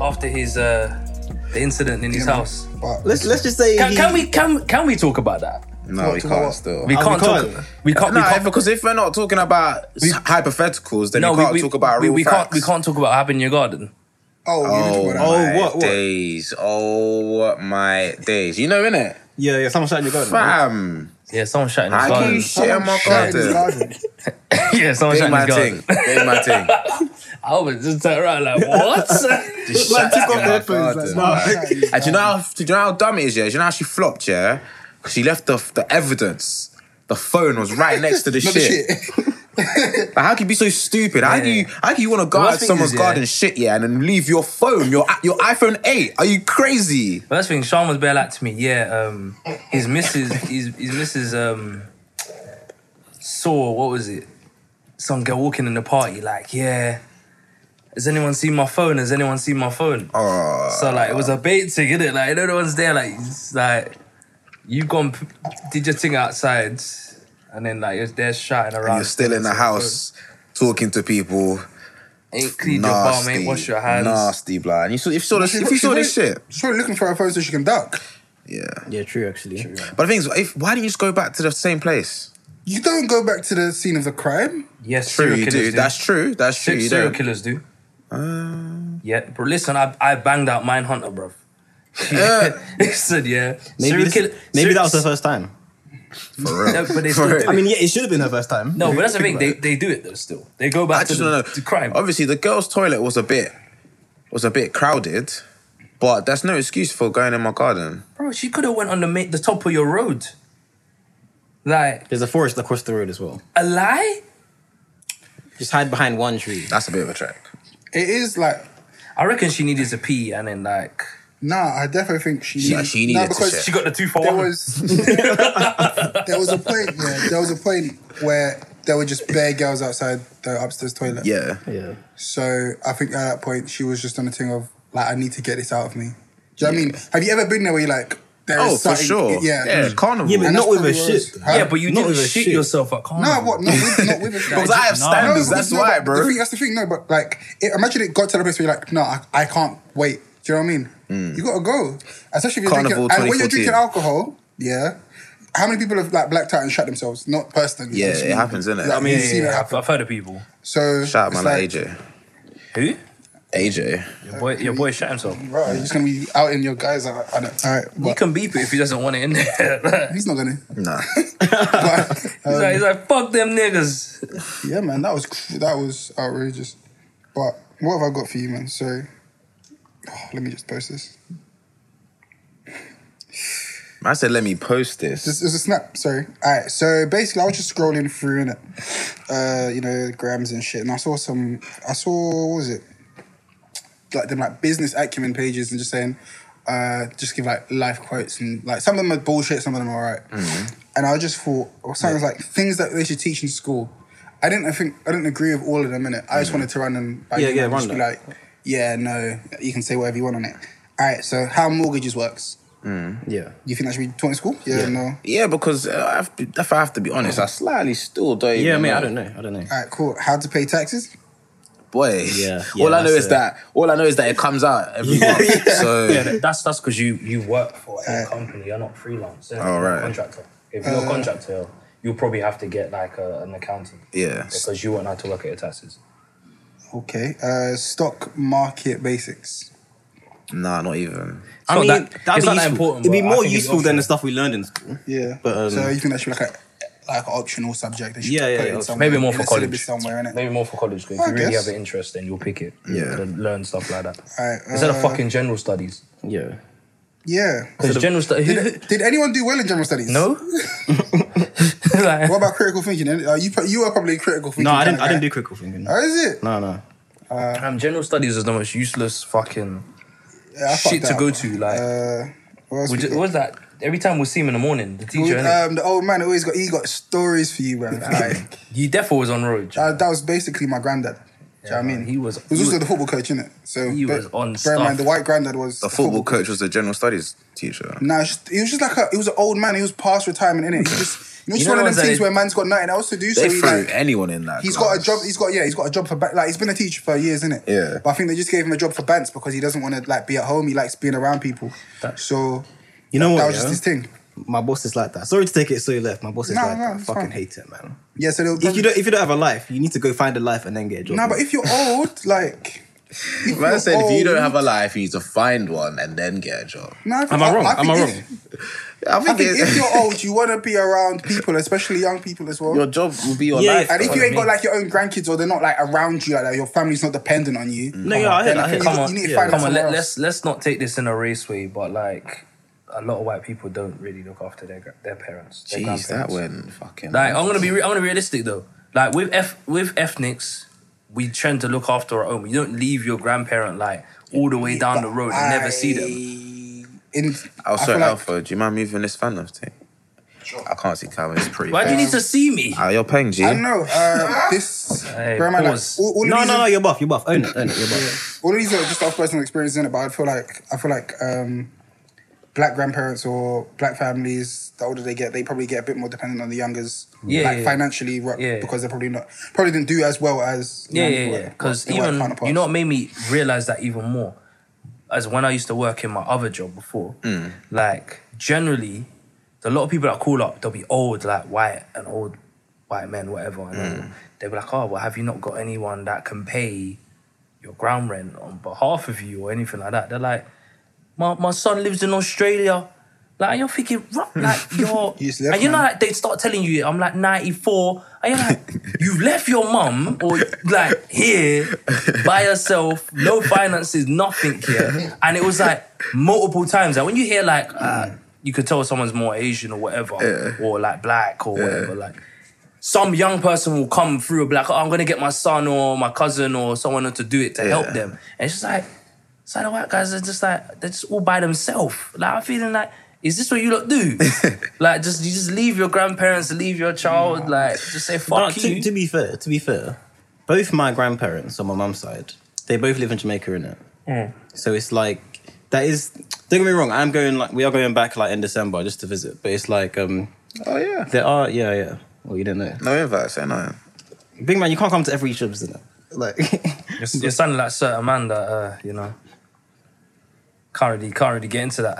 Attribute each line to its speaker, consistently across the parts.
Speaker 1: after his uh, the incident in his
Speaker 2: Yeah, man.
Speaker 1: house.
Speaker 2: But
Speaker 3: Let's let's just say
Speaker 1: Can,
Speaker 3: he-
Speaker 1: can we can can we talk about that?
Speaker 4: No, we
Speaker 2: to
Speaker 4: can't
Speaker 2: what?
Speaker 4: still.
Speaker 1: We
Speaker 3: we
Speaker 1: can't
Speaker 3: can't.
Speaker 1: talk. We can't.
Speaker 4: no,
Speaker 1: we can't
Speaker 4: because if we're not talking about s- hypotheticals, then
Speaker 1: no,
Speaker 4: we can't talk about
Speaker 1: we,
Speaker 4: real
Speaker 1: we can't.
Speaker 4: facts.
Speaker 1: We can't talk about what happened in your garden.
Speaker 2: oh, you need
Speaker 4: Oh,
Speaker 2: to go
Speaker 4: my
Speaker 2: down.
Speaker 3: Oh, what, what?
Speaker 4: days. Oh, my days. You know, innit?
Speaker 3: Yeah, yeah. Someone shot your gun.
Speaker 4: Fam.
Speaker 1: Yeah, someone shot in his
Speaker 4: I
Speaker 1: garden.
Speaker 4: can shit in my
Speaker 2: Shit in his
Speaker 4: garden.
Speaker 2: garden.
Speaker 1: yeah, someone
Speaker 4: They
Speaker 1: shot in
Speaker 4: my
Speaker 1: his
Speaker 4: thing.
Speaker 1: garden.
Speaker 4: They my thing.
Speaker 1: I would just turn around like what?
Speaker 4: Just
Speaker 3: Like,
Speaker 4: shut
Speaker 3: took
Speaker 4: in
Speaker 3: off
Speaker 4: my
Speaker 3: the headphones,
Speaker 4: garden,
Speaker 3: like,
Speaker 4: man.
Speaker 3: nah.
Speaker 4: And do you know how do you know how dumb it is, yeah? Do you know how she flopped, yeah? 'Cause she left the the evidence. The phone was right next to the
Speaker 2: Not
Speaker 4: shit.
Speaker 2: the shit.
Speaker 4: Like, how can you be so stupid? How do you how can you want to guard
Speaker 1: Worst thing
Speaker 4: someone's
Speaker 1: is, yeah.
Speaker 4: garden shit, yeah, and then leave your phone, your your iPhone 8? Are you crazy?
Speaker 1: First thing, Sean was bare like to me. Yeah, um, his missus, his his missus, um, saw what was it? Some girl walking in the party. Like, yeah. Has anyone seen my phone? Has anyone seen my phone?
Speaker 4: Oh,
Speaker 1: So like, it was a bait thing, innit? Like, no one's there. Like, it's like you gone, p- did your thing outside, and then like you're there shouting around.
Speaker 4: you're still in the house talking to people.
Speaker 1: Ain't cleaned your bum. Ain't washed your hands.
Speaker 4: Nasty, blind. You saw, if you saw this,
Speaker 2: She-
Speaker 4: if you
Speaker 2: she
Speaker 4: saw this
Speaker 2: went-
Speaker 4: shit,
Speaker 2: She went looking for her phone so she can duck.
Speaker 4: yeah.
Speaker 3: Yeah, true. Actually,
Speaker 4: But the thing is, if why didn't you just go back to the same place?
Speaker 2: You don't go back to the scene of the crime.
Speaker 1: Yes,
Speaker 4: True,
Speaker 1: serial
Speaker 4: you
Speaker 1: killers
Speaker 4: do. That's true. That's true.
Speaker 1: Six
Speaker 4: You Um,
Speaker 1: serial
Speaker 4: do.
Speaker 1: killers do. yeah, bro. Listen, I I banged out Mine Hunter, bro.
Speaker 4: uh,
Speaker 1: listen, yeah.
Speaker 3: maybe this, maybe that was her first time.
Speaker 4: For real.
Speaker 1: No, but they
Speaker 4: For
Speaker 1: still
Speaker 4: real.
Speaker 1: do
Speaker 3: I mean, yeah, it should have been her first time.
Speaker 1: No, but that's the
Speaker 3: Think
Speaker 1: thing.
Speaker 3: about
Speaker 1: They,
Speaker 3: it.
Speaker 1: they do it though. Still, they go back
Speaker 4: I
Speaker 1: to,
Speaker 4: just
Speaker 1: the,
Speaker 4: don't
Speaker 1: to
Speaker 4: know.
Speaker 1: crime.
Speaker 4: Obviously, the girls' toilet was a bit was a bit crowded, but that's no excuse for going in my garden.
Speaker 1: Bro, she could have went on the ma- the top of your road. Like
Speaker 3: There's a forest across the road as well.
Speaker 1: a lie.
Speaker 3: Just hide behind one tree.
Speaker 4: That's a bit of a trick.
Speaker 2: It is like
Speaker 1: I reckon she needed to pee, and then like
Speaker 2: nah. I definitely think she.
Speaker 4: Yeah, she needed
Speaker 2: nah,
Speaker 4: to
Speaker 2: because
Speaker 4: shit.
Speaker 1: she got the two for
Speaker 2: there
Speaker 1: one.
Speaker 2: was there was a point yeah, there was a point where there were just bare girls outside the upstairs toilet.
Speaker 4: Yeah.
Speaker 3: Yeah.
Speaker 2: So I think at that point she was just on the thing of like I need to get this out of me. Do you know what I mean? Have you ever been there where you're like there is
Speaker 4: Oh, for
Speaker 2: something-
Speaker 4: sure.
Speaker 2: Yeah.
Speaker 4: carnival.
Speaker 3: Yeah, but
Speaker 2: And
Speaker 3: not
Speaker 2: that's
Speaker 3: with her
Speaker 2: probably worse.
Speaker 3: shit.
Speaker 2: Huh?
Speaker 1: yeah, but you
Speaker 3: Not
Speaker 1: didn't
Speaker 3: with a
Speaker 1: shit,
Speaker 3: shit.
Speaker 1: yourself at carnival.
Speaker 2: No, what? Not with, not with a shit.
Speaker 4: because I have
Speaker 5: No,
Speaker 4: standards.
Speaker 2: but-
Speaker 4: that's
Speaker 2: no,
Speaker 4: why,
Speaker 2: but
Speaker 4: bro.
Speaker 2: The thing, that's the thing. No, but like, it, imagine it got to the place where you're like, no, I, I can't wait. Do you know what I mean? You gotta go, especially if you're
Speaker 4: Mm. Carnival
Speaker 2: drinking. And when you're drinking
Speaker 4: 2014.
Speaker 2: alcohol, yeah. How many people have like blacked out and shot themselves? Not personally.
Speaker 4: Yeah,
Speaker 2: obviously.
Speaker 4: it happens, innit?
Speaker 2: Like,
Speaker 4: I
Speaker 2: I
Speaker 4: mean,
Speaker 2: mean,
Speaker 1: Yeah,
Speaker 2: you've seen
Speaker 1: yeah,
Speaker 2: it
Speaker 1: yeah, I've,
Speaker 2: happen.
Speaker 1: I've heard of people.
Speaker 2: So
Speaker 4: Shout out
Speaker 2: it's
Speaker 4: my like,
Speaker 2: like,
Speaker 4: AJ.
Speaker 1: Who?
Speaker 4: AJ.
Speaker 1: Your boy, your boy shot himself.
Speaker 2: Bro, you're just gonna be out in your guys. I, I don't, all right,
Speaker 1: He
Speaker 2: but
Speaker 1: can beep it if he doesn't want it in there.
Speaker 2: he's not gonna.
Speaker 4: Nah.
Speaker 2: But,
Speaker 1: he's,
Speaker 2: um,
Speaker 1: like, he's like, fuck them niggas.
Speaker 2: yeah, man, that was cr- that was outrageous. But what have I got for you, man? So oh, let me just post this.
Speaker 4: I said, let me post this.
Speaker 2: This is a snap. Sorry. All right. So basically, I was just scrolling through in it, uh, you know, grams and shit, and I saw some. I saw what was it? Like them like business acumen pages and just saying, uh, just give like life quotes and like some of them are bullshit, some of them are alright.
Speaker 3: Mm-hmm.
Speaker 2: And I just thought, or something like things that they should teach in school. I didn't. I think I didn't agree with all of them in it. I just wanted to run them. By
Speaker 3: Mm-hmm. Yeah,
Speaker 2: you
Speaker 3: yeah,
Speaker 2: and
Speaker 3: run
Speaker 2: just be
Speaker 3: them.
Speaker 2: like, yeah, no, you can say whatever you want on it. All right. So how mortgages works?
Speaker 3: Yeah.
Speaker 2: You think that should be taught in school? yeah.
Speaker 3: Yeah.
Speaker 2: no.
Speaker 4: Yeah, because uh, I have to, if I have to be honest, I slightly still don't.
Speaker 3: Yeah,
Speaker 4: even
Speaker 3: man.
Speaker 4: know.
Speaker 3: I don't know. I don't know.
Speaker 2: All right, cool. How to pay taxes?
Speaker 4: Boy,
Speaker 3: Yeah.
Speaker 4: all
Speaker 3: Yeah,
Speaker 4: I know
Speaker 3: that's
Speaker 4: is
Speaker 3: it.
Speaker 4: that all I know is that it comes out every
Speaker 3: Yeah,
Speaker 4: month. So
Speaker 1: That's that's because you you work for a
Speaker 2: Uh,
Speaker 1: company. You're not freelance.
Speaker 4: Oh,
Speaker 1: you're
Speaker 4: right.
Speaker 1: a contractor. If you're a contractor, you'll probably have to get like a, an accountant.
Speaker 4: Yeah.
Speaker 1: Because you won't have to work at your taxes.
Speaker 2: Okay. Uh, stock market basics.
Speaker 4: nah, not even.
Speaker 3: I
Speaker 1: not
Speaker 3: mean,
Speaker 1: that-
Speaker 3: that'd
Speaker 1: it's
Speaker 3: be
Speaker 1: not that
Speaker 3: useful.
Speaker 1: important,
Speaker 3: It'd be
Speaker 1: but I
Speaker 3: more
Speaker 1: think it's
Speaker 3: useful than
Speaker 1: optional.
Speaker 3: the stuff we learned in school.
Speaker 2: Yeah.
Speaker 3: But, um,
Speaker 2: so you think that should be like a like an optional subject? They should
Speaker 3: Yeah,
Speaker 2: put
Speaker 3: yeah, yeah,
Speaker 2: it
Speaker 3: optional.
Speaker 2: somewhere,
Speaker 1: Maybe more
Speaker 2: in
Speaker 1: for
Speaker 2: the syllabus
Speaker 1: college.
Speaker 2: somewhere, innit?
Speaker 1: Maybe more for college. 'cause If
Speaker 2: I
Speaker 1: you really
Speaker 2: guess.
Speaker 1: have an interest, then you'll pick it.
Speaker 4: Yeah.
Speaker 1: And learn stuff like that.
Speaker 2: Alright,
Speaker 1: Instead
Speaker 2: uh,
Speaker 1: of fucking general studies.
Speaker 3: Yeah.
Speaker 2: Yeah.
Speaker 1: Because general studies.
Speaker 2: Did, did anyone do well in general studies?
Speaker 1: No. Like-
Speaker 2: What about critical thinking? Uh, you pro- you were probably a critical thinking.
Speaker 3: No, I
Speaker 2: kind
Speaker 3: didn't.
Speaker 2: of
Speaker 3: I didn't
Speaker 2: guy.
Speaker 3: do critical thinking.
Speaker 2: Oh, is it?
Speaker 3: No, no.
Speaker 1: Um, general studies is the most useless fucking
Speaker 2: Yeah, I fucked
Speaker 1: shit to
Speaker 2: up.
Speaker 1: go to. Like,
Speaker 2: Uh, what else
Speaker 1: we
Speaker 2: we
Speaker 1: ju-
Speaker 2: got?
Speaker 1: what's that? Every time we see him in the morning, the teacher, innit?
Speaker 2: um, the old man always got he got stories for you, man. Like,
Speaker 1: you therefore was on road.
Speaker 2: uh, that was basically my granddad. Do you know what I mean?
Speaker 1: he was-
Speaker 2: It was
Speaker 1: he
Speaker 2: also
Speaker 1: was-
Speaker 2: the football coach, innit? So
Speaker 1: he
Speaker 2: but-
Speaker 1: was on
Speaker 2: Bear in
Speaker 1: stuff.
Speaker 2: mind, the white granddad was
Speaker 4: The football coach was the general studies teacher.
Speaker 2: Nah, it's just, he was just like a, he was an old man. He was past retirement, innit? He just, you know,
Speaker 1: You
Speaker 2: just
Speaker 1: know
Speaker 2: one
Speaker 1: the
Speaker 2: of
Speaker 1: ones
Speaker 2: them
Speaker 1: that
Speaker 2: things
Speaker 1: they-
Speaker 2: where man's got nothing else to do.
Speaker 4: They
Speaker 2: so he,
Speaker 4: threw
Speaker 2: like,
Speaker 4: anyone in that.
Speaker 2: He's got a
Speaker 4: class.
Speaker 2: job. He's got yeah. He's got a job for ba- like he's been a teacher for years, isn't it?
Speaker 4: Yeah.
Speaker 2: But I think they just gave him a job for Bants because he doesn't want to like be at home. He likes being around people.
Speaker 1: That's-
Speaker 2: so
Speaker 3: You
Speaker 2: that
Speaker 3: know what?
Speaker 2: was just
Speaker 3: yeah?
Speaker 2: his thing.
Speaker 3: My boss is like that. Sorry to take it so you left. My boss is
Speaker 2: No,
Speaker 3: like
Speaker 2: no,
Speaker 3: that. I
Speaker 2: it's
Speaker 3: fucking
Speaker 2: fine.
Speaker 3: hate it, man.
Speaker 2: Yeah. So
Speaker 3: If you don't, if you don't have a life, you need to go find a life and then get a job.
Speaker 2: no, but if you're old, like
Speaker 4: Man said, if you
Speaker 2: old-
Speaker 4: don't have a life, you need to find one and then get a job.
Speaker 2: no,
Speaker 3: Am I wrong? Am I
Speaker 2: think
Speaker 3: wrong?
Speaker 2: if-
Speaker 4: I
Speaker 2: I
Speaker 4: think,
Speaker 2: think
Speaker 4: it-
Speaker 2: if you're old, you want to be around people, especially young people as well.
Speaker 4: your job will be your
Speaker 3: Yeah,
Speaker 4: life.
Speaker 3: yeah.
Speaker 2: and if
Speaker 4: though.
Speaker 2: you ain't got
Speaker 1: mean.
Speaker 2: like your own grandkids or they're not like around you, like, that, your family's not dependent on you.
Speaker 1: Mm.
Speaker 3: no, yeah, I heard,
Speaker 2: then I
Speaker 3: I heard.
Speaker 2: think
Speaker 1: come
Speaker 2: you
Speaker 1: on,
Speaker 2: need to
Speaker 1: yeah,
Speaker 2: find it
Speaker 1: come on.
Speaker 2: somewhere
Speaker 1: Let,
Speaker 2: else.
Speaker 1: let's let's not take this in a race way, but like a lot of white people don't really look after their gra- their parents. Their
Speaker 4: Jeez, that
Speaker 1: grandparents.
Speaker 4: went fucking.
Speaker 1: Like I'm gonna be re- I'm gonna be realistic though. Like with F with ethnics, we tend to look after our own. You don't leave your grandparent like all the way down the road and never see them.
Speaker 2: them. In,
Speaker 4: Oh,
Speaker 2: I
Speaker 4: sorry,
Speaker 2: feel like-
Speaker 4: Alpha. Do you mind moving this fan off thing? I can't see Calvin. It's pretty.
Speaker 1: Why do you need to see me?
Speaker 4: Ah, you're paying, G.
Speaker 2: I don't know. Uh, this.
Speaker 1: Hey,
Speaker 2: bear in mind, like,
Speaker 1: pause.
Speaker 2: all, all of
Speaker 3: No,
Speaker 2: these
Speaker 3: no,
Speaker 2: are-
Speaker 3: no, you're buff. You're buff. Own it. Own it. You're buff.
Speaker 2: all of these are just off personal experience in it, but I feel like I feel like um, black grandparents or black families, the older they get, they probably get a bit more dependent on the youngers,
Speaker 1: Yeah,
Speaker 2: like
Speaker 1: yeah.
Speaker 2: financially, ru-
Speaker 1: Yeah,
Speaker 2: because they're probably not probably didn't do as well as
Speaker 1: Yeah,
Speaker 2: you know,
Speaker 1: yeah,
Speaker 2: their
Speaker 1: yeah.
Speaker 2: white-
Speaker 1: Because
Speaker 2: their white
Speaker 1: even
Speaker 2: counterparts.
Speaker 1: you know what made me realize that even more, as when I used to work in my other job before, like generally, a lot of people that call up, they'll be old, like white and old white men, whatever. And then they'll be like, "Oh, well, have you not got anyone that can pay your ground rent on behalf of you or anything like that?" They're like, "My my son lives in Australia." Like, and you're thinking, "Ruh," like, you're,
Speaker 2: just left,
Speaker 1: and you know,
Speaker 2: man.
Speaker 1: like, they start telling you, I'm like 94. And you're like, you've left your mum or like here by yourself, no finances, nothing here. And it was like multiple times. Like, when you hear, like, uh, you could tell someone's more Asian or whatever, or like black or whatever, like, some young person will come through and be like, oh, I'm going to get my son or my cousin or someone to do it to help
Speaker 4: Yeah.
Speaker 1: them. And it's just like, so the white guys are just like they're just all by themselves. Like I'm feeling like, is this what you lot do? like just you just leave your grandparents, leave your child, like just say
Speaker 3: No,
Speaker 1: fuck
Speaker 3: to,
Speaker 1: you.
Speaker 3: to be fair, to be fair, both my grandparents on my mum's side, they both live in Jamaica, innit? So it's like that is. Don't get me wrong. I'm going like we are going back like in December just to visit, but it's like um
Speaker 4: Oh yeah.
Speaker 3: there are yeah yeah. Well, you didn't know.
Speaker 4: No invite. Say no.
Speaker 3: Big man, you can't come to every trip, isn't it? Like,
Speaker 1: You're, you're sounding like certain man that uh, you know. Can't really, can't really get into that.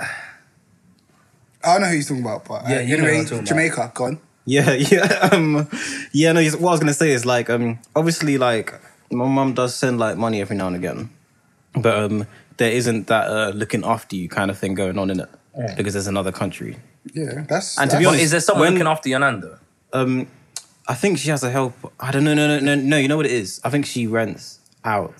Speaker 2: I don't know who he's talking about, but uh,
Speaker 1: Yeah, you know who
Speaker 2: anyway,
Speaker 1: I'm talking about.
Speaker 2: Jamaica gone.
Speaker 3: yeah, yeah, um, yeah. No, what I was gonna say is like, um, obviously, like my mum does send like money every now and again, but um, there isn't that uh, looking after you kind of thing going on in it because there's another country.
Speaker 2: Yeah, that's
Speaker 3: And to
Speaker 2: that's-
Speaker 3: be
Speaker 1: But
Speaker 3: honest,
Speaker 1: is there someone
Speaker 3: when-
Speaker 1: looking after Yananda?
Speaker 3: Um, I think she has a help. I don't know, no, no, no, no. You know what it is? I think she rents out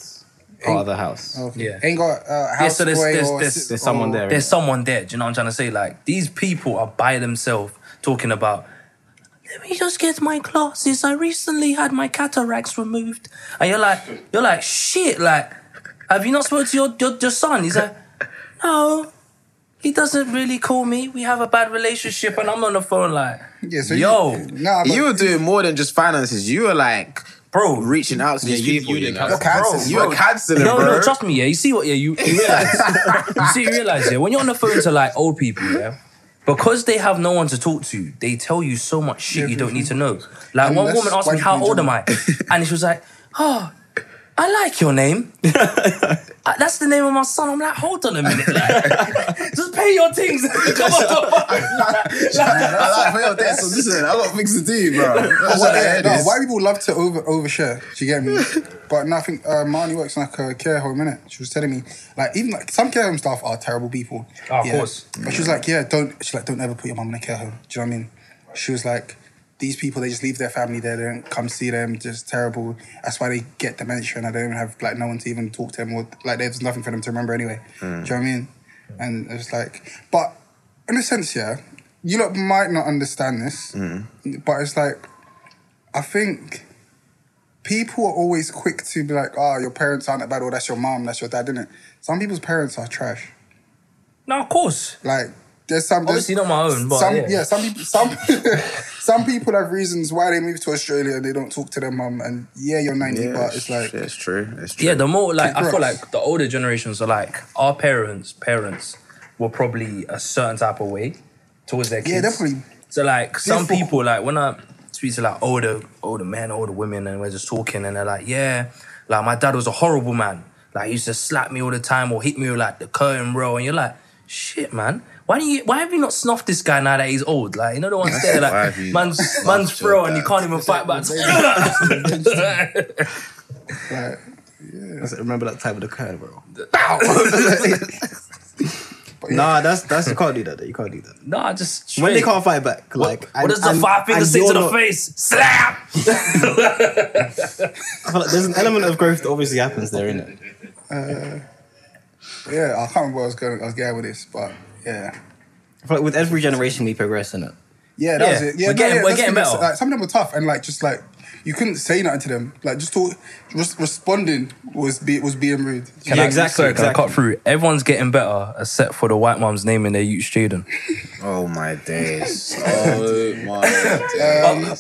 Speaker 3: part of the house.
Speaker 2: Okay.
Speaker 1: Yeah.
Speaker 2: Ain't got uh, houseboy
Speaker 1: Yeah, so there's- there's-
Speaker 2: or
Speaker 1: there's-
Speaker 3: There's someone there.
Speaker 1: There's someone there. Do you know what I'm trying to say? Like these people are by themselves talking about. Let me just get my glasses. I recently had my cataracts removed, and you're like, you're like, shit. Like, have you not spoken to your your, your son? He's like, no. He doesn't really call me. We have a bad relationship, and I'm on the phone like,
Speaker 2: Yeah, so
Speaker 1: yo,
Speaker 2: you, nah, but
Speaker 4: you were doing more than just finances. You were like
Speaker 1: bro,
Speaker 4: reaching out to these
Speaker 3: you-
Speaker 4: people.
Speaker 3: you
Speaker 4: You,
Speaker 3: didn't
Speaker 4: know?
Speaker 2: you're cancelled,
Speaker 4: you
Speaker 2: bro.
Speaker 4: were canceling,
Speaker 1: no,
Speaker 4: bro.
Speaker 1: no, trust me, yeah. You see what, yeah, you, you realize, you see, you realize, yeah, when you're on the phone to like old people, yeah, because they have no one to talk to, they tell you so much shit you don't need to know. Like
Speaker 2: And
Speaker 1: one
Speaker 2: that's
Speaker 1: woman asked me,
Speaker 2: why
Speaker 1: "How
Speaker 2: you
Speaker 1: old
Speaker 2: don't-
Speaker 1: am I?" and she was like, "Oh, I like your name. Uh, That's the name of my son." I'm like, "Hold on a minute, like, just pay your things." Come on,
Speaker 4: I like for your dad, so Listen, I got things to do, bro. That's what I
Speaker 2: Yeah,
Speaker 4: heard
Speaker 2: no,
Speaker 4: is-
Speaker 2: white people love to over overshare. Do you get me? but no, I think uh, Marnie works in like a care home, innit? She was telling me, like, even like some care home staff are terrible people.
Speaker 1: Oh, of
Speaker 2: yeah.
Speaker 1: course.
Speaker 2: But she was like, yeah, don't. She like, don't ever put your mum in a care home. Do you know what I mean? She was like, these people, they just leave their family there. They don't come see them. Just terrible. That's why they get dementia, and I don't even have like no one to even talk to them, or like there's nothing for them to remember anyway. Do you know what I mean? And it was like, but in a sense, yeah, you lot might not understand this,
Speaker 4: Mm.
Speaker 2: but it's like. I think people are always quick to be like, oh, your parents aren't that bad, or that's your mom, that's your dad, innit? Some people's parents are trash.
Speaker 1: no, of course.
Speaker 2: Like, There's some there's
Speaker 1: Obviously not my own, but
Speaker 2: some
Speaker 1: yeah.
Speaker 2: some people some some people have reasons why they moved to Australia and they don't talk to their mum. And yeah, you're 90,
Speaker 4: Yeah,
Speaker 2: but it's like
Speaker 4: it's true. It's true.
Speaker 1: Yeah, the more like I feel
Speaker 2: Congrats.
Speaker 1: like the older generations are like our parents' parents were probably a certain type of way towards their kids.
Speaker 2: yeah, definitely.
Speaker 1: So like some
Speaker 2: Different.
Speaker 1: people like when I speak to like older older men, older women, and we're just talking, and they're like, yeah, like my dad was a horrible man. Like he used to slap me all the time or hit me with like the curtain roll, and you're like, shit, man. Why, do you, why have you not snuffed this guy now that he's old? Like, you know the ones there,
Speaker 4: Why
Speaker 1: like,
Speaker 4: have you
Speaker 1: man's,
Speaker 4: snuffed
Speaker 1: man's
Speaker 4: your
Speaker 1: bro and you
Speaker 4: dad?
Speaker 1: can't even fight back.
Speaker 2: Like,
Speaker 3: Remember that type of the curve, bro. Nah, that's that's you can't do that. You can't do that.
Speaker 1: nah, just
Speaker 3: When they
Speaker 1: straight.
Speaker 3: can't fight back, like
Speaker 1: What does the five finger say to the face? Slap!
Speaker 3: I feel like there's an element of growth that obviously happens there, isn't it?
Speaker 2: yeah, I can't remember where I was going. I was going with this, but yeah.
Speaker 3: I feel like with every generation we progress in it.
Speaker 2: Yeah, that
Speaker 1: Yeah,
Speaker 2: was it. Yeah,
Speaker 1: we're getting-
Speaker 2: yeah,
Speaker 1: we're
Speaker 2: that's
Speaker 1: getting
Speaker 2: the thing,
Speaker 1: better.
Speaker 2: Like, some of them were tough, and like just like you couldn't say nothing to them. Like just talk, res- responding was be, was being rude.
Speaker 1: Can
Speaker 3: Yeah,
Speaker 1: I-
Speaker 3: exactly,
Speaker 1: sorry, can I
Speaker 3: exactly.
Speaker 1: cut through? Everyone's getting better except for the white mums naming their youth student.
Speaker 4: Oh my days. Oh my days.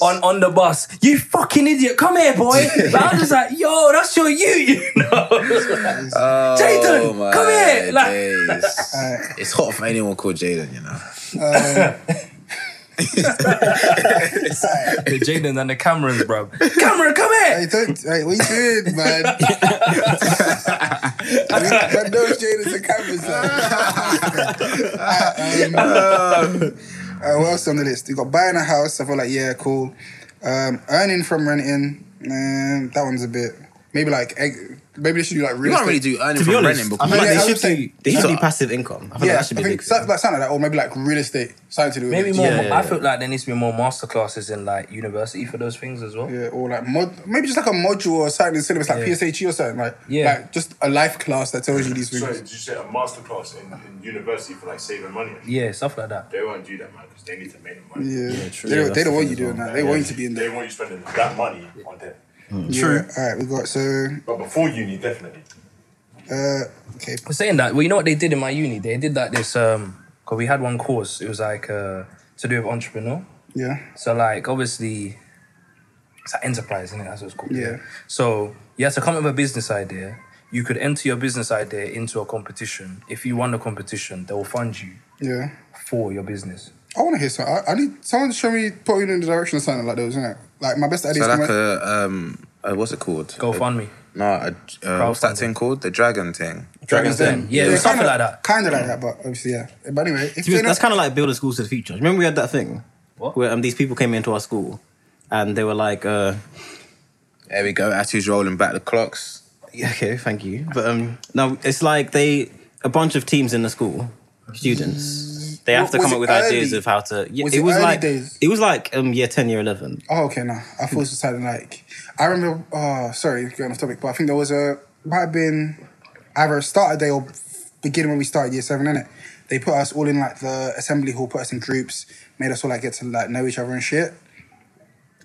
Speaker 1: on, Um, on on the bus, you fucking idiot, come here, boy. But I was just like, yo, that's your you, you know.
Speaker 4: Oh,
Speaker 1: Jaden,
Speaker 4: my
Speaker 1: come here, like-
Speaker 4: days.
Speaker 2: Alright.
Speaker 4: it's hot for anyone called Jaden, you know.
Speaker 1: the Jaden and the Camerons, bro. Cameron, come here.
Speaker 2: Hey, don't, hey, what you doing, man? but those Jadens and cameras. like. Uh, um, uh, what else on the list? You got buying a house. I feel like yeah, cool. Um, earning from renting. Um, that one's a bit. Maybe like egg, maybe they should do like
Speaker 4: You
Speaker 2: real
Speaker 4: can't really
Speaker 2: estate.
Speaker 4: do earning
Speaker 3: To be
Speaker 4: from
Speaker 3: honest,
Speaker 4: renting
Speaker 3: I feel
Speaker 4: because
Speaker 3: like
Speaker 2: Yeah, I
Speaker 3: they
Speaker 2: would
Speaker 3: should do
Speaker 2: say-
Speaker 3: they should
Speaker 4: So-
Speaker 3: do passive income. I feel
Speaker 2: yeah,
Speaker 3: like
Speaker 2: I
Speaker 3: that should be
Speaker 2: think
Speaker 3: big.
Speaker 2: so- like something like that, or maybe like real estate. Something to do with
Speaker 1: Maybe
Speaker 2: it.
Speaker 1: more.
Speaker 3: yeah,
Speaker 1: I
Speaker 3: yeah.
Speaker 1: feel like there needs to be more masterclasses in like university for those things as well.
Speaker 2: Yeah, or like mod, maybe just like a module or something in syllabus, like
Speaker 1: Yeah.
Speaker 2: PSHE E or something, like
Speaker 1: Yeah.
Speaker 2: like just a life class that tells you these things.
Speaker 5: Sorry, did you say a masterclass in, in university for like saving money? and shit?
Speaker 1: Yeah, stuff like that.
Speaker 5: They won't do that, man, because they need to make the money.
Speaker 2: Yeah,
Speaker 3: true.
Speaker 2: they don't,
Speaker 3: Yeah, that's
Speaker 2: they
Speaker 3: the
Speaker 2: don't want you
Speaker 3: thing as
Speaker 2: doing
Speaker 3: well.
Speaker 2: that. They want you to be in
Speaker 5: They
Speaker 2: there.
Speaker 5: want you spending that money on them.
Speaker 2: True. All right, we got so
Speaker 5: But before uni, definitely.
Speaker 2: uh, okay.
Speaker 1: But saying that, well, you know what they did in my uni? They did like this. Um, cause we had one course. It was like uh, to do with entrepreneur.
Speaker 2: Yeah,
Speaker 1: So like obviously it's an enterprise, isn't it? That's what it's called.
Speaker 2: Yeah.
Speaker 1: So you had to come up with a business idea. You could enter your business idea into a competition. If you won the competition, they will fund you
Speaker 2: yeah.
Speaker 1: for your business.
Speaker 2: I want to hear something. I, I need someone to show me put me in the direction of something like those, isn't it? Like my best idea
Speaker 4: so
Speaker 2: is
Speaker 4: like
Speaker 2: come out-
Speaker 4: a um, uh, what's it called?
Speaker 1: GoFundMe.
Speaker 4: No, a, uh, what's that thing called? The dragon thing.
Speaker 1: Dragon's Den. Yeah, it was something like
Speaker 2: kinda-
Speaker 1: that.
Speaker 2: Kinda like that, but obviously, yeah. But anyway, if
Speaker 3: To be
Speaker 2: you're
Speaker 3: honest, that's
Speaker 2: not,
Speaker 3: kind of like building schools to the future. Remember we had that thing
Speaker 1: What?
Speaker 3: where um, these people came into our school and they were like, uh,
Speaker 4: There we go. Atu's rolling back the clocks.
Speaker 3: yeah, "Okay, thank you," but um, no, it's like they a bunch of teams in the school, students. They have
Speaker 2: W-
Speaker 3: to
Speaker 2: was
Speaker 3: come
Speaker 2: it
Speaker 3: up with
Speaker 2: early?
Speaker 3: ideas of how to. Yeah,
Speaker 2: Was
Speaker 3: it,
Speaker 2: it
Speaker 3: was
Speaker 2: early
Speaker 3: like
Speaker 2: days?
Speaker 3: it was like um year ten, year eleven.
Speaker 2: oh okay, no. I feel something like I remember. Oh, sorry, going off topic, but I think there was a might have been either a start a day or beginning when we started year seven, innit? They put us all in like the assembly hall, put us in groups, made us all like get to like know each other and shit.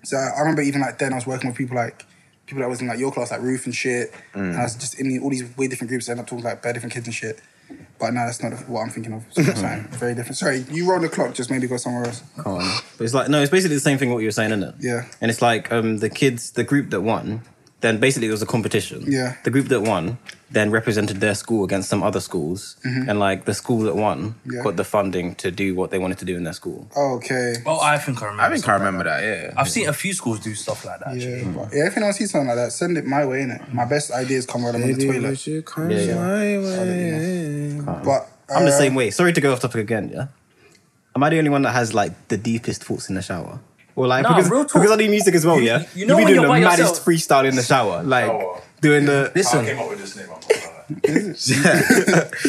Speaker 2: So I remember even like then I was working with people like people that was in like your class, like Ruth and shit. And I was just in all these weird different groups. I ended up talking to like bare different kids and shit. But no, that's not what I'm thinking of. So it's something very different. Sorry, you roll the clock, just maybe go somewhere else.
Speaker 3: Come on. But it's like no, it's basically the same thing what you were saying, isn't it?
Speaker 2: Yeah.
Speaker 3: And it's like um the kids, the group that won, then basically it was a competition.
Speaker 2: Yeah.
Speaker 3: The group that won then represented their school against some other schools, and like the school that won
Speaker 2: Mm-hmm. Yeah.
Speaker 3: got the funding to do what they wanted to do in their school.
Speaker 2: Okay.
Speaker 1: Oh, I think I remember.
Speaker 4: I think I remember that. Yeah.
Speaker 1: I've seen a few schools do stuff like that.
Speaker 2: Yeah,
Speaker 1: actually.
Speaker 2: but-
Speaker 4: Hmm.
Speaker 2: yeah, if anyone sees something like that, send it my way, innit? My best ideas come when I'm on the toilet.
Speaker 3: Yeah, yeah.
Speaker 2: But
Speaker 3: I'm the
Speaker 2: uh,
Speaker 3: same way. Sorry to go off topic again. Yeah. Am I the only one that has like the deepest thoughts in the shower? Or like
Speaker 1: Nah,
Speaker 3: because,
Speaker 1: real talk.
Speaker 3: because I do music as well. Yeah.
Speaker 1: you know
Speaker 3: be
Speaker 1: when
Speaker 3: doing
Speaker 1: you're by
Speaker 3: the
Speaker 1: yourself.
Speaker 3: maddest freestyle in the shower, like
Speaker 5: Shower.
Speaker 3: doing the.
Speaker 5: I came
Speaker 1: Listen,
Speaker 5: up with this name. I'm not gonna lie.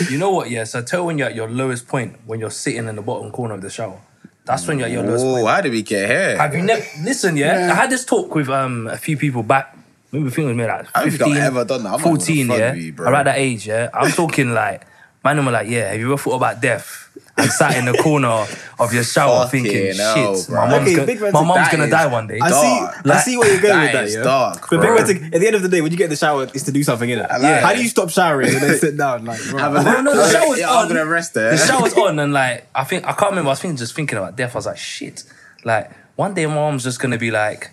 Speaker 1: you know what? Yeah, so tell when you're at your lowest point when you're sitting in the bottom corner of the shower. That's when you're at your lowest point.
Speaker 4: Whoa, how did we get here?
Speaker 1: Have you never listen? Yeah, I had this talk with um a few people back. Maybe I think it was maybe like
Speaker 4: don't think I've
Speaker 1: 15,
Speaker 4: ever done that. I'm not gonna
Speaker 1: 14,
Speaker 4: front
Speaker 1: yeah,
Speaker 4: with you, bro.
Speaker 1: around that age, yeah. I'm talking like, man, I'm like, yeah. Have you ever thought about death? and sat in the corner of your shower
Speaker 4: Fucking
Speaker 1: thinking,
Speaker 4: hell,
Speaker 1: shit,
Speaker 4: bro.
Speaker 1: my mom's
Speaker 3: Okay, Big
Speaker 1: gonna,
Speaker 3: Man's
Speaker 1: my
Speaker 3: a-
Speaker 1: mom's
Speaker 4: that
Speaker 1: gonna
Speaker 4: is-
Speaker 1: die one day.
Speaker 3: I
Speaker 4: Dark.
Speaker 3: see. I see where you're going
Speaker 4: That
Speaker 3: with that.
Speaker 4: is
Speaker 3: yeah?
Speaker 4: dark,
Speaker 3: But
Speaker 4: bro.
Speaker 3: big man, at the end of the day, when you get in the shower, it's to do something in it.
Speaker 4: like Yeah. it.
Speaker 3: How do you stop showering and then sit down? Like, bro.
Speaker 1: no, no, the shower's
Speaker 4: yeah, I'm
Speaker 1: on.
Speaker 4: gonna rest there.
Speaker 1: the shower's on, and like I think I can't remember. I was thinking, just thinking about death. I was like, shit. Like one day, my mom's just gonna be like,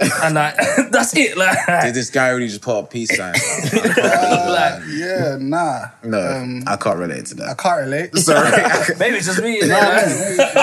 Speaker 1: and like that's it. Like,
Speaker 4: Did this guy really just put up peace sign?
Speaker 1: like
Speaker 2: Yeah, nah.
Speaker 4: No,
Speaker 2: Um,
Speaker 4: I can't relate to
Speaker 2: I
Speaker 4: that.
Speaker 2: can't relate.
Speaker 4: Sorry.
Speaker 1: maybe it's just me.
Speaker 3: I'll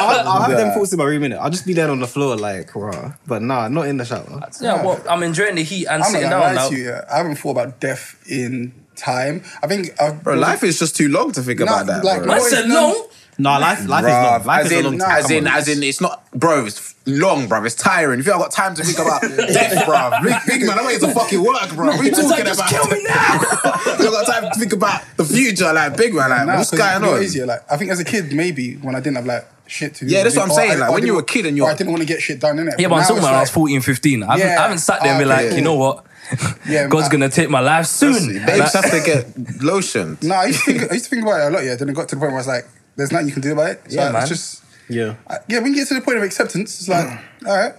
Speaker 3: have, I'll have them
Speaker 4: Nah.
Speaker 3: thoughts in my room in it. I'll just be down on the floor, like, raw. But nah, not in the shower.
Speaker 1: yeah, well, I'm enjoying the heat and
Speaker 2: I'm not
Speaker 1: sitting
Speaker 2: gonna
Speaker 1: down.
Speaker 2: lie
Speaker 1: Now.
Speaker 2: to you. yeah. I haven't thought about death in time. I think I've
Speaker 4: Bro, life is just too long to think about that.
Speaker 2: like,
Speaker 4: bro.
Speaker 1: Man said
Speaker 2: No,
Speaker 1: no.
Speaker 3: Nah, life, life is
Speaker 4: Bruv,
Speaker 3: long. Life
Speaker 4: as
Speaker 3: is
Speaker 4: in,
Speaker 3: a long
Speaker 2: nah,
Speaker 3: time.
Speaker 4: as
Speaker 3: Come
Speaker 4: in,
Speaker 3: on.
Speaker 4: as in, it's not, bro. It's long, bro. It's tiring. If you haven't got time to think about death, bro, big, big man, I'm ready to fucking work, bro. What are you
Speaker 1: It's
Speaker 4: talking
Speaker 1: like, just
Speaker 4: about?
Speaker 1: kill me now.
Speaker 4: you haven't got time to think about the future, like big man, like
Speaker 2: nah,
Speaker 4: what's
Speaker 2: 'cause
Speaker 4: going
Speaker 2: you know,
Speaker 4: on?
Speaker 2: easier. Like I think as a kid, maybe when I didn't have like shit to do.
Speaker 4: Yeah, that's what I'm
Speaker 2: Or
Speaker 4: saying,
Speaker 2: I- or I
Speaker 4: like, when you
Speaker 2: didn't-
Speaker 4: were a kid and
Speaker 2: or
Speaker 4: you're-
Speaker 2: I didn't want to get shit done in it.
Speaker 1: Yeah, but I'm talking about I was 14, 15. I haven't,
Speaker 2: Yeah. Ah,
Speaker 1: I haven't sat there and been
Speaker 2: Okay.
Speaker 1: like, you know what?
Speaker 2: Yeah,
Speaker 1: God's
Speaker 2: I-
Speaker 1: gonna take my life soon. Like,
Speaker 4: Babes have to get lotion.
Speaker 2: No, I used to think I used to think about it a lot. Yeah, then it got to the point where I was like, "There's nothing you can do about it." So
Speaker 1: Yeah,
Speaker 2: I,
Speaker 1: man.
Speaker 2: It's just
Speaker 3: yeah.
Speaker 2: I- yeah, when you get to the point of acceptance, it's like, all right.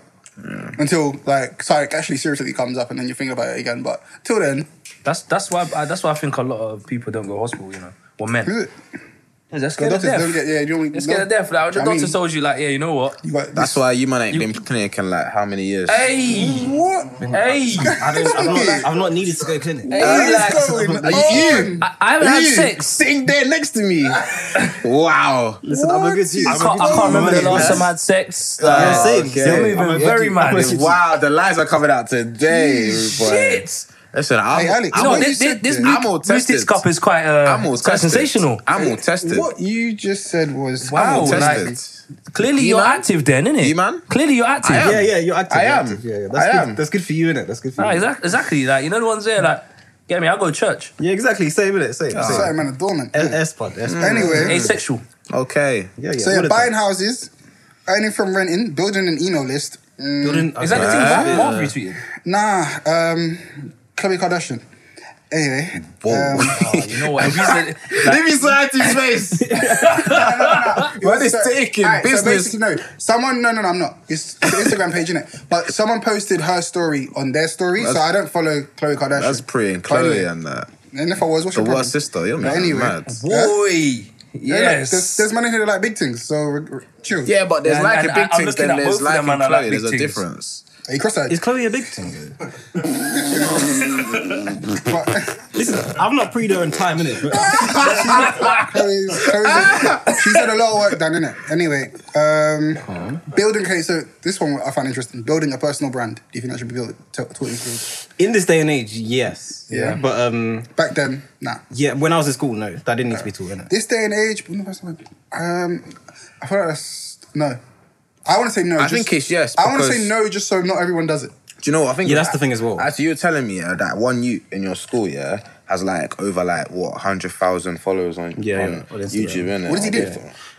Speaker 2: Until like psych actually seriously comes up, and then you think about it again. But till then,
Speaker 1: that's that's why I, that's why I think a lot of people don't go to hospital. You know, well, men.
Speaker 2: the
Speaker 1: They're scared of
Speaker 2: doctors
Speaker 1: death.
Speaker 2: don't get yeah. You don't,
Speaker 1: They're scared
Speaker 2: no.
Speaker 1: of death. Like, the
Speaker 2: I
Speaker 1: doctor
Speaker 2: mean,
Speaker 1: told you, like, yeah, you know what?
Speaker 2: you got
Speaker 4: That's
Speaker 2: this-
Speaker 4: why you man ain't
Speaker 1: You-
Speaker 4: been clinic in like how many years?
Speaker 1: Hey,
Speaker 2: what.
Speaker 1: hey, I,
Speaker 3: I don't, I've, not,
Speaker 2: Hey.
Speaker 3: I've not needed to go to clinic.
Speaker 2: What's
Speaker 1: like,
Speaker 2: going on?
Speaker 4: you-
Speaker 1: I haven't had
Speaker 4: You
Speaker 1: sex.
Speaker 4: Sitting there next to me. wow.
Speaker 3: Listen, I'm a good dude.
Speaker 1: I can't, I can't remember the last time I had sex. Like,
Speaker 3: Yeah, same.
Speaker 4: Okay.
Speaker 3: same.
Speaker 1: I'm even very mad.
Speaker 3: I'm a-
Speaker 4: Wow, the lies are coming out today, boy.
Speaker 1: Shit.
Speaker 4: Listen, I'm,
Speaker 2: Hey, Alex,
Speaker 4: I'm,
Speaker 1: No,
Speaker 2: What
Speaker 1: this,
Speaker 2: you
Speaker 1: this,
Speaker 2: said
Speaker 1: this
Speaker 2: there.
Speaker 1: Mu-
Speaker 4: I'm all
Speaker 1: Mystics
Speaker 4: tested.
Speaker 1: Cup is quite, uh,
Speaker 4: I'm all
Speaker 1: quite
Speaker 4: tested.
Speaker 1: sensational.
Speaker 4: I'm all tested.
Speaker 2: What you just said was
Speaker 1: Wow.
Speaker 4: I'm all
Speaker 1: like-
Speaker 4: tested.
Speaker 1: Clearly,
Speaker 4: You
Speaker 1: you're
Speaker 4: man?
Speaker 1: active then, innit?
Speaker 4: You man?
Speaker 1: Clearly, you're active.
Speaker 4: I am.
Speaker 3: Yeah, yeah, you're active.
Speaker 4: I
Speaker 3: you're
Speaker 4: am.
Speaker 3: active. Yeah, yeah. That's
Speaker 4: I
Speaker 3: good.
Speaker 4: am.
Speaker 3: That's good for you, innit? That's good for
Speaker 1: No,
Speaker 3: you.
Speaker 1: exactly, exactly. Like you know the ones there, like get me. I go to church.
Speaker 3: Yeah, exactly. Same, innit? Same.
Speaker 2: Sorry,
Speaker 3: Oh. same.
Speaker 2: man, dormant.
Speaker 3: S- S-pod. S-pod.
Speaker 2: Anyway,
Speaker 1: Asexual.
Speaker 4: Okay.
Speaker 3: Yeah, yeah.
Speaker 2: so
Speaker 3: all
Speaker 2: you're
Speaker 3: the
Speaker 2: buying
Speaker 3: time.
Speaker 2: houses, earning from renting, building an email list. Mm,
Speaker 3: Building-
Speaker 1: Is that the
Speaker 3: okay.
Speaker 1: thing
Speaker 4: Yeah.
Speaker 1: that Marv retweeted?
Speaker 2: Nah, um, Khloe Kardashian. Anyway,
Speaker 4: Whoa.
Speaker 2: um,
Speaker 1: Oh, you know what? If you said,
Speaker 4: Leave me side to face. What is taking
Speaker 2: Alright,
Speaker 4: business?
Speaker 2: So basically, no, someone. No, no, no, I'm not. It's the Instagram page, innit? But someone posted her story on their story, so
Speaker 4: That's-
Speaker 2: I don't follow Khloe Kardashian.
Speaker 4: That's pretty and
Speaker 2: But
Speaker 4: Chloe
Speaker 2: anyway,
Speaker 4: and that.
Speaker 2: And if I was, what's
Speaker 4: The
Speaker 2: your problem?
Speaker 4: worst sister. You're mad.
Speaker 2: anyway.
Speaker 4: mad.
Speaker 1: boy,
Speaker 2: Yeah, like, there's,
Speaker 1: yes.
Speaker 2: there's money here that like big things, so re- re- chill.
Speaker 4: Yeah, but there's
Speaker 1: And-
Speaker 4: like
Speaker 1: and
Speaker 4: a big
Speaker 1: I'm
Speaker 4: things,
Speaker 1: looking
Speaker 4: then
Speaker 1: at
Speaker 4: there's
Speaker 1: both of
Speaker 4: like
Speaker 1: them
Speaker 4: and
Speaker 1: and I like
Speaker 4: Chloe. There's a
Speaker 1: big things.
Speaker 4: difference.
Speaker 2: Hey, cross that.
Speaker 3: Is Chloe a big thing?
Speaker 2: But-
Speaker 3: Listen, I've not pre her in time, innit? But
Speaker 2: Chloe's, Chloe's, she's had a lot of work done in it. Anyway, um, building. Okay, so this one I find interesting. Building a personal brand. Do you think that should be built? T- taught in schools?
Speaker 3: in this day and age, yes.
Speaker 2: Yeah.
Speaker 3: But um,
Speaker 2: Back then, nah.
Speaker 3: yeah, when I was in school, no, that didn't need to be taught, innit?
Speaker 2: This day and age, building a personal brand, um, I feel like that's no. I want to say no.
Speaker 4: I
Speaker 2: just-
Speaker 4: think it's yes.
Speaker 2: I want to
Speaker 4: because-
Speaker 2: say no, just so not everyone does it.
Speaker 4: Do you know what I think?
Speaker 3: Yeah, that's the thing as well.
Speaker 4: Actually, you were telling me yeah, that one you in your school, yeah, has like over like what hundred thousand followers on,
Speaker 3: Yeah,
Speaker 4: on
Speaker 3: yeah, on Instagram.
Speaker 4: YouTube, innit?
Speaker 2: What does he do?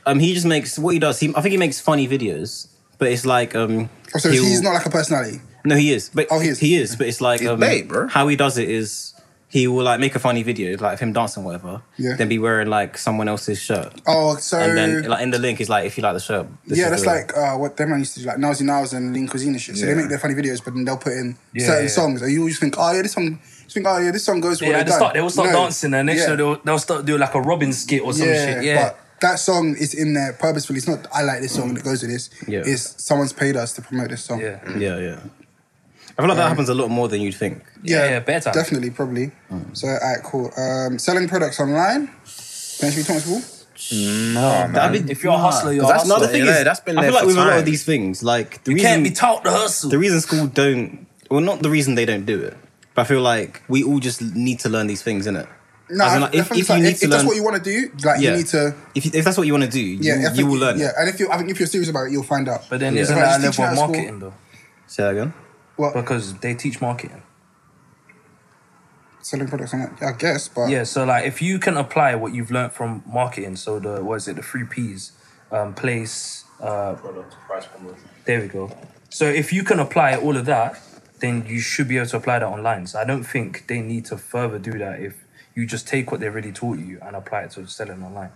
Speaker 3: Um, he just makes what he does. He, I think he makes funny videos, but it's like um.
Speaker 2: Oh, so
Speaker 3: he'll-
Speaker 2: he's not like a personality.
Speaker 3: No, he is. But
Speaker 2: Oh, he is.
Speaker 3: But it's like
Speaker 4: He's
Speaker 3: um,
Speaker 4: babe, bro.
Speaker 3: how he does it is he will like make a funny video like of him dancing, or whatever.
Speaker 2: Yeah.
Speaker 3: Then be wearing like someone else's shirt,
Speaker 2: Oh, so
Speaker 3: and then like in the link is like if you like the shirt. this
Speaker 2: yeah, that's
Speaker 3: is
Speaker 2: like
Speaker 3: the-
Speaker 2: uh, what them man used to do, like Nazi Nows and Lean Cuisine and shit. So
Speaker 4: Yeah.
Speaker 2: they make their funny videos, but then they'll put in
Speaker 1: Yeah,
Speaker 2: certain
Speaker 1: yeah.
Speaker 2: songs, and you always think, oh yeah, this song, you think, oh yeah, this song goes. with what
Speaker 1: yeah,
Speaker 2: they've
Speaker 1: they
Speaker 2: done."
Speaker 1: start. They will start
Speaker 2: No.
Speaker 1: dancing, and next
Speaker 2: Yeah.
Speaker 1: year they'll, they'll start doing like a Robin skit or some
Speaker 2: yeah,
Speaker 1: shit. Yeah.
Speaker 2: But that song is in there purposefully. It's not I like this song that goes with this.
Speaker 3: Yeah.
Speaker 2: It's someone's paid us to promote this song.
Speaker 1: yeah.
Speaker 3: Yeah, yeah. I feel like that happens a lot more than you'd think.
Speaker 1: Yeah, yeah, better.
Speaker 2: Definitely, probably. So, alright, cool. Um, selling products online. Can it be Thomas
Speaker 4: No,
Speaker 3: That'd be-
Speaker 1: If you're a hustler, you're a
Speaker 4: That's
Speaker 1: hustler.
Speaker 3: No, the
Speaker 4: not-
Speaker 3: thing
Speaker 4: Yeah,
Speaker 3: is,
Speaker 4: that's been
Speaker 3: I
Speaker 4: there
Speaker 3: feel like
Speaker 4: for
Speaker 3: with a lot
Speaker 4: time.
Speaker 3: of these things, like the
Speaker 1: You
Speaker 3: reason
Speaker 1: can't be taught the hustle.
Speaker 3: the reason school don't, well, not the reason they don't do it, but I feel like we all just need to learn these things, innit?
Speaker 2: No,
Speaker 3: As in,
Speaker 2: I-
Speaker 3: like,
Speaker 2: I
Speaker 3: if,
Speaker 2: think
Speaker 3: if
Speaker 2: it's
Speaker 3: you
Speaker 2: like,
Speaker 3: need
Speaker 2: if,
Speaker 3: to
Speaker 2: if
Speaker 3: learn,
Speaker 2: that's what you want to do, like
Speaker 3: yeah.
Speaker 2: you need to.
Speaker 3: If, you- if that's what you want to do, you,
Speaker 2: Yeah, I
Speaker 3: you
Speaker 2: think-
Speaker 3: will learn.
Speaker 2: Yeah,
Speaker 3: Yeah.
Speaker 2: and if you, I think if you're serious about it, you'll find out.
Speaker 1: but then
Speaker 3: Yeah.
Speaker 1: isn't
Speaker 2: If I
Speaker 1: that a
Speaker 2: just
Speaker 1: level of
Speaker 2: teach you at
Speaker 1: marketing though?
Speaker 3: Say that again.
Speaker 2: Well,
Speaker 1: Because they teach marketing.
Speaker 2: selling products on it, I guess. But
Speaker 1: Yeah, so like if you can apply what you've learned from marketing, so the what is it, the three P's, um, place, uh,
Speaker 5: Product, price, promotion.
Speaker 1: there we go. So if you can apply all of that, then you should be able to apply that online. So I don't think they need to further do that if you just take what they already taught you and apply it to selling online.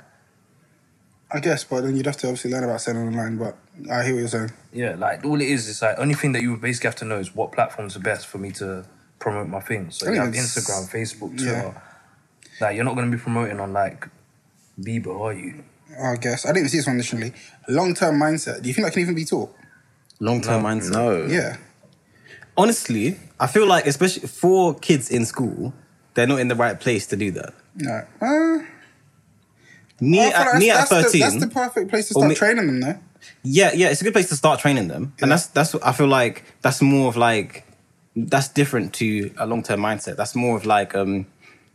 Speaker 2: I guess, but then you'd have to obviously learn about selling online. But I hear what you're saying.
Speaker 1: Yeah, like all it is is like only thing that you would basically have to know is what platforms are best for me to promote my thing. So
Speaker 2: I
Speaker 1: you
Speaker 2: think
Speaker 1: have
Speaker 2: it's-
Speaker 1: Instagram, Facebook,
Speaker 2: yeah.
Speaker 1: Twitter. Like you're not gonna be promoting on like Bieber, are you?
Speaker 2: I guess I didn't see this one initially. Long term mindset. Do you think that can even be taught?
Speaker 3: Long term mindset.
Speaker 4: No.
Speaker 2: Yeah.
Speaker 3: Honestly, I feel like especially for kids in school, they're not in the right place to do that.
Speaker 2: No. Uh,
Speaker 3: Me,
Speaker 2: I feel
Speaker 3: at,
Speaker 2: like
Speaker 3: me at
Speaker 2: that's, that's the,
Speaker 3: thirteen.
Speaker 2: that's the perfect place to
Speaker 3: Or
Speaker 2: start
Speaker 3: me-
Speaker 2: training them, though.
Speaker 3: Yeah, yeah, it's a good place to start training them, and that's that's I feel like that's more of like that's different to a long term mindset. That's more of like um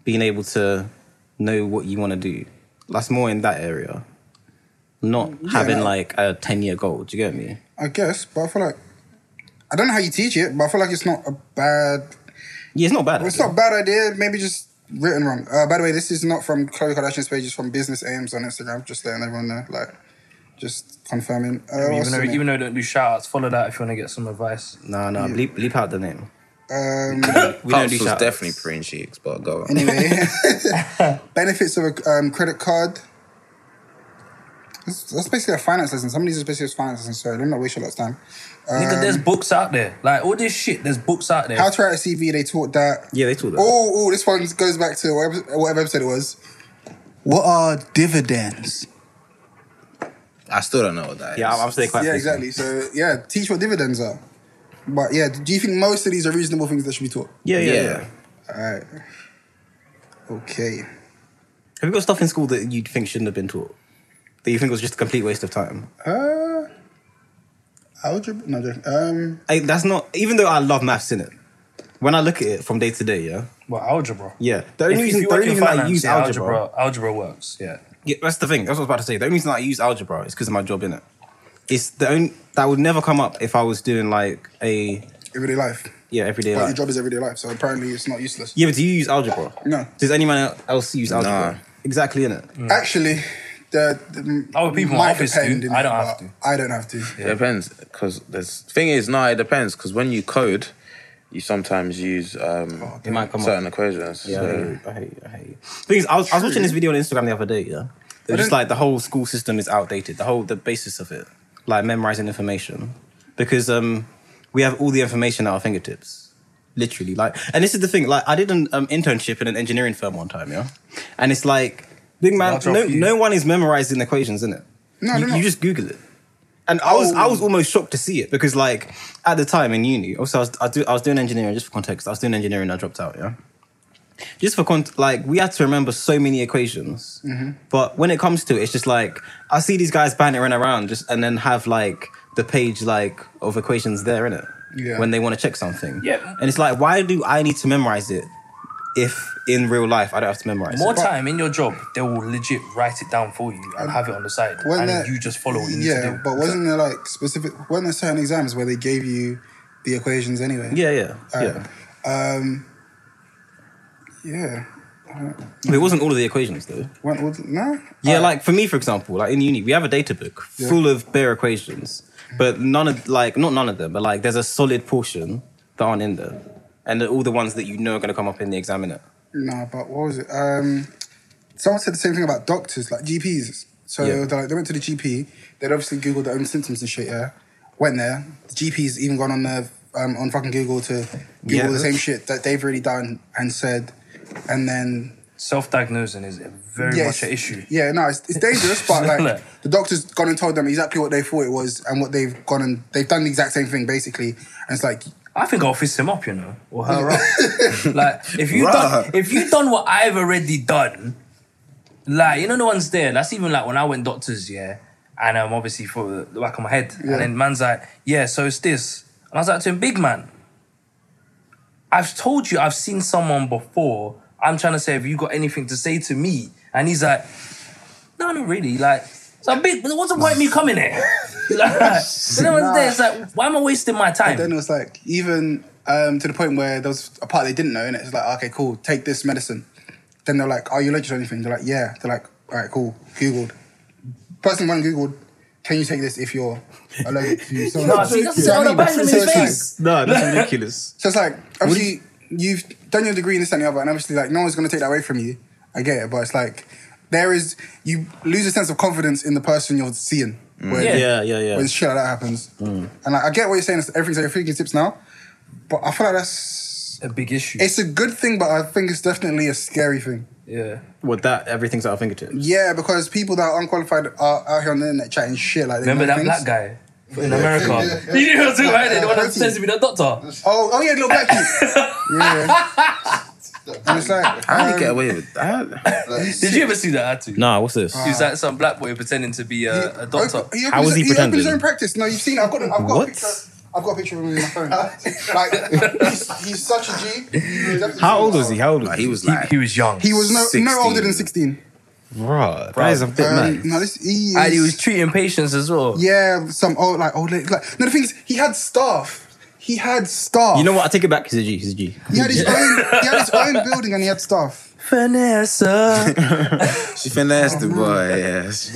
Speaker 3: being able to know what you want to do. That's more in that area, not having
Speaker 2: no.
Speaker 3: like a ten year goal. Do you get me?
Speaker 2: I guess, but I feel like I don't know how you teach it, but I feel like it's not a bad.
Speaker 3: Yeah, it's not bad.
Speaker 2: Well, it's
Speaker 3: idea.
Speaker 2: not a bad idea. Maybe just written wrong. Uh, by the way, this is not from Khloe Kardashian's page. It's from Business Aims on Instagram. Just letting everyone know, like, just confirming. Uh, what's
Speaker 1: even though
Speaker 2: her name?
Speaker 1: even though they don't do shout outs, follow that if you wanna get some advice.
Speaker 3: No, no, bleep, bleep out the name.
Speaker 2: Um,
Speaker 3: We don't do
Speaker 4: was
Speaker 3: shout.
Speaker 4: definitely preen cheeks, but go on.
Speaker 2: anyway, benefits of a um, credit card. That's, that's basically a finance lesson. Some of these are basically just finance lessons. So I'm not waste your lot of time. Um,
Speaker 1: Nigga, there's books out there. Like all this shit, there's books out there.
Speaker 2: How to write a CV. They taught that.
Speaker 3: Yeah, they taught that.
Speaker 2: Oh, oh, this one goes back to whatever, whatever episode it was. What are dividends?
Speaker 4: I still don't know what that is.
Speaker 3: Yeah, I'm I'm still quite.
Speaker 2: yeah,
Speaker 3: picky.
Speaker 2: exactly. So yeah, teach what dividends are. But yeah, do you think most of these are reasonable things that should be taught?
Speaker 3: Yeah, yeah,
Speaker 4: Yeah.
Speaker 3: yeah,
Speaker 2: All right. Okay.
Speaker 3: Have you got stuff in school that you think shouldn't have been taught? That you think was just a complete waste of time?
Speaker 2: Uh, algebra. No, joke. um,
Speaker 3: I, that's not even though I love maths in it. When I look at it from day to day, yeah,
Speaker 1: well, algebra.
Speaker 3: yeah. The
Speaker 1: If,
Speaker 3: only
Speaker 1: if
Speaker 3: reason,
Speaker 1: you
Speaker 3: the
Speaker 1: work
Speaker 3: only
Speaker 1: in
Speaker 3: reason I
Speaker 1: finance,
Speaker 3: use
Speaker 1: yeah,
Speaker 3: algebra,
Speaker 1: algebra, algebra works. Yeah.
Speaker 3: Yeah, that's the thing. That's what I was about to say. The only reason I use algebra is because of my job in it. It's the only that would never come up if I was doing like a
Speaker 2: everyday life.
Speaker 3: yeah everyday
Speaker 2: But your
Speaker 3: life.
Speaker 2: job is everyday life, so apparently it's not useless.
Speaker 3: Yeah, but do you use algebra?
Speaker 2: No.
Speaker 3: Does anyone else use algebra?
Speaker 4: No.
Speaker 3: Exactly in it.
Speaker 2: Actually, the, the
Speaker 1: Other people in
Speaker 2: might
Speaker 1: office
Speaker 2: depend
Speaker 1: do.
Speaker 2: in
Speaker 1: I
Speaker 2: it,
Speaker 1: don't have
Speaker 2: but
Speaker 1: to.
Speaker 2: I don't have to.
Speaker 4: It depends because the thing is, no, it depends because when you code, you sometimes use um,
Speaker 3: It Oh, might come
Speaker 4: certain
Speaker 3: up.
Speaker 4: equations.
Speaker 3: Yeah, I hate
Speaker 4: so-
Speaker 3: you. I hate you. I hate you. Thing is, I was, I was watching this video on Instagram the other day. Yeah, it was just
Speaker 2: then-
Speaker 3: like the whole school system is outdated. The whole the basis of it, like memorizing information, because um, we have all the information at our fingertips, literally. Like, and this is the thing. Like, I did an um, internship in an engineering firm one time. Yeah, and it's like, big man,
Speaker 1: Large
Speaker 3: no,
Speaker 1: of you.
Speaker 3: no one is memorizing equations, in it.
Speaker 2: No,
Speaker 3: you,
Speaker 2: they're
Speaker 3: you
Speaker 2: not.
Speaker 3: just Google it. And I was I was
Speaker 2: Oh.
Speaker 3: almost shocked to see it because like at the time in uni, also I was I, do, I was doing engineering just for context. I was doing engineering, I dropped out. Yeah, just for context, like we had to remember so many equations.
Speaker 2: Mm-hmm.
Speaker 3: But when it comes to it, it's just like I see these guys bantering around just and then have like the page like of equations there in it
Speaker 2: Yeah.
Speaker 3: when they want to check something.
Speaker 1: Yeah.
Speaker 3: and it's like why do I need to memorize it if in real life I don't have to memorize
Speaker 1: More
Speaker 3: it?
Speaker 1: time in your job, they will legit write it down for you and have it on the side,
Speaker 2: Wasn't
Speaker 1: and
Speaker 2: there-
Speaker 1: you just follow what you need
Speaker 2: yeah,
Speaker 1: to do.
Speaker 2: but wasn't there like specific? Weren't there certain exams where they gave you the equations anyway?
Speaker 3: Yeah, yeah,
Speaker 2: Alright.
Speaker 3: yeah.
Speaker 2: Um, yeah.
Speaker 3: But it wasn't all of the equations though.
Speaker 2: Went with, nah. Uh,
Speaker 3: Yeah,
Speaker 2: Alright.
Speaker 3: like for me, for example, like in uni, we have a data book
Speaker 2: Yeah.
Speaker 3: full of bare equations, but none of like not none of them, but like there's a solid portion that aren't in there, and they're all the ones that you know are going to come up in the examiner.
Speaker 2: Nah, but what was it? Um, someone said the same thing about doctors, like GPs. So
Speaker 3: Yeah.
Speaker 2: they're like, they went to the GP. They'd obviously googled their own symptoms and shit. Yeah, went there. The GP's even gone on their um, on fucking Google to Google
Speaker 3: Yeah.
Speaker 2: the same shit that they've already done and said, and then
Speaker 1: Self-diagnosing is very
Speaker 2: Yeah, it's-
Speaker 1: much an issue.
Speaker 2: Yeah, no, it's, it's dangerous, but
Speaker 1: Look.
Speaker 2: like the doctor's gone and told them exactly what they thought it was and what they've gone and they've done the exact same thing basically. And it's like,
Speaker 1: I think I'll fist him up, you know, or her up. like if you
Speaker 4: Bruh.
Speaker 1: done, if you done what I've already done, like you know, no one's there. That's even like when I went doctors, yeah, and um, obviously for the back of my head,
Speaker 2: Yeah.
Speaker 1: and then man's like, yeah, so it's this, and I was like to him, big man, I've told you, I've seen someone before. I'm trying to say, have you got anything to say to me? And he's like, no, not really, like. So big, what's the point of me coming here? like, so no one's
Speaker 2: Nah.
Speaker 1: there. It's like, why am I wasting my time?
Speaker 2: then it was like, even um, to the point where there was a part they didn't know, and it's like, okay, cool, take this medicine. Then they're like, are you allergic to anything? They're like, yeah. They're like, all right, cool, Googled. Person went and Googled, can you take this if you're allergic to something?
Speaker 1: No, see, that's the
Speaker 2: So I
Speaker 1: thing,
Speaker 2: mean,
Speaker 1: I'll bang him in
Speaker 2: so
Speaker 1: his
Speaker 2: it's like-
Speaker 1: face.
Speaker 3: No, that's ridiculous.
Speaker 2: So it's like obviously you've done your degree in this and the other, and obviously like no one's gonna take that away from you. I get it, but it's like there is you lose a sense of confidence in the person you're seeing. When,
Speaker 1: Yeah.
Speaker 3: Yeah, yeah, yeah.
Speaker 2: when shit like that happens, and like, I get what you're saying. It's everything's at your fingertips now, but I feel like that's
Speaker 1: A big issue.
Speaker 2: it's a good thing, but I think it's definitely a scary thing.
Speaker 1: yeah.
Speaker 3: With that, everything's at our fingertips.
Speaker 2: Yeah, because people that are unqualified are out here on the internet chatting shit like they
Speaker 1: Remember
Speaker 2: know
Speaker 1: that
Speaker 2: things.
Speaker 1: black guy in
Speaker 6: Yeah.
Speaker 1: America?
Speaker 6: Yeah, yeah.
Speaker 1: You know what I'm talking about?
Speaker 2: Yeah,
Speaker 1: the one that
Speaker 2: yeah.
Speaker 1: says to be the doctor.
Speaker 2: Oh, oh yeah, little black kid. yeah, and it's like
Speaker 4: How do you
Speaker 2: um,
Speaker 4: get away with that?
Speaker 1: Did you ever see that tattoo?
Speaker 3: Nah, what's this?
Speaker 1: He was like some black boy pretending to be uh, a, a doctor.
Speaker 2: He, he
Speaker 3: How
Speaker 2: opens-
Speaker 3: was he
Speaker 2: He opened his
Speaker 3: pretending?
Speaker 2: own practice. No, you've seen. I've got. I've got
Speaker 3: What?
Speaker 2: a picture. I've got a picture of him on my phone. like he's, he's such a G. He's absolutely-
Speaker 3: How old was he? How old was
Speaker 4: Like, he
Speaker 3: he?
Speaker 4: was like,
Speaker 1: He was young.
Speaker 2: He was no,
Speaker 4: 16.
Speaker 2: no older than sixteen.
Speaker 3: Bruh, that is a bit
Speaker 2: Um,
Speaker 3: mad.
Speaker 2: no, this he is.
Speaker 1: and he was treating patients as well.
Speaker 2: yeah, some old like old lady. Like no, the thing is, he had staff. He had staff.
Speaker 3: You know what? I take it back. He's a G. He's a G.
Speaker 2: He had his own. He had his own building, and he had staff.
Speaker 1: Vanessa,
Speaker 4: she finessed the boy, yes.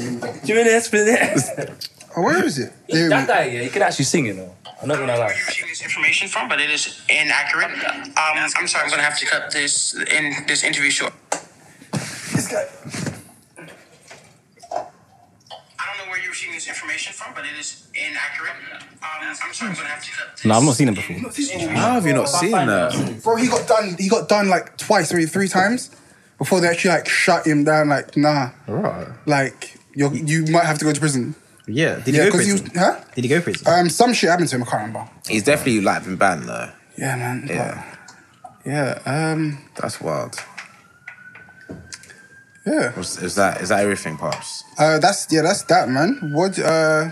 Speaker 1: Vanessa, Vanessa.
Speaker 2: Oh, where is it? There
Speaker 1: That
Speaker 2: we-
Speaker 1: guy, yeah, he could actually sing it though. I'm not gonna lie.
Speaker 7: where you're getting this information from, but it is inaccurate. Um, I'm sorry, I'm going to have to cut this in this interview short.
Speaker 2: This guy.
Speaker 7: I don't know where you're receiving this information from, but it is inaccurate. Um, I'm sorry, I'm going to have to cut this.
Speaker 3: No, I've not seen him before.
Speaker 4: How have you not seen that?
Speaker 2: Bro, he got done. He got done like twice, maybe three times, before they actually like shut him down. Like, nah,
Speaker 3: Right.
Speaker 2: like you you might have to go to prison.
Speaker 3: Yeah. Did he
Speaker 2: Yeah,
Speaker 3: go
Speaker 2: because you
Speaker 3: prison?
Speaker 2: huh?
Speaker 3: Did he go prison?
Speaker 2: Um, some shit happened to him. I can't remember.
Speaker 4: He's definitely like been banned though.
Speaker 2: Yeah, man.
Speaker 4: Yeah.
Speaker 2: But, yeah. Um.
Speaker 4: That's wild.
Speaker 2: Yeah.
Speaker 4: Was, is that is that everything, pops?
Speaker 2: Uh. That's yeah. That's that, man. What? Uh.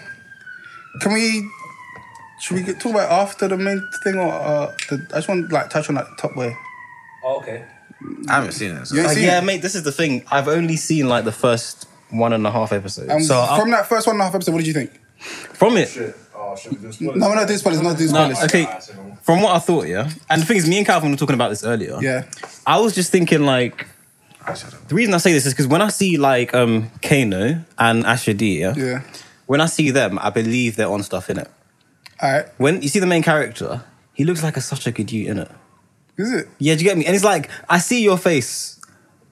Speaker 2: Can we? Should we get, talk about after the main thing or uh? The, I just want to like touch on that top way.
Speaker 1: Oh, okay.
Speaker 4: I haven't seen it. So.
Speaker 2: You ain't
Speaker 3: Like,
Speaker 2: seen
Speaker 3: yeah,
Speaker 2: it?
Speaker 3: mate. This is the thing. I've only seen like the first one and a half episodes.
Speaker 2: Um,
Speaker 3: so uh, I-
Speaker 2: from that first one and a half episode, what did you think?
Speaker 3: from it,
Speaker 5: Shit. Oh, should we do spoilers?
Speaker 2: No, not this one. It's not this
Speaker 3: No,
Speaker 2: one.
Speaker 3: okay. from what I thought, yeah. And the thing is, me and Calvin were talking about this earlier.
Speaker 2: Yeah.
Speaker 3: I was just thinking like the reason I say this is because when I see like um Kano and Asher D, yeah,
Speaker 2: Yeah.
Speaker 3: when I see them, I believe they're on stuff in it.
Speaker 2: All right.
Speaker 3: When you see the main character, he looks like a such a good you in it.
Speaker 2: Is it?
Speaker 3: Yeah, do you get me? And it's like I see your face,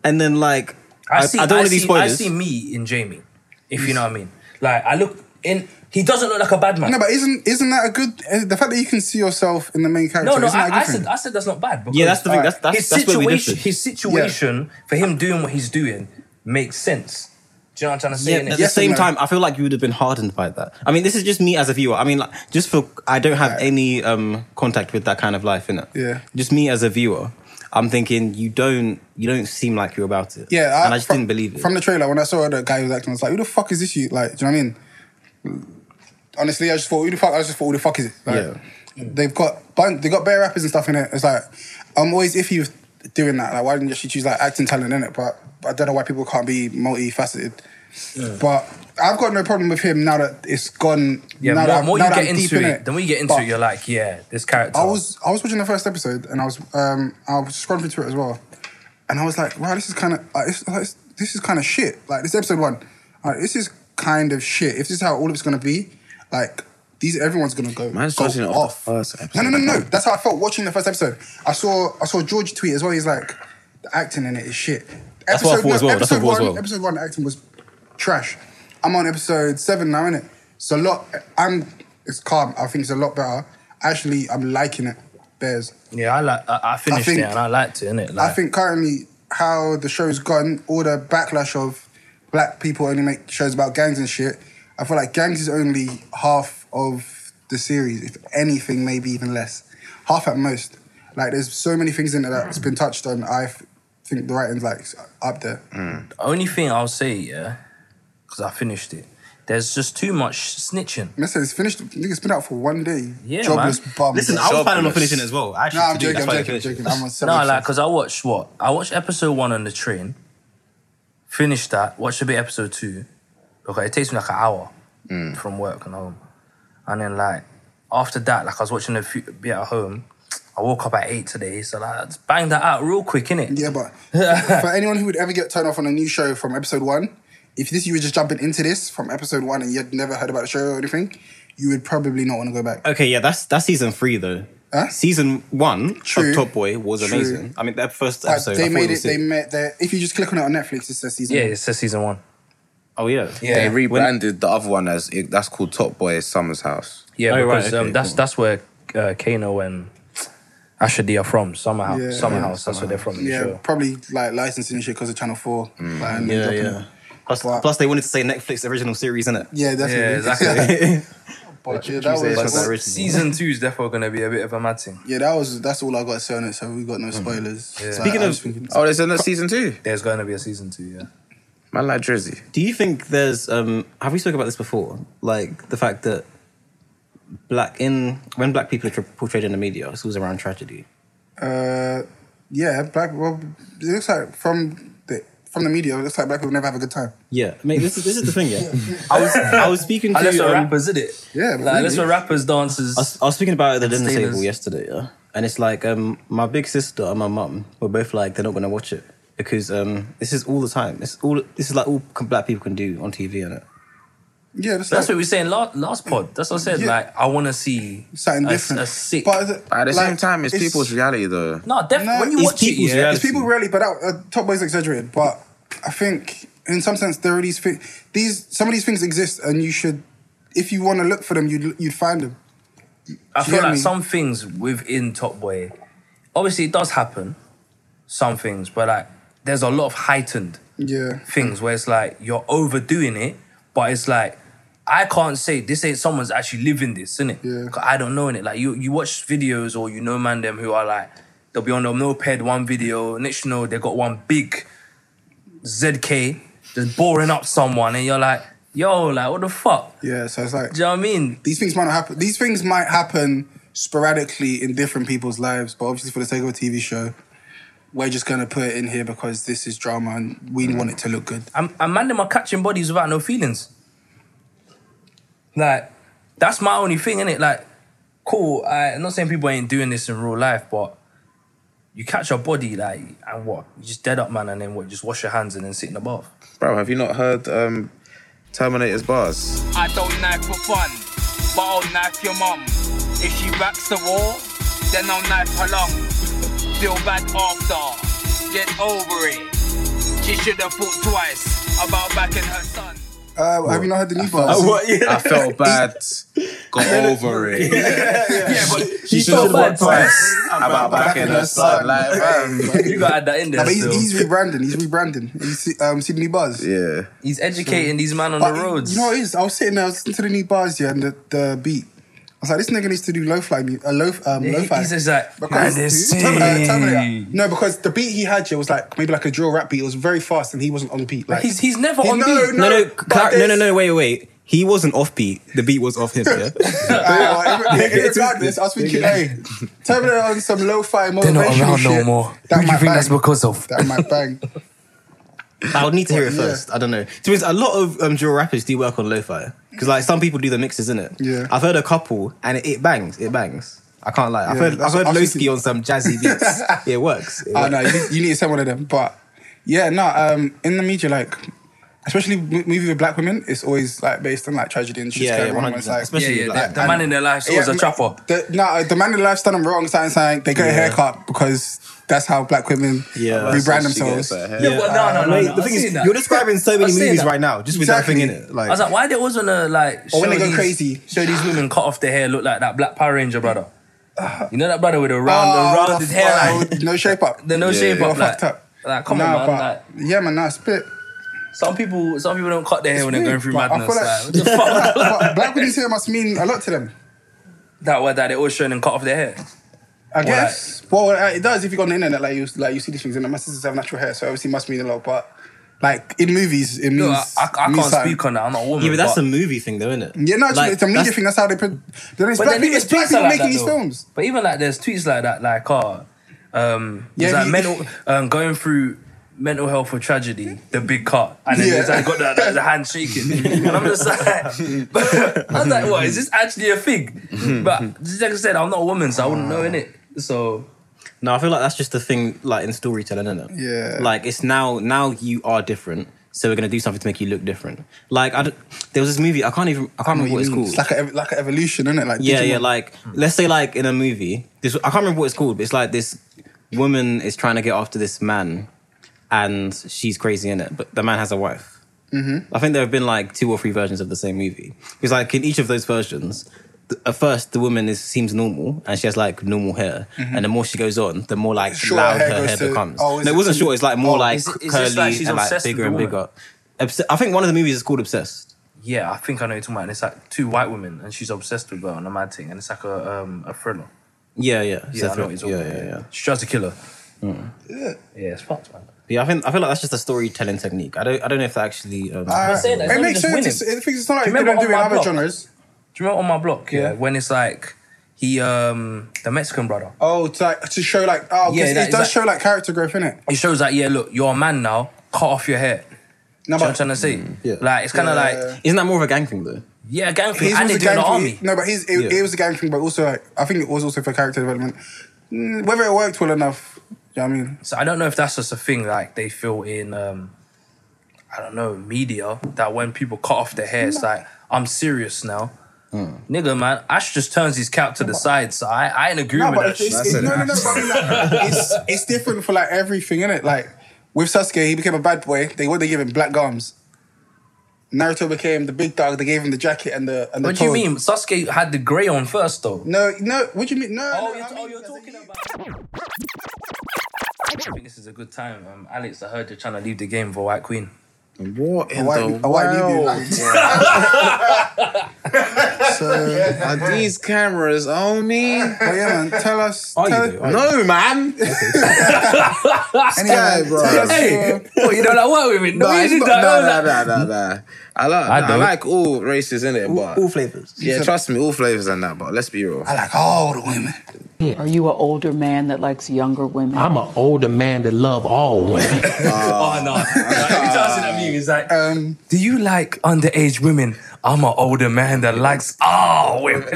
Speaker 3: and then like I,
Speaker 1: I, see,
Speaker 3: I don't want to
Speaker 1: see,
Speaker 3: do spoilers.
Speaker 1: I see me in Jamie, if you know what I mean. Like I look in. He doesn't look like a bad man.
Speaker 2: No, but isn't isn't that a good? uh, The fact that you can see yourself in the main character
Speaker 1: No, no,
Speaker 2: isn't
Speaker 1: I,
Speaker 2: that a
Speaker 1: I
Speaker 2: good thing?
Speaker 1: said I said that's not bad. Because
Speaker 3: yeah, that's the thing. That's that's,
Speaker 1: his
Speaker 3: that's where we
Speaker 1: situation.
Speaker 3: differ.
Speaker 1: His situation for him doing what he's doing makes sense. Do you know what I'm trying to say?
Speaker 3: Yeah,
Speaker 1: innit?
Speaker 3: but at the
Speaker 2: Yes and
Speaker 3: same
Speaker 2: no.
Speaker 3: time, I feel like you would have been hardened by that. I mean, this is just me as a viewer. I mean, like, just for I don't have any um, contact with that kind of life in it.
Speaker 2: Yeah.
Speaker 3: just me as a viewer, I'm thinking you don't you don't seem like you're about it.
Speaker 2: Yeah,
Speaker 3: and I just
Speaker 2: from-
Speaker 3: didn't believe it.
Speaker 2: From the trailer, when I saw the guy who was acting, I was like, "Who the fuck is this?" You like, do you know what I mean? Honestly, I just thought, "Who the fuck?" I just thought, "Who the fuck is it?" Like, They've got bun- they got bare rappers and stuff in it. It's like I'm always iffy with doing that. Like, why didn't you actually choose like acting talent in it? But I don't know why people can't be multifaceted. But I've got no problem with him now that it's gone.
Speaker 1: Yeah,
Speaker 2: now
Speaker 1: more,
Speaker 2: that,
Speaker 1: more
Speaker 2: now
Speaker 1: you
Speaker 2: that
Speaker 1: get
Speaker 2: I'm deep
Speaker 1: into
Speaker 2: in
Speaker 1: it, then when you get into
Speaker 2: But-
Speaker 1: it, you're like, yeah, this character.
Speaker 2: I was I was watching the first episode and I was um I was scrolling through Twitter as well, and I was like, wow, this is kind of like, it's- like, it's- this is kind of shit. Like this episode one, like, this is kind of shit. If this is how all of it's gonna be, like these everyone's gonna go.
Speaker 4: Man's
Speaker 2: go
Speaker 4: judging it off the first episode.
Speaker 2: No, no, no, no. That's how I felt watching the first episode. I saw I saw George tweet as well. He's like, the acting in it is shit.
Speaker 3: That's what I thought as well. That's what I
Speaker 2: Episode
Speaker 3: thought as
Speaker 2: one,
Speaker 3: well.
Speaker 2: episode one, the acting was trash. I'm on episode seven now, innit? So a lot. I'm. It's calm. I think it's a lot better. Actually, I'm liking it. Bears.
Speaker 1: yeah, I like. I, I finished
Speaker 2: think-
Speaker 1: it and I liked it, innit?
Speaker 2: I
Speaker 1: Like,
Speaker 2: think currently how the show's gone, all the backlash of black people only make shows about gangs and shit. I feel like gangs is only half of the series, if anything, maybe even less, half at most. Like there's so many things in it that's been touched on. I f- think the writing's like up there.
Speaker 1: the only thing I'll say, yeah, because I finished it. There's just too much snitching.
Speaker 2: Listen, it's finished. Nigga's been out for one day.
Speaker 1: Yeah,
Speaker 2: jobless
Speaker 1: man.
Speaker 2: bum.
Speaker 3: Listen, I was planning on
Speaker 4: Jobless.
Speaker 3: finishing as well. Actually,
Speaker 2: no, I'm
Speaker 3: today,
Speaker 2: joking. I'm
Speaker 3: that's why
Speaker 2: joking.
Speaker 3: I
Speaker 2: I'm
Speaker 3: finished it.
Speaker 2: joking. I'm on seven.
Speaker 1: No, like, because I watched what? I watched episode one on the train, finished that, watched a bit of episode two. Okay, it takes me like an hour
Speaker 2: Mm.
Speaker 1: from work and home. And then, like, after that, like, I was watching a few, bit at home. I woke up at eight today, so like, I just banged that out real quick, innit?
Speaker 2: Yeah, but for anyone who would ever get turned off on a new show from episode one, if this you were just jumping into this from episode one and you had never heard about the show or anything, you would probably not want to go back.
Speaker 3: Okay, yeah, that's that's season three though.
Speaker 2: Huh?
Speaker 3: Season one
Speaker 2: True.
Speaker 3: of Top Boy was
Speaker 2: True.
Speaker 3: amazing. I mean, that first
Speaker 2: Like,
Speaker 3: episode. I
Speaker 2: they
Speaker 3: thought
Speaker 2: made it.
Speaker 3: was
Speaker 2: They made their. If you just click on it on Netflix, it says season.
Speaker 1: Yeah,
Speaker 2: one.
Speaker 1: it says season one.
Speaker 3: Oh yeah.
Speaker 1: Yeah,
Speaker 4: They rebranded the other one as it, that's called Top Boy Summer's House.
Speaker 1: yeah,
Speaker 3: Oh, right,
Speaker 1: because um,
Speaker 3: okay,
Speaker 1: that's
Speaker 3: cool.
Speaker 1: that's where uh, Kano and Asher D are from. Summer House,
Speaker 2: Yeah.
Speaker 1: Summer
Speaker 2: Yeah,
Speaker 1: House. That's where they're from.
Speaker 2: Yeah,
Speaker 1: Yeah, sure.
Speaker 2: probably like licensing shit because of Channel Four. like, and
Speaker 3: Mm. Yeah,
Speaker 2: dropping-
Speaker 3: yeah. Plus,
Speaker 2: Wow.
Speaker 3: plus, they wanted to say Netflix original series, innit?
Speaker 2: yeah, definitely.
Speaker 1: Yeah, exactly.
Speaker 2: But, yeah,
Speaker 3: Tuesday
Speaker 2: that
Speaker 3: is
Speaker 2: was,
Speaker 3: not that original.
Speaker 1: season two is definitely going to be a bit of a mad thing.
Speaker 2: yeah, that was that's all I got shown it. So we got no
Speaker 3: Mm-hmm.
Speaker 2: spoilers. So
Speaker 1: Speaking
Speaker 2: I
Speaker 3: of-
Speaker 2: was thinking-
Speaker 4: Oh, there's another season two.
Speaker 1: There's going to be a season two. Yeah.
Speaker 4: Man like Drizzy.
Speaker 3: Do you think there's um have we spoken about this before? Like the fact that black in when black people are tra- portrayed in the media, it's always around tragedy. oh.
Speaker 2: uh, yeah, black. Well, it looks like from the from the media, it looks like black people never have a good time.
Speaker 3: Yeah, mate. This is this is the thing. Yeah, I was I was speaking to
Speaker 1: Unless we're
Speaker 3: um,
Speaker 1: rappers, is it?
Speaker 2: Yeah,
Speaker 1: like,
Speaker 2: really.
Speaker 1: unless we're rappers,
Speaker 3: I
Speaker 1: dancers.
Speaker 3: was, I was speaking about it at the dinner
Speaker 1: Steelers.
Speaker 3: table yesterday, yeah. And it's like um, my big sister and my mum were both like they're not going to watch it because um, this is all the time. It's all this is like all c- black people can do on TV, and it.
Speaker 2: Yeah, that's,
Speaker 1: That's what
Speaker 2: like
Speaker 1: we were saying last, last pod. That's what I said.
Speaker 2: Yeah.
Speaker 1: Like, I want to see
Speaker 2: something
Speaker 1: a-
Speaker 2: different.
Speaker 1: A, sick.
Speaker 2: But at
Speaker 4: But at the same time, it's, people's reality though.
Speaker 1: no, definitely.
Speaker 2: No,
Speaker 1: when you
Speaker 2: it's
Speaker 1: watch it,
Speaker 3: people's
Speaker 1: yeah,
Speaker 3: reality.
Speaker 2: It's people really, but that, uh, Top Boy's exaggerated. But I think, in some sense, there are these things. These some of these things exist, and you should, if you want to look for them, you'd you'd find them.
Speaker 1: I
Speaker 2: Do you
Speaker 1: feel
Speaker 2: get
Speaker 1: like
Speaker 2: me?
Speaker 1: some things within Top Boy, obviously it does happen, some things, but like there's a lot of heightened
Speaker 2: Yeah,
Speaker 1: things where it's like you're overdoing it, but it's like I can't say this ain't someone's actually living this, innit?
Speaker 2: Yeah.
Speaker 1: 'Cause I don't know in it. Like you, you watch videos or you know man them who are like they'll be on their moped one video, next you know they got one big ZK just boring up someone, and you're like, yo, like what the fuck?
Speaker 2: yeah. So it's like
Speaker 1: Do you know what I mean?
Speaker 2: these things might not happen. These things might happen sporadically in different people's lives, but obviously, for the sake of a TV show, we're just gonna put it in here because this is drama and we want it to look good.
Speaker 1: I'm, I'm man them are catching bodies without no feelings. Like, that's my only thing, innit? Like, cool, I, I'm not saying people ain't doing this in real life, but you catch a body, like, and what? You just dead up, man, and then what? Just wash your hands and then sit in the bath.
Speaker 4: Bro, have you not heard um, Terminator's bars?
Speaker 6: I don't knife for fun, but I'll knife your mum. If she backs the wall, then I'll knife her lung. Feel bad after, get over it. She should have thought twice about backing her son.
Speaker 2: Uh, have you not heard the new bars?
Speaker 4: I felt bad. Got over it.
Speaker 6: Yeah, but
Speaker 4: She should
Speaker 1: felt
Speaker 4: have thought
Speaker 1: bad.
Speaker 4: twice about backing her son. Like, man.
Speaker 1: You gotta add that in there.
Speaker 2: But he's,
Speaker 1: still.
Speaker 2: he's
Speaker 1: He's,
Speaker 2: rebranding. He's rebranding. He's um, seen the new bars.
Speaker 4: Yeah.
Speaker 1: educating these men on
Speaker 2: But
Speaker 1: the roads.
Speaker 2: You know what it is? I was sitting there, I was listening to the new bars here and the, the beat. I was like, this nigga needs to do low fly music. Uh, low, um,
Speaker 1: Yeah,
Speaker 2: low
Speaker 1: he-
Speaker 2: fi.
Speaker 1: he's just like,
Speaker 2: because
Speaker 1: "Man, this
Speaker 2: Terminator,
Speaker 1: thing."
Speaker 2: Terminator. No, because the beat he had here was like maybe like a drill rap beat. It was very fast and he wasn't on the beat. Like
Speaker 1: he's, he's never
Speaker 2: He-
Speaker 1: on
Speaker 2: no,
Speaker 1: beat.
Speaker 3: No, no,
Speaker 2: No, but
Speaker 3: clar- no, no,
Speaker 2: there's-
Speaker 3: no. Wait, wait. He wasn't off beat. The beat was off him. Yeah.
Speaker 2: Uh, well, in- in regardless, I was thinking, hey, Terminator on some low fi
Speaker 1: They're not
Speaker 2: motivational
Speaker 1: around
Speaker 2: shit.
Speaker 1: no more. Who
Speaker 2: That
Speaker 1: do you
Speaker 2: might
Speaker 1: think
Speaker 2: bang.
Speaker 1: that's because of?
Speaker 2: that might bang.
Speaker 3: I would need to hear it
Speaker 2: Well, yeah.
Speaker 3: first. I don't know. To be honest, a lot of um, drill rappers do work on lo-fi because like some people do the mixes, in it.
Speaker 2: Yeah.
Speaker 3: I've heard a couple, and it, it bangs. It bangs. I can't lie. I've
Speaker 2: Yeah,
Speaker 3: heard I've
Speaker 2: that's
Speaker 3: heard
Speaker 2: what I was
Speaker 3: Lowski on some jazzy beats. it works. It
Speaker 2: Oh
Speaker 3: works.
Speaker 2: no, you, you need to send one of them. But yeah, no. Um, in the media, like especially m- movies with black women, it's always like based on like tragedy and shit.
Speaker 3: Yeah, yeah,
Speaker 2: going on, it's
Speaker 3: 100%.
Speaker 2: like,
Speaker 3: Especially
Speaker 1: Yeah, yeah,
Speaker 3: like,
Speaker 1: that- the man in their life was a
Speaker 2: m-
Speaker 1: trapper.
Speaker 2: The, no, the man in the life done them wrong, something, something. They get a
Speaker 3: Yeah.
Speaker 2: haircut because that's how black women
Speaker 3: Yeah.
Speaker 2: rebrand
Speaker 4: She gets
Speaker 2: themselves.
Speaker 4: her hair.
Speaker 1: Yeah, but no, no, no,
Speaker 3: Mate,
Speaker 1: no,
Speaker 3: the
Speaker 1: I've
Speaker 3: thing is,
Speaker 1: seen that.
Speaker 3: you're describing so many
Speaker 1: I've seen
Speaker 3: movies
Speaker 1: that.
Speaker 3: right now, just with
Speaker 2: Exactly.
Speaker 3: that thing in it. Like,
Speaker 1: I was like, why there wasn't a like?
Speaker 2: Or when they
Speaker 1: show
Speaker 2: go
Speaker 1: these-
Speaker 2: crazy.
Speaker 1: show these women cut off their hair look like that Black Power Ranger brother. You know that brother with a round,
Speaker 2: Oh,
Speaker 1: a rounded
Speaker 2: the
Speaker 1: hairline.
Speaker 2: fuck, No shape up.
Speaker 1: The no
Speaker 4: Yeah,
Speaker 1: shape
Speaker 4: yeah.
Speaker 1: up,
Speaker 2: Got
Speaker 1: like,
Speaker 2: fucked up.
Speaker 1: like come
Speaker 2: Nah,
Speaker 1: on, man. Like,
Speaker 2: but- yeah, man, nah, spit.
Speaker 1: some people, some people don't cut their hair when they're
Speaker 2: weird,
Speaker 1: going through
Speaker 2: but I
Speaker 1: madness.
Speaker 2: feel
Speaker 1: Like,
Speaker 2: like-
Speaker 1: what the fuck?
Speaker 2: But black women's hair must mean a lot to them.
Speaker 1: that word that they always showing and cut off their hair.
Speaker 2: I guess. Well, uh, it does if you go on the internet, like you like you see these things, and my sisters have natural hair, so obviously it must mean a lot. But like in movies, it means
Speaker 1: No, I, I, I
Speaker 2: means
Speaker 1: can't
Speaker 2: something.
Speaker 1: speak on that. I'm not a woman.
Speaker 3: yeah, but that's a
Speaker 1: but,
Speaker 3: movie thing, though, isn't it?
Speaker 2: Yeah, no, it's,
Speaker 3: Like,
Speaker 2: it's a media
Speaker 3: that's-
Speaker 2: thing. That's how they put. But it's black
Speaker 1: but then
Speaker 2: people,
Speaker 1: even
Speaker 2: it's black
Speaker 1: tweets
Speaker 2: people
Speaker 1: are like
Speaker 2: making
Speaker 1: that,
Speaker 2: these
Speaker 1: though.
Speaker 2: films.
Speaker 1: But even like there's tweets like that, like uh, um,
Speaker 2: Yeah,
Speaker 1: yeah, like
Speaker 2: if you-
Speaker 1: mental, um, going through mental health or tragedy, the big cut, and then
Speaker 2: Yeah.
Speaker 1: there's like got the, the, the hand shaking, and I'm just like, I was like, what is this actually a thing? But just like I said, I'm not a woman, so I wouldn't know in it. So
Speaker 3: No, I feel like that's just the thing, like in storytelling, isn't it?
Speaker 2: Yeah.
Speaker 3: Like it's now, now you are different. so we're gonna do something to make you look different. Like I d- there was this movie I can't even I can't remember what it's called.
Speaker 2: Mm, It's like a, ev- like an evolution, isn't it? Like
Speaker 3: yeah,
Speaker 2: Digimon.
Speaker 3: yeah. Like
Speaker 1: Hmm.
Speaker 3: let's say like in a movie, this I can't remember what it's called, but it's like this woman is trying to get after this man, and she's crazy in it, but the man has a wife.
Speaker 1: Mm-hmm.
Speaker 3: I think there have been like two or three versions of the same movie. Because like in each of those versions, th- at first the woman is seems normal and she has like normal hair,
Speaker 1: Mm-hmm.
Speaker 3: and the more she goes on, the more like
Speaker 2: Shorter
Speaker 3: loud
Speaker 2: hair
Speaker 3: her
Speaker 2: goes
Speaker 3: hair
Speaker 2: to-
Speaker 3: becomes.
Speaker 2: oh, is
Speaker 3: no, it
Speaker 2: it-
Speaker 3: wasn't short. It's like more
Speaker 2: oh,
Speaker 3: like
Speaker 1: is it- is
Speaker 3: curly
Speaker 1: this like she's
Speaker 3: and like
Speaker 1: obsessed with
Speaker 3: bigger
Speaker 1: the
Speaker 3: and
Speaker 1: woman?
Speaker 3: bigger. Obs- I think one of the movies is called Obsessed.
Speaker 1: Yeah, I think I know what you're talking about. And it's like two white women, and she's obsessed with her on a mad thing, and it's like a um, a thriller.
Speaker 3: Yeah, yeah,
Speaker 1: Yeah, I
Speaker 3: Seth
Speaker 1: know
Speaker 3: Rogen.
Speaker 1: what you're talking
Speaker 3: yeah,
Speaker 1: about.
Speaker 3: yeah, yeah.
Speaker 1: She tries to kill her.
Speaker 2: Mm.
Speaker 1: Yeah, it's fucked, man.
Speaker 3: Yeah, I think I feel like that's just a storytelling technique. I don't I don't know if that actually. Um,
Speaker 2: Uh,
Speaker 1: saying that, it's
Speaker 2: it
Speaker 1: not
Speaker 2: makes
Speaker 1: just
Speaker 2: sense.
Speaker 1: winning.
Speaker 2: It's, it- it's not like
Speaker 1: you
Speaker 2: they don't do it
Speaker 1: remember
Speaker 2: in
Speaker 1: On My
Speaker 2: other
Speaker 1: Block?
Speaker 2: genres.
Speaker 1: Do you remember on my block? Yeah,
Speaker 2: Yeah.
Speaker 1: when it's like he um the Mexican brother.
Speaker 2: Oh, to like to show like oh,
Speaker 1: Yeah,
Speaker 2: yeah, it
Speaker 1: that-
Speaker 2: does
Speaker 1: that-
Speaker 2: show like character growth in it.
Speaker 1: He shows like, yeah, look, you're a man now. Cut off your hair.
Speaker 2: No,
Speaker 1: Do you know what I'm
Speaker 2: but
Speaker 1: trying to say?
Speaker 3: yeah.
Speaker 1: Like it's kind of
Speaker 2: Mm, Yeah.
Speaker 1: like
Speaker 3: Isn't that more of a gang thing though?
Speaker 1: yeah, gang
Speaker 2: his
Speaker 1: thing,
Speaker 2: was
Speaker 1: and they
Speaker 2: a
Speaker 1: do it in
Speaker 2: gang
Speaker 1: the
Speaker 2: thing.
Speaker 1: army.
Speaker 2: No, but his it,
Speaker 3: Yeah.
Speaker 2: it was a gang thing, but also like, I think it was also for character development. Mm, Whether it worked well enough, you know what I mean.
Speaker 1: So I don't know if that's just a thing like they feel in um I don't know, media that when people cut off their hair, it's like, I'm serious now.
Speaker 2: Mm.
Speaker 1: Nigga, man, Ash just turns his cap to the side, so I, I ain't agreeing
Speaker 2: No,
Speaker 1: with
Speaker 2: but it's,
Speaker 1: that shit.
Speaker 2: it's,
Speaker 4: That's
Speaker 2: no,
Speaker 4: an
Speaker 2: no, no, but I mean, like, it's it's different for like everything, innit? Like with Sasuke, he became a bad boy. They what they gave him black arms. Naruto became the big dog. They gave him the jacket and the and the.
Speaker 1: What do you
Speaker 2: toad.
Speaker 1: mean? Sasuke had the grey on first, though.
Speaker 2: No, no. What do you mean? No. no, I
Speaker 1: Oh,
Speaker 2: mean, as a youth.
Speaker 1: about. I think this is a good time. Um, Alex, I heard you're trying to leave the game for White Queen.
Speaker 4: What in
Speaker 2: A white,
Speaker 4: the
Speaker 2: a white
Speaker 4: world?
Speaker 2: Libyan. so,
Speaker 4: Are these cameras on me?
Speaker 2: but Oh, yeah, man, tell us.
Speaker 3: Are you
Speaker 2: tell,
Speaker 3: though? Are you?
Speaker 4: No, man.
Speaker 2: anyway,
Speaker 4: Yeah, bro.
Speaker 2: tell us, uh,
Speaker 1: Hey, what, you don't like work with me? No,
Speaker 4: No,
Speaker 1: you
Speaker 4: it's
Speaker 1: did
Speaker 4: not-
Speaker 1: that.
Speaker 4: no,
Speaker 1: no,
Speaker 4: no, no, no, no. I like,
Speaker 1: I
Speaker 4: I,
Speaker 1: don't.
Speaker 4: like all races in it, but
Speaker 3: All flavors.
Speaker 4: yeah, trust me, all flavors and that. But let's be real.
Speaker 2: I like all the women.
Speaker 8: Are you an older man that likes younger women?
Speaker 9: I'm an older man that love all women.
Speaker 1: Oh, no. Like, every time I see that meme, it's like,
Speaker 2: Um,
Speaker 1: do you like underage women? I'm an older man that likes all women.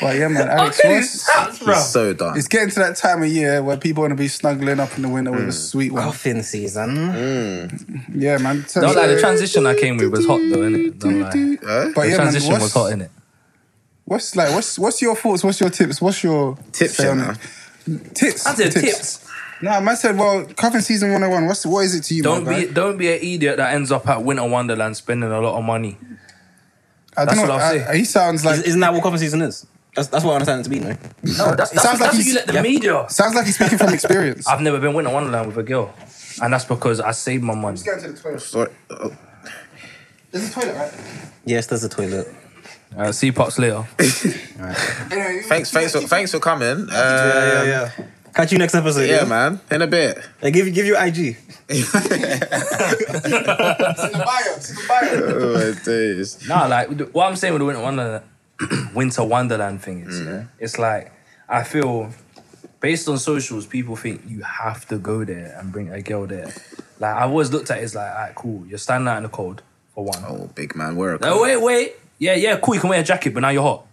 Speaker 2: but yeah, man, Alex,
Speaker 1: Look at
Speaker 2: what's-
Speaker 1: his stats, bro.
Speaker 4: It's so done.
Speaker 2: it's getting to that time of year where people want to be snuggling up in the winter with a sweet one.
Speaker 3: Coffin season.
Speaker 2: Yeah, man. Tell
Speaker 1: Not
Speaker 2: us-
Speaker 1: like the transition I came with was hot though, innit? Don't lie.
Speaker 4: Huh?
Speaker 2: but
Speaker 1: The
Speaker 2: yeah, man,
Speaker 1: transition was
Speaker 2: what's,
Speaker 1: hot, innit?
Speaker 2: what's like? What's what's your thoughts? What's your tips? What's your
Speaker 4: Tips,
Speaker 2: say
Speaker 4: you
Speaker 2: on
Speaker 4: know.
Speaker 2: it? Tips.
Speaker 1: I said tips.
Speaker 2: Nah, man said, well, cuffing season 101, what's what is it to you,
Speaker 1: Don't
Speaker 2: man?
Speaker 1: be don't be an idiot that ends up at Winter Wonderland spending a lot of money.
Speaker 2: I
Speaker 1: that's
Speaker 2: don't know.
Speaker 1: what I'll
Speaker 2: I-
Speaker 1: say.
Speaker 2: he sounds like
Speaker 3: Isn't that what coffin season is? That's, that's what I understand it to be, no?
Speaker 1: No, that's, that's,
Speaker 2: sounds like
Speaker 1: that's what
Speaker 2: he's-
Speaker 1: you let the media.
Speaker 2: sounds like he's speaking from experience.
Speaker 1: I've never been Winter Wonderland with a girl. And that's because I saved my money.
Speaker 2: going to the toilet.
Speaker 4: Sorry. Oh,
Speaker 2: There's a toilet, right?
Speaker 3: Yes, there's a toilet.
Speaker 1: Uh, see you pops later.
Speaker 2: Anyway,
Speaker 4: Thanks, thanks, for, thanks for coming.
Speaker 3: yeah, yeah,
Speaker 4: Uh,
Speaker 3: yeah. Um, Catch you next episode.
Speaker 4: yeah, man. In a bit.
Speaker 3: Like, give you give you IG.
Speaker 2: in the bio. It's in the bio.
Speaker 4: Oh, it is.
Speaker 1: Nah, like th- what I'm saying with the Winter Wonderland, Winter Wonderland thing is,
Speaker 2: Mm-hmm.
Speaker 1: yeah, it's like I feel based on socials, people think you have to go there and bring a girl there. Like I've always looked at it as like, alright, cool, you're standing out in the cold for one.
Speaker 4: Oh, big man, we're a
Speaker 1: No, wait, wait, yeah, yeah, cool, you can wear a jacket, but now you're hot.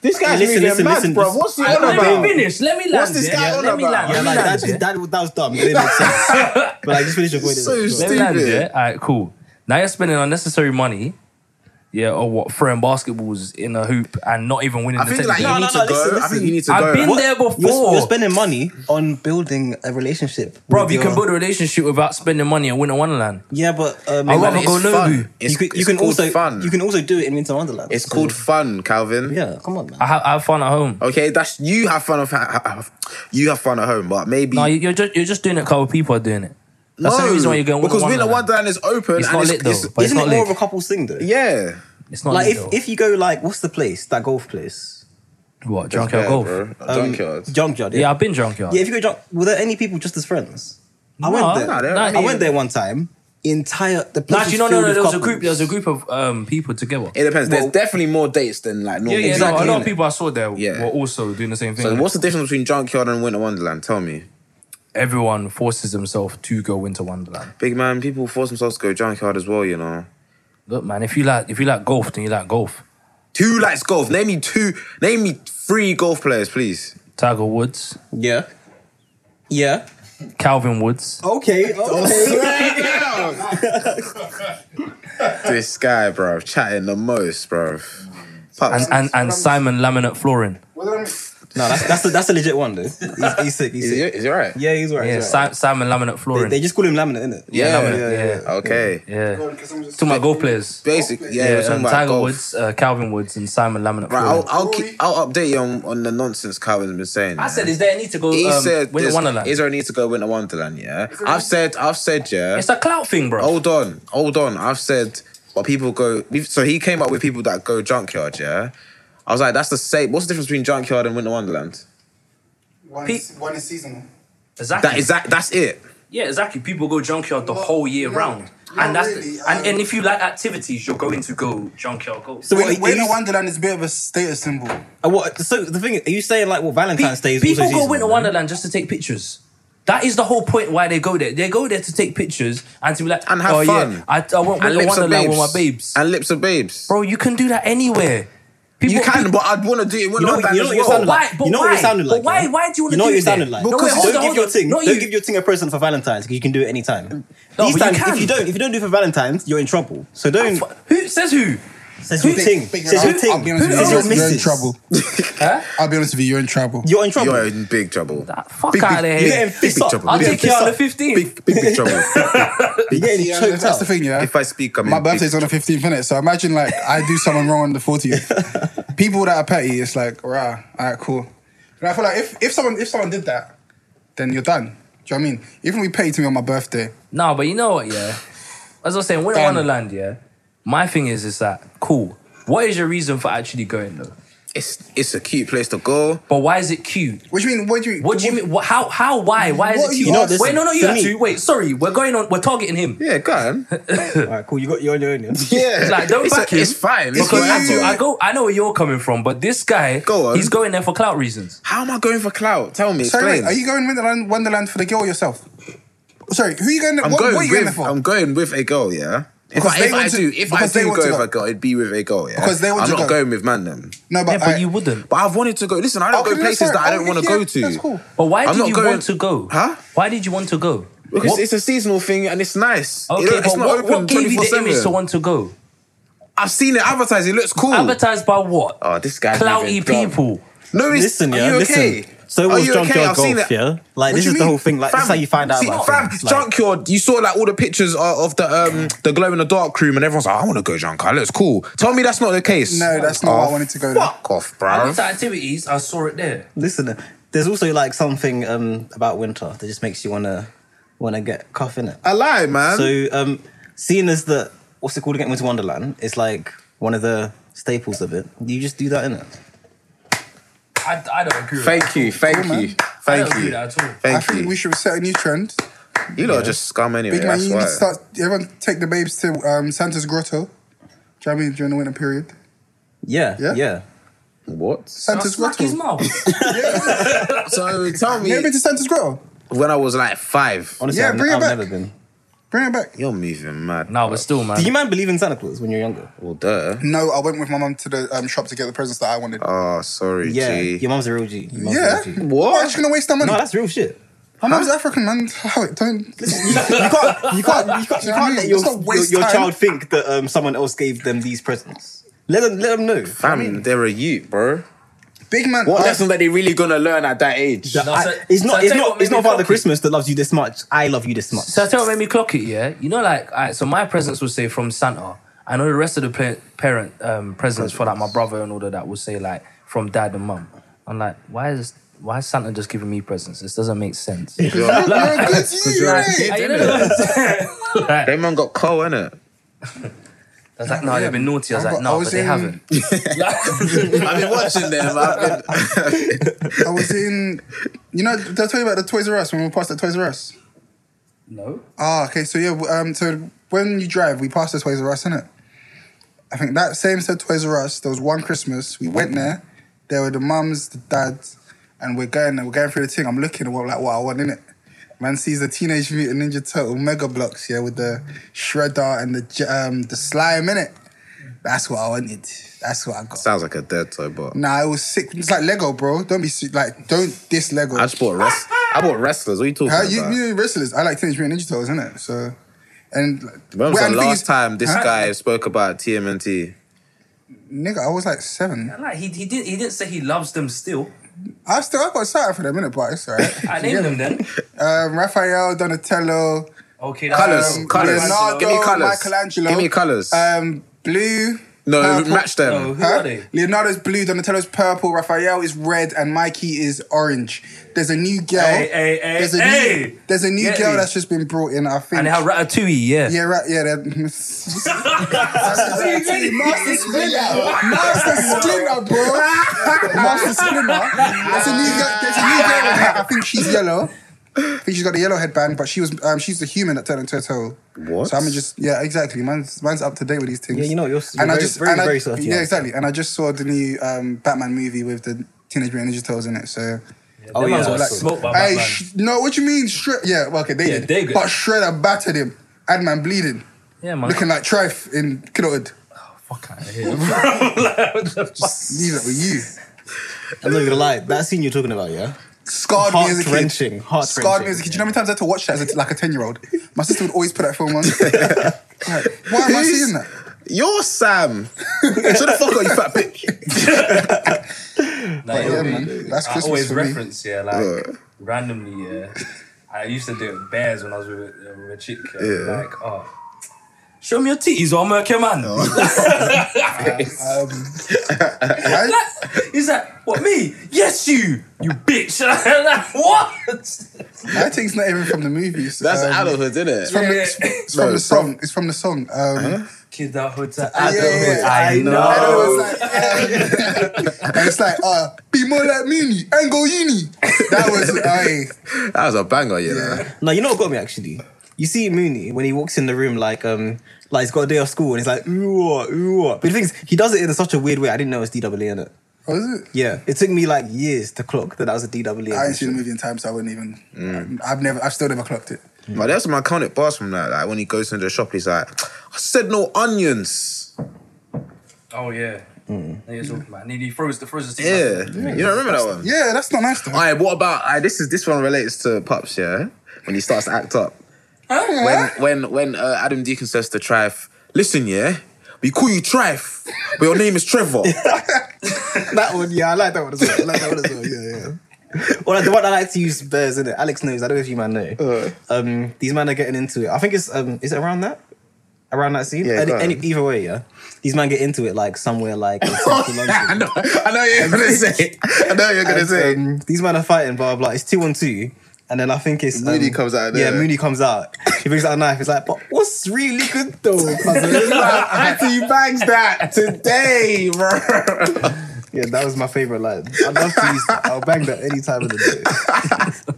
Speaker 4: This guy's
Speaker 3: Hey, listen, listen,
Speaker 4: moving mad,
Speaker 3: listen,
Speaker 4: bro.
Speaker 3: this-
Speaker 4: What's he
Speaker 1: Let
Speaker 4: on about?
Speaker 1: me finish. Let me land.
Speaker 4: What's this
Speaker 1: yeah,
Speaker 4: guy
Speaker 1: yeah,
Speaker 4: on
Speaker 1: let me
Speaker 4: about?
Speaker 1: land.
Speaker 4: Yeah,
Speaker 1: Let me
Speaker 4: like,
Speaker 1: land.
Speaker 3: that, that, that was dumb. It didn't make sense. but like, just finish your point.
Speaker 4: So
Speaker 1: Let me land.
Speaker 4: Stupid.
Speaker 1: Yeah, alright, cool. Now you're spending unnecessary money. Yeah, or what? Throwing basketballs in a hoop and not even winning
Speaker 4: I
Speaker 1: the
Speaker 4: think
Speaker 1: tennis
Speaker 4: like you
Speaker 1: game.
Speaker 4: need
Speaker 3: no,
Speaker 4: to go.
Speaker 3: listen,
Speaker 4: I think
Speaker 3: listen.
Speaker 4: you need to
Speaker 1: I've
Speaker 4: go.
Speaker 1: been
Speaker 4: What-
Speaker 1: there before.
Speaker 3: You're, you're spending money on building a relationship,
Speaker 1: Bro,
Speaker 3: with
Speaker 1: you
Speaker 3: your-
Speaker 1: can build a relationship without spending money and win a Wonderland.
Speaker 3: Yeah, but um,
Speaker 1: I'd
Speaker 3: you
Speaker 1: rather
Speaker 3: can-
Speaker 1: go
Speaker 4: it's
Speaker 1: Nobu.
Speaker 4: fun.
Speaker 1: You
Speaker 4: It's-
Speaker 3: you can, you
Speaker 4: it's
Speaker 3: can
Speaker 4: called
Speaker 3: also
Speaker 4: fun.
Speaker 3: you can also do it in Winter Wonderland.
Speaker 4: It's
Speaker 3: So-
Speaker 4: called fun, Calvin.
Speaker 3: yeah. Come on, man.
Speaker 1: I have, I have fun at home.
Speaker 4: Okay, that's you have fun of ha- ha- you have fun at home, but maybe
Speaker 1: No, you- you're just you're just doing it because people are doing it. That's the
Speaker 4: No,
Speaker 1: only reason why you're going
Speaker 4: because
Speaker 1: Winter
Speaker 4: Winter
Speaker 1: Wonderland.
Speaker 4: Wonderland is open.
Speaker 1: It's
Speaker 4: and
Speaker 1: not
Speaker 4: it's,
Speaker 1: lit though,
Speaker 4: it's-
Speaker 1: but it's
Speaker 3: Isn't
Speaker 1: not
Speaker 3: it more
Speaker 1: lit.
Speaker 3: of a couples thing though?
Speaker 4: yeah,
Speaker 1: It's not
Speaker 3: Like
Speaker 1: lit
Speaker 3: if,
Speaker 1: though.
Speaker 3: if you go like what's the place that golf place?
Speaker 1: what junkyard golf?
Speaker 4: Junkyard.
Speaker 3: Um, Junkyard.
Speaker 1: Yeah, I've been junkyard.
Speaker 3: Yeah, if you go junk, were there any people just as friends?
Speaker 1: No,
Speaker 3: I went there.
Speaker 1: no,
Speaker 4: there-
Speaker 1: I
Speaker 3: I,
Speaker 1: mean-
Speaker 3: went there one time. Entire the place.
Speaker 1: no, actually,
Speaker 3: was
Speaker 1: no, no,
Speaker 3: filled
Speaker 1: no.
Speaker 3: with
Speaker 1: There was a
Speaker 3: couples.
Speaker 1: group. There was a group of um people together.
Speaker 4: It depends.
Speaker 3: Well-
Speaker 4: There's definitely more dates than like normal.
Speaker 1: yeah, yeah.
Speaker 4: dates.
Speaker 1: no, a lot of
Speaker 4: innit?
Speaker 1: people I saw there
Speaker 4: Yeah.
Speaker 1: were also doing the same thing.
Speaker 4: So what's the difference between Junkyard and Winter Wonderland? Tell me,
Speaker 1: Everyone forces themselves to go Winter Wonderland.
Speaker 4: big man. People force themselves to go Junkyard as well. You know,
Speaker 1: Look, man, if you like if you like golf, then you like golf.
Speaker 4: two likes golf. Name me two. Name me three golf players, please.
Speaker 1: Tiger Woods,
Speaker 3: Yeah, yeah.
Speaker 1: Calvin Woods.
Speaker 2: Okay, okay.
Speaker 4: this guy, bro, chatting the most, bro. Pups.
Speaker 1: And, and, and Simon Laminate Flooring.
Speaker 3: No, that's that's a, that's a legit one, dude. He's, he's sick. He's
Speaker 4: Is he,
Speaker 3: sick.
Speaker 4: is he right?
Speaker 3: Yeah, he's right.
Speaker 1: Yeah,
Speaker 3: he's right.
Speaker 1: Si- Simon Laminate
Speaker 3: They,
Speaker 1: Flooring.
Speaker 3: they just call him laminate, innit?
Speaker 4: Yeah,
Speaker 1: Laminate,
Speaker 4: yeah,
Speaker 1: yeah,
Speaker 4: Okay.
Speaker 1: yeah.
Speaker 2: To
Speaker 1: To my goal players.
Speaker 4: Basic, yeah, we're
Speaker 1: Yeah,
Speaker 4: talking
Speaker 1: um,
Speaker 4: about
Speaker 1: Tiger
Speaker 4: golf.
Speaker 1: Woods, uh, Calvin Woods, and Simon Laminate
Speaker 4: Right,
Speaker 1: Flooring.
Speaker 4: I'll I'll, keep, I'll update you on, on the nonsense Calvin's been saying.
Speaker 1: I
Speaker 4: yeah.
Speaker 1: said, is there a need to go
Speaker 4: he
Speaker 1: um,
Speaker 4: said
Speaker 1: win
Speaker 4: there's-
Speaker 1: Wonderland?
Speaker 4: Israel needs to go Winter Wonderland. Yeah, I've said, I've said, yeah.
Speaker 1: It's a clout thing, bro.
Speaker 4: Hold on, hold on. I've said, but people go. we've- So he came up with people that go junkyard. Yeah, I was like, that's the same. What's the difference between junkyard and Winter Wonderland?
Speaker 2: One,
Speaker 1: Pete-
Speaker 2: one is seasonal.
Speaker 1: exactly.
Speaker 4: That is that. That's it.
Speaker 1: yeah, exactly. People go junkyard the whole year
Speaker 2: no,
Speaker 1: round.
Speaker 2: not
Speaker 1: And that's
Speaker 2: really,
Speaker 1: and,
Speaker 2: um,
Speaker 1: and if you like activities, you're going to go junkyard go.
Speaker 3: So what?
Speaker 2: Wait,
Speaker 3: are
Speaker 2: Winter
Speaker 3: you,
Speaker 2: Wonderland is a bit of a status symbol.
Speaker 3: uh, what so the thing? Are you saying like what Valentine's Day is?
Speaker 1: people
Speaker 3: also
Speaker 1: go
Speaker 3: seasonal,
Speaker 1: Winter
Speaker 3: right?
Speaker 1: Wonderland just to take pictures. That is the whole point why they go there. They go there to take pictures and to be like
Speaker 4: And have
Speaker 1: oh,
Speaker 4: fun.
Speaker 1: Yeah, I, I went
Speaker 4: And
Speaker 1: Winter
Speaker 4: lips of
Speaker 1: Wonderland with my
Speaker 4: babes.
Speaker 1: babes.
Speaker 4: And lips of babes.
Speaker 1: bro, you can do that anywhere. People,
Speaker 4: you can, but I'd want to do it in
Speaker 3: You
Speaker 4: Winter
Speaker 3: know,
Speaker 4: Wonderland
Speaker 3: you know what
Speaker 4: as
Speaker 3: you're
Speaker 4: well.
Speaker 3: sounding
Speaker 1: why-
Speaker 3: like.
Speaker 1: but
Speaker 3: you know what
Speaker 1: why?
Speaker 3: you're sounding
Speaker 1: But
Speaker 3: like.
Speaker 1: why-
Speaker 3: yeah?
Speaker 1: why do you wanna
Speaker 3: You know
Speaker 1: do
Speaker 3: what you're
Speaker 1: that?
Speaker 3: sounding like.
Speaker 1: Because
Speaker 3: don't
Speaker 1: hold on,
Speaker 3: give
Speaker 1: hold
Speaker 3: your
Speaker 1: on.
Speaker 3: thing.
Speaker 1: Not
Speaker 3: don't
Speaker 1: you.
Speaker 3: give your thing a present for Valentine's. 'cause You can do it any time.
Speaker 1: No,
Speaker 3: These
Speaker 1: but you
Speaker 3: times,
Speaker 1: can.
Speaker 3: if you don't, if you don't do it for Valentine's, you're in trouble. So don't.
Speaker 1: who says who?
Speaker 3: Says your ting. Says your
Speaker 2: I'll be
Speaker 3: ting.
Speaker 2: honest with
Speaker 3: Says
Speaker 2: you,
Speaker 3: your
Speaker 2: you're, in
Speaker 3: missus.
Speaker 2: trouble.
Speaker 1: Huh?
Speaker 2: I'll be honest with you, you're in trouble.
Speaker 3: You're in trouble.
Speaker 4: You're in big trouble.
Speaker 1: Ah, fuck
Speaker 4: Big, big-
Speaker 1: out of here.
Speaker 3: You're getting fist
Speaker 4: big
Speaker 3: up.
Speaker 4: trouble.
Speaker 1: I'll
Speaker 3: You're
Speaker 1: take you
Speaker 3: getting
Speaker 1: out on
Speaker 3: fist
Speaker 1: the 15th.
Speaker 4: Big, big, big trouble. Big, big-
Speaker 3: up. You're getting
Speaker 2: Yeah,
Speaker 3: choked
Speaker 2: that's
Speaker 3: out.
Speaker 2: the thing, yeah.
Speaker 4: if I speak, I'm
Speaker 2: my
Speaker 4: in big-
Speaker 2: birthday's on the 15th, innit? So imagine, like, I do something wrong on the 40th. People that are petty, it's like, rah, all right, cool. And I feel like if, if someone if someone did that, then you're done. Do you know what I mean? Even if you petty to me on my birthday,
Speaker 1: No, but you know what, yeah. As I was saying, Winter
Speaker 2: Damn.
Speaker 1: Wonderland, yeah. My thing is, is that cool. What is your reason for actually going though?
Speaker 4: It's it's a cute place to go.
Speaker 1: But why is it cute?
Speaker 2: what do you mean? What do you
Speaker 1: What do you mean? What, how? How? Why? Why is
Speaker 2: What
Speaker 1: it
Speaker 2: are
Speaker 1: cute?
Speaker 2: you
Speaker 3: know,
Speaker 1: wait,
Speaker 3: listen,
Speaker 1: no, no, you
Speaker 3: for
Speaker 1: have
Speaker 3: me-
Speaker 1: to. Wait, sorry, we're going on. We're targeting him.
Speaker 4: Yeah, go on.
Speaker 3: Alright, cool. You got you're on your own. yeah.
Speaker 4: Yeah,
Speaker 1: Like, don't
Speaker 4: it's,
Speaker 1: back him.
Speaker 4: it's fine. It's
Speaker 1: Because I,
Speaker 4: whatever.
Speaker 1: I go, I know where you're coming from, but this guy,
Speaker 4: Go on.
Speaker 1: he's going there for clout reasons.
Speaker 4: How am I going for clout? Tell me.
Speaker 2: Sorry,
Speaker 4: explain.
Speaker 2: wait, are you going Wonderland, Wonderland for the girl or yourself? Sorry, who are you going?
Speaker 4: I'm
Speaker 2: what,
Speaker 4: going
Speaker 2: what are you
Speaker 4: with.
Speaker 2: going there for?
Speaker 4: I'm going with a girl. Yeah. If,
Speaker 2: Because
Speaker 4: I,
Speaker 2: they
Speaker 4: if I
Speaker 2: want to-
Speaker 4: do, if I
Speaker 2: because they
Speaker 4: do
Speaker 2: want
Speaker 4: go
Speaker 2: to
Speaker 4: with
Speaker 2: go.
Speaker 4: a girl, it'd be with a girl. Yeah.
Speaker 2: Because they want
Speaker 4: I'm
Speaker 2: to
Speaker 4: not
Speaker 2: go.
Speaker 4: going with man them.
Speaker 2: no, but,
Speaker 1: Yeah, but
Speaker 2: I-
Speaker 1: you wouldn't.
Speaker 4: But I've wanted to go. Listen, I don't
Speaker 2: Okay,
Speaker 4: go
Speaker 2: no,
Speaker 4: places
Speaker 2: sorry.
Speaker 4: that I
Speaker 2: Oh,
Speaker 4: don't want to
Speaker 2: yeah,
Speaker 4: go to.
Speaker 2: that's cool.
Speaker 1: But why
Speaker 4: I'm
Speaker 1: did
Speaker 4: not
Speaker 1: you
Speaker 4: going-
Speaker 1: want to go?
Speaker 4: Huh?
Speaker 1: Why did you want to go?
Speaker 4: Because
Speaker 1: What-
Speaker 4: it's a seasonal thing and it's nice. It
Speaker 1: Okay,
Speaker 4: don't- it's
Speaker 1: but
Speaker 4: not
Speaker 1: what,
Speaker 4: open
Speaker 1: what gave you the
Speaker 4: 24/7.
Speaker 1: image to want to go?
Speaker 4: I've seen it advertised. It looks cool.
Speaker 1: Advertised by what?
Speaker 4: oh, this guy.
Speaker 1: Clouty people.
Speaker 4: No, it's,
Speaker 3: Listen,
Speaker 4: are
Speaker 3: yeah,
Speaker 4: you
Speaker 3: listen.
Speaker 4: okay?
Speaker 3: So
Speaker 4: are
Speaker 3: was
Speaker 4: you
Speaker 3: junkyard
Speaker 4: okay? I've seen
Speaker 3: golf,
Speaker 4: it.
Speaker 3: yeah.
Speaker 2: What
Speaker 3: Like this
Speaker 2: do
Speaker 3: is
Speaker 2: you
Speaker 3: the
Speaker 2: mean?
Speaker 3: whole thing. Like this is
Speaker 4: Fam,
Speaker 3: how you find out
Speaker 4: see,
Speaker 3: about
Speaker 4: fam,
Speaker 3: things. Like,
Speaker 4: junkyard. You saw like all the pictures of, of the um the glow in the dark room, and everyone's like, "I want to go junkyard. Looks cool." Tell me that's not the case.
Speaker 2: No, that's not
Speaker 4: Oh,
Speaker 2: what I wanted to go to.
Speaker 4: Fuck off,
Speaker 1: I
Speaker 4: bro.
Speaker 1: looked at activities. I saw it there.
Speaker 3: Listen, there's also like something um, about winter that just makes you wanna wanna get cuff in it.
Speaker 4: I lie, man.
Speaker 3: So um, seeing as the what's it called again? Winter Wonderland is like one of the staples of it. You just do that in it.
Speaker 1: I, I don't agree. with that.
Speaker 4: thank you, thank
Speaker 2: Cool,
Speaker 4: you,
Speaker 2: man.
Speaker 1: I
Speaker 4: thank
Speaker 1: don't agree
Speaker 4: you,
Speaker 1: with that at all.
Speaker 2: I
Speaker 4: thank
Speaker 2: think
Speaker 4: you.
Speaker 2: we should set a new trend.
Speaker 4: You lot are just scum anyway.
Speaker 2: Big man,
Speaker 4: That's
Speaker 2: you need to
Speaker 4: why.
Speaker 2: start. Everyone take the babes to um, Santa's grotto. Do you know what I mean? During the winter period,
Speaker 3: Yeah, yeah.
Speaker 2: Yeah?
Speaker 4: What?
Speaker 1: I'll
Speaker 2: Santa's
Speaker 1: smack his
Speaker 2: grotto.
Speaker 1: mouth.
Speaker 4: So tell
Speaker 2: You ever
Speaker 4: me,
Speaker 2: been to Santa's grotto?
Speaker 4: when I was like five,
Speaker 3: Honestly,
Speaker 2: Yeah,
Speaker 3: I've,
Speaker 2: bring it
Speaker 3: I've
Speaker 2: back.
Speaker 3: never been.
Speaker 2: Bring it back.
Speaker 4: you're moving mad.
Speaker 1: no, but still, man.
Speaker 3: Did you man believe in Santa Claus when you were younger?
Speaker 4: Well, duh.
Speaker 2: No, I went with my mum to the um, shop to get the presents that I wanted.
Speaker 4: Oh, sorry,
Speaker 3: Yeah,
Speaker 4: G.
Speaker 3: your mum's a real G. Your mum's a
Speaker 2: yeah,
Speaker 3: real G.
Speaker 4: What?
Speaker 2: Why is she gonna waste that money?
Speaker 3: No, that's real shit.
Speaker 2: my mum's African, man. Don't.
Speaker 3: You can't, you can't, you can't, you
Speaker 2: Yeah, I
Speaker 3: can't
Speaker 2: mean,
Speaker 3: let your,
Speaker 2: let's not
Speaker 3: your,
Speaker 2: waste
Speaker 3: your
Speaker 2: time.
Speaker 3: child think that um, someone else gave them these presents. Let them, let them know.
Speaker 4: Fam, they're a youth, bro.
Speaker 2: Big man.
Speaker 4: What
Speaker 2: I-
Speaker 4: lesson that they really gonna learn at that age?
Speaker 3: That
Speaker 1: No,
Speaker 3: I-
Speaker 1: so-
Speaker 3: it's not,
Speaker 1: so
Speaker 3: it's
Speaker 1: tell you
Speaker 3: not,
Speaker 1: what made
Speaker 3: it's not
Speaker 1: me
Speaker 3: about the
Speaker 1: cocky.
Speaker 3: Christmas that loves you this much. I love you this much.
Speaker 1: So I tell you what made me clock it, yeah? You know, like, all right, so my presents would say from Santa. I know the rest of the pa- parent um, presents for like my brother and all of that would say like from dad and mum. I'm like, why is why is Santa just giving me presents? This doesn't make sense. Like,
Speaker 2: You're a good you,
Speaker 4: eh?
Speaker 2: right?
Speaker 1: you know what I'm saying? Like,
Speaker 4: That man got coal, innit?
Speaker 1: I was like, no, they've been naughty. I was
Speaker 2: I
Speaker 1: like,
Speaker 2: got- I
Speaker 1: no, but
Speaker 2: was
Speaker 1: they
Speaker 2: in-
Speaker 1: haven't.
Speaker 4: I've been watching them. I've been...
Speaker 2: I was in. You know, did I tell you about the Toys R Us when we passed the Toys R Us?
Speaker 1: No.
Speaker 2: Ah, okay. So yeah, w- um, so when you drive, we passed the Toys R Us, innit? I think that same said Toys R Us. There was one Christmas we went there. There were the mums, the dads, and we're going. We're going through the thing. I'm looking at what like what I want, innit? Man sees the Teenage Mutant Ninja Turtle Mega Blocks, yeah, with the shredder and the j- um the slime in it. That's what I wanted. That's what I got.
Speaker 4: Sounds like a dead toy, but
Speaker 2: Nah, it was sick. It's like Lego, bro. Don't be si- like, don't diss Lego.
Speaker 4: I just bought a rest. I bought wrestlers. What are you talking
Speaker 2: How
Speaker 4: about?
Speaker 2: you, you wrestlers? I like Teenage Mutant Ninja Turtles, innit? So, and
Speaker 4: when was
Speaker 2: Well,
Speaker 4: the
Speaker 2: and thing
Speaker 4: last
Speaker 2: is-
Speaker 4: time this
Speaker 2: Huh?
Speaker 4: guy spoke about TMNT?
Speaker 2: nigga, I was like seven.
Speaker 1: Like he, he didn't he didn't say he loves them still.
Speaker 2: I still I got started for them in a but it's alright.
Speaker 1: I named them then.
Speaker 2: um, Raphael, Donatello,
Speaker 1: Okay,
Speaker 4: Colours,
Speaker 2: um,
Speaker 4: colours.
Speaker 2: Leonardo,
Speaker 4: Give me colours.
Speaker 2: Michelangelo.
Speaker 4: Give me colours.
Speaker 2: Um, blue.
Speaker 4: No,
Speaker 2: purple-
Speaker 4: match
Speaker 1: No,
Speaker 4: them.
Speaker 1: who
Speaker 2: Huh?
Speaker 1: are they?
Speaker 2: Leonardo's blue, Donatello's purple, Raphael is red, and Mikey is orange. There's a new girl.
Speaker 1: Hey, hey, hey,
Speaker 2: there's a
Speaker 1: hey!
Speaker 2: new, there's a new
Speaker 1: Get
Speaker 2: girl
Speaker 1: me.
Speaker 2: that's just been brought in. I think.
Speaker 1: And they have Ratatouille, yeah.
Speaker 2: yeah, right. Yeah, that- Master Splinter, Master Splinter, bro, Master Splinter. There's a new girl. There's a new girl. with her. I think she's yellow. I think she's got the yellow headband, but she was um, she's the human that turned into a turtle.
Speaker 4: What?
Speaker 2: So I'm just yeah, exactly. Mine's mine's up to date with these things.
Speaker 3: Yeah, you know, you're- you're very- very,
Speaker 2: I,
Speaker 3: very salty,
Speaker 2: Yeah,
Speaker 3: aren't you?
Speaker 2: exactly. And I just saw the new um, Batman movie with the Teenage Mutant Ninja Turtles in it. So
Speaker 3: Oh, yeah.
Speaker 1: Got
Speaker 3: Like-
Speaker 1: smoked by
Speaker 2: Hey,
Speaker 1: Batman.
Speaker 2: sh- no, what you mean? Shred? Yeah, well, okay, they
Speaker 1: Yeah,
Speaker 2: did.
Speaker 1: they good.
Speaker 2: But Shredder battered him. Adman bleeding,
Speaker 1: yeah, man.
Speaker 2: looking like Trife in Kid Hood.
Speaker 1: Fuck out of here, bro. Like, what the fuck?
Speaker 2: Leave that with you.
Speaker 3: I'm not gonna lie, that scene you're talking about, yeah?
Speaker 2: Scarred me as a kid.
Speaker 3: Heart-wrenching, heart-wrenching.
Speaker 2: Scarred me as a kid. Do you know how many times I had to watch that as a, like a ten year old? My sister would always put that film on. like, why am I
Speaker 4: Who's-
Speaker 2: seeing that?
Speaker 4: You're Sam. Shut the fuck up, you fat bitch.
Speaker 1: Like,
Speaker 2: yeah,
Speaker 1: it'll be-
Speaker 2: man. That's
Speaker 1: I
Speaker 2: Christmas
Speaker 1: always
Speaker 2: for me.
Speaker 1: reference, yeah, like
Speaker 4: Yeah.
Speaker 1: randomly, yeah. I used to do it with bears when I was with, uh, with a chick. Yeah.
Speaker 4: Yeah.
Speaker 1: Like, oh, show me your titties or I'm a man.
Speaker 2: Um, I,
Speaker 1: He's like, what me? Yes, you, you bitch. like, what?
Speaker 2: I think it's not even from the movies.
Speaker 4: That's
Speaker 2: um,
Speaker 4: adulthood, isn't it?
Speaker 2: From the,
Speaker 1: Yeah.
Speaker 2: it's, it's
Speaker 4: No,
Speaker 2: from the
Speaker 4: it's from-
Speaker 2: song. It's from the song. Um,
Speaker 1: Kid out hood to
Speaker 2: yeah,
Speaker 1: adulthood.
Speaker 2: yeah,
Speaker 1: I know.
Speaker 2: And it was like,
Speaker 1: Oh.
Speaker 2: um, and it's like, uh, be more like Muni, Ango Uni. That was, aye.
Speaker 4: That was a banger, you know.
Speaker 3: No, you know what got me actually? You see Mooney when he walks in the room like um like he's got a day off school and he's like ooh ah, ooh ah." but the thing is he does it in such a weird way I didn't know it's DWA in it
Speaker 2: What was it?
Speaker 3: yeah it took me like years to clock that that was a DWA
Speaker 2: I ain't
Speaker 3: edition.
Speaker 2: seen the movie in time, so I wouldn't even. I've never, I've still never clocked it.
Speaker 4: But there's some iconic bars from that. Like when he goes into the shop, he's like, I said no onions.
Speaker 1: Oh yeah. They was talking about- And then he froze the froze the
Speaker 4: Yeah.
Speaker 1: titties.
Speaker 4: You don't remember that one?
Speaker 2: Yeah, that's not nice though.
Speaker 4: Alright, what about alright, this is this one relates to Pups, yeah? When he starts to act up.
Speaker 2: Huh?
Speaker 4: When when when uh, Adam Deacon says to Trife, listen, yeah, we call you Trife, but your name is Trevor.
Speaker 3: that one yeah I like that one as well I like that one as well yeah yeah or like the one I like to use bears in it Alex knows I don't know if you man know
Speaker 2: Uh.
Speaker 3: um these men are getting into it I think it's um is it around that around that scene
Speaker 4: Yeah,
Speaker 3: Any-
Speaker 4: go on.
Speaker 3: any- either way yeah these men get into it like somewhere like in Central London.
Speaker 4: I know, I know you're gonna say. I know you're gonna
Speaker 3: And,
Speaker 4: say.
Speaker 3: um, these men are fighting, blah blah. blah. It's two on two, and then I think it's um,
Speaker 4: Moody comes out of
Speaker 3: Yeah,
Speaker 4: there.
Speaker 3: Moody comes out. He brings out a knife. He's like, "But what's really good though, cousin?" It's like,
Speaker 4: Auntie bags that today, bro.
Speaker 3: yeah, that was my favorite line. I'd love to use. That. I'll bang that any time of the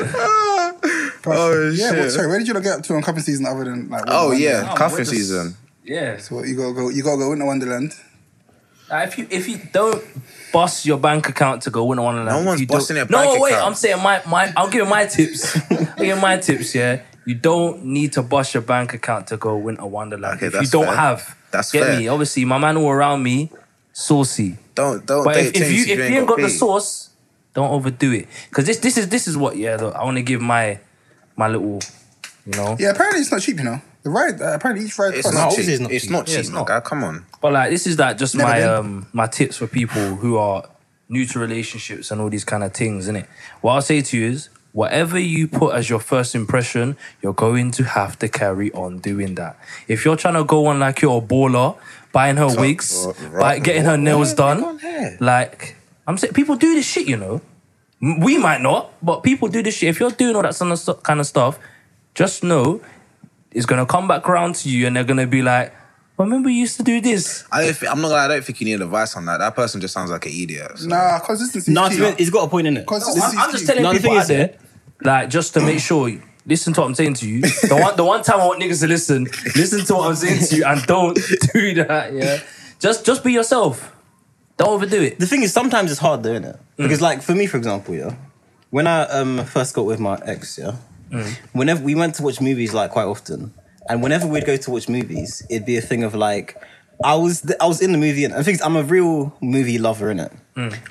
Speaker 3: day.
Speaker 4: oh
Speaker 2: Yeah,
Speaker 4: shit.
Speaker 2: well, sorry, where did you not get up to on cupping season other than like?
Speaker 4: oh
Speaker 2: Wonderland?
Speaker 4: yeah,
Speaker 1: No,
Speaker 4: cuffing
Speaker 1: we're just-
Speaker 4: season.
Speaker 1: Yeah.
Speaker 2: Well, you gotta go. You gotta go into Wonderland.
Speaker 1: Now, if you if you don't bust your bank account to go win a one
Speaker 4: No one's
Speaker 1: you don't-
Speaker 4: busting their
Speaker 1: no,
Speaker 4: bank
Speaker 1: wait,
Speaker 4: account.
Speaker 1: I'm saying my my I'm giving my tips. I'm giving my tips. Yeah, you don't need to bust your bank account to go win a Wonderland
Speaker 4: Okay,
Speaker 1: if you
Speaker 4: that's
Speaker 1: don't
Speaker 4: fair.
Speaker 1: have.
Speaker 4: That's
Speaker 1: get
Speaker 4: fair.
Speaker 1: me. Obviously, my man all around me, saucy.
Speaker 4: Don't don't.
Speaker 1: But if,
Speaker 4: date
Speaker 1: if
Speaker 4: things
Speaker 1: you if you ain't got the
Speaker 4: beat.
Speaker 1: sauce, don't overdo it. Because this this is this is what yeah. Though, I want to give my my little you know.
Speaker 2: Yeah, apparently it's not cheap, you know. The ride, uh, apparently each ride.
Speaker 4: it's
Speaker 2: costs-
Speaker 4: not
Speaker 3: ours
Speaker 4: cheap.
Speaker 3: is not
Speaker 4: it's
Speaker 3: cheap.
Speaker 4: not
Speaker 1: Yeah,
Speaker 4: cheap,
Speaker 1: it's
Speaker 4: my
Speaker 1: not.
Speaker 4: guy. Come on.
Speaker 1: But like this is like just
Speaker 2: Never
Speaker 1: my
Speaker 2: been.
Speaker 1: um my tips for people who are new to relationships and all these kind of things, innit? What I'll say to you is whatever you put as your first impression, you're going to have to carry on doing that. If you're trying to go on like you're a baller, buying her wigs, by getting her nails done, like I'm saying people do this shit, you know. M- We might not, but people do this shit. If you're doing all that sort of stu- kind of stuff, just know it's gonna come back around to you and they're gonna be like, remember you used to do this.
Speaker 4: I don't. Think, I'm not. gonna lie, I don't think you need advice on that. That person just sounds like an idiot. so-
Speaker 2: Nah, consistency.
Speaker 3: no,
Speaker 2: is
Speaker 3: it's
Speaker 2: key.
Speaker 3: been- it's got a point in it.
Speaker 2: Consistency.
Speaker 1: I'm, I'm
Speaker 2: is
Speaker 1: just
Speaker 2: key.
Speaker 1: telling
Speaker 3: No, the
Speaker 1: people
Speaker 3: thing
Speaker 1: out
Speaker 3: is-
Speaker 1: there, like, just to make sure. you- Listen to what I'm saying to you. The one, the one time I want niggas to listen, listen to what I'm saying to you, and don't do that. Yeah, just, just be yourself. Don't overdo it.
Speaker 3: The thing is, sometimes it's hard though, innit? Because like for me, for example, yeah, when I um first got with my ex, yeah, whenever we went to watch movies like quite often, and whenever we'd go to watch movies, it'd be a thing of like. I was I was in the movie and, and things. I'm a real movie lover in it.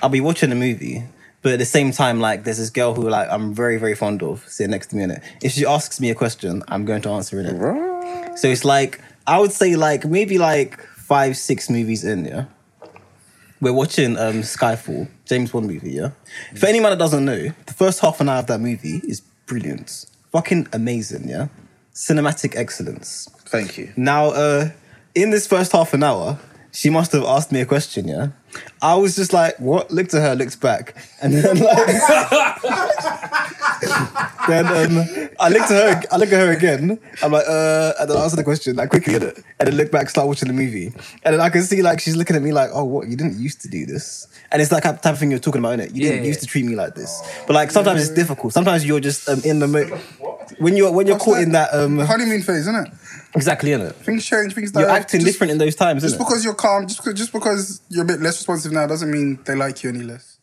Speaker 3: I'll be watching a movie, but But at the same time, like there's this girl who like I'm very very fond of sitting next to me in it. If she asks me a question, I'm going to answer in it. So it's like I would say like maybe like five six movies in yeah. We're watching um, Skyfall, James Bond movie. Yeah. For anyone that doesn't know, the first half an hour of that movie is brilliant, fucking amazing. Yeah. Cinematic excellence.
Speaker 4: Thank you.
Speaker 3: Now, uh, in this first half an hour, she must have asked me a question, yeah? I was just like, what? Looked at her, looked back. And then, like, then um, I looked at her, I look at her again. I'm like, uh, and then I answer the question, like, quickly at it. And then look back, start watching the movie. And then I can see, like, she's looking at me like, oh, what? You didn't used to do this. And it's like that type of thing you're talking about, innit? You
Speaker 1: Yeah,
Speaker 3: didn't
Speaker 1: yeah.
Speaker 3: used to treat me like this. But, like, sometimes it's difficult. Sometimes you're just um, in the moment. When you're, when you're
Speaker 2: What's
Speaker 3: caught in that, um,
Speaker 2: honeymoon phase, isn't it?
Speaker 3: exactly in it,
Speaker 2: Things change, things die.
Speaker 3: you're
Speaker 4: Uh,
Speaker 3: acting
Speaker 2: Just-
Speaker 3: different in those times.
Speaker 2: Just
Speaker 3: innit?
Speaker 2: because you're calm, just because, just because you're a bit less responsive now, doesn't mean they like you any less.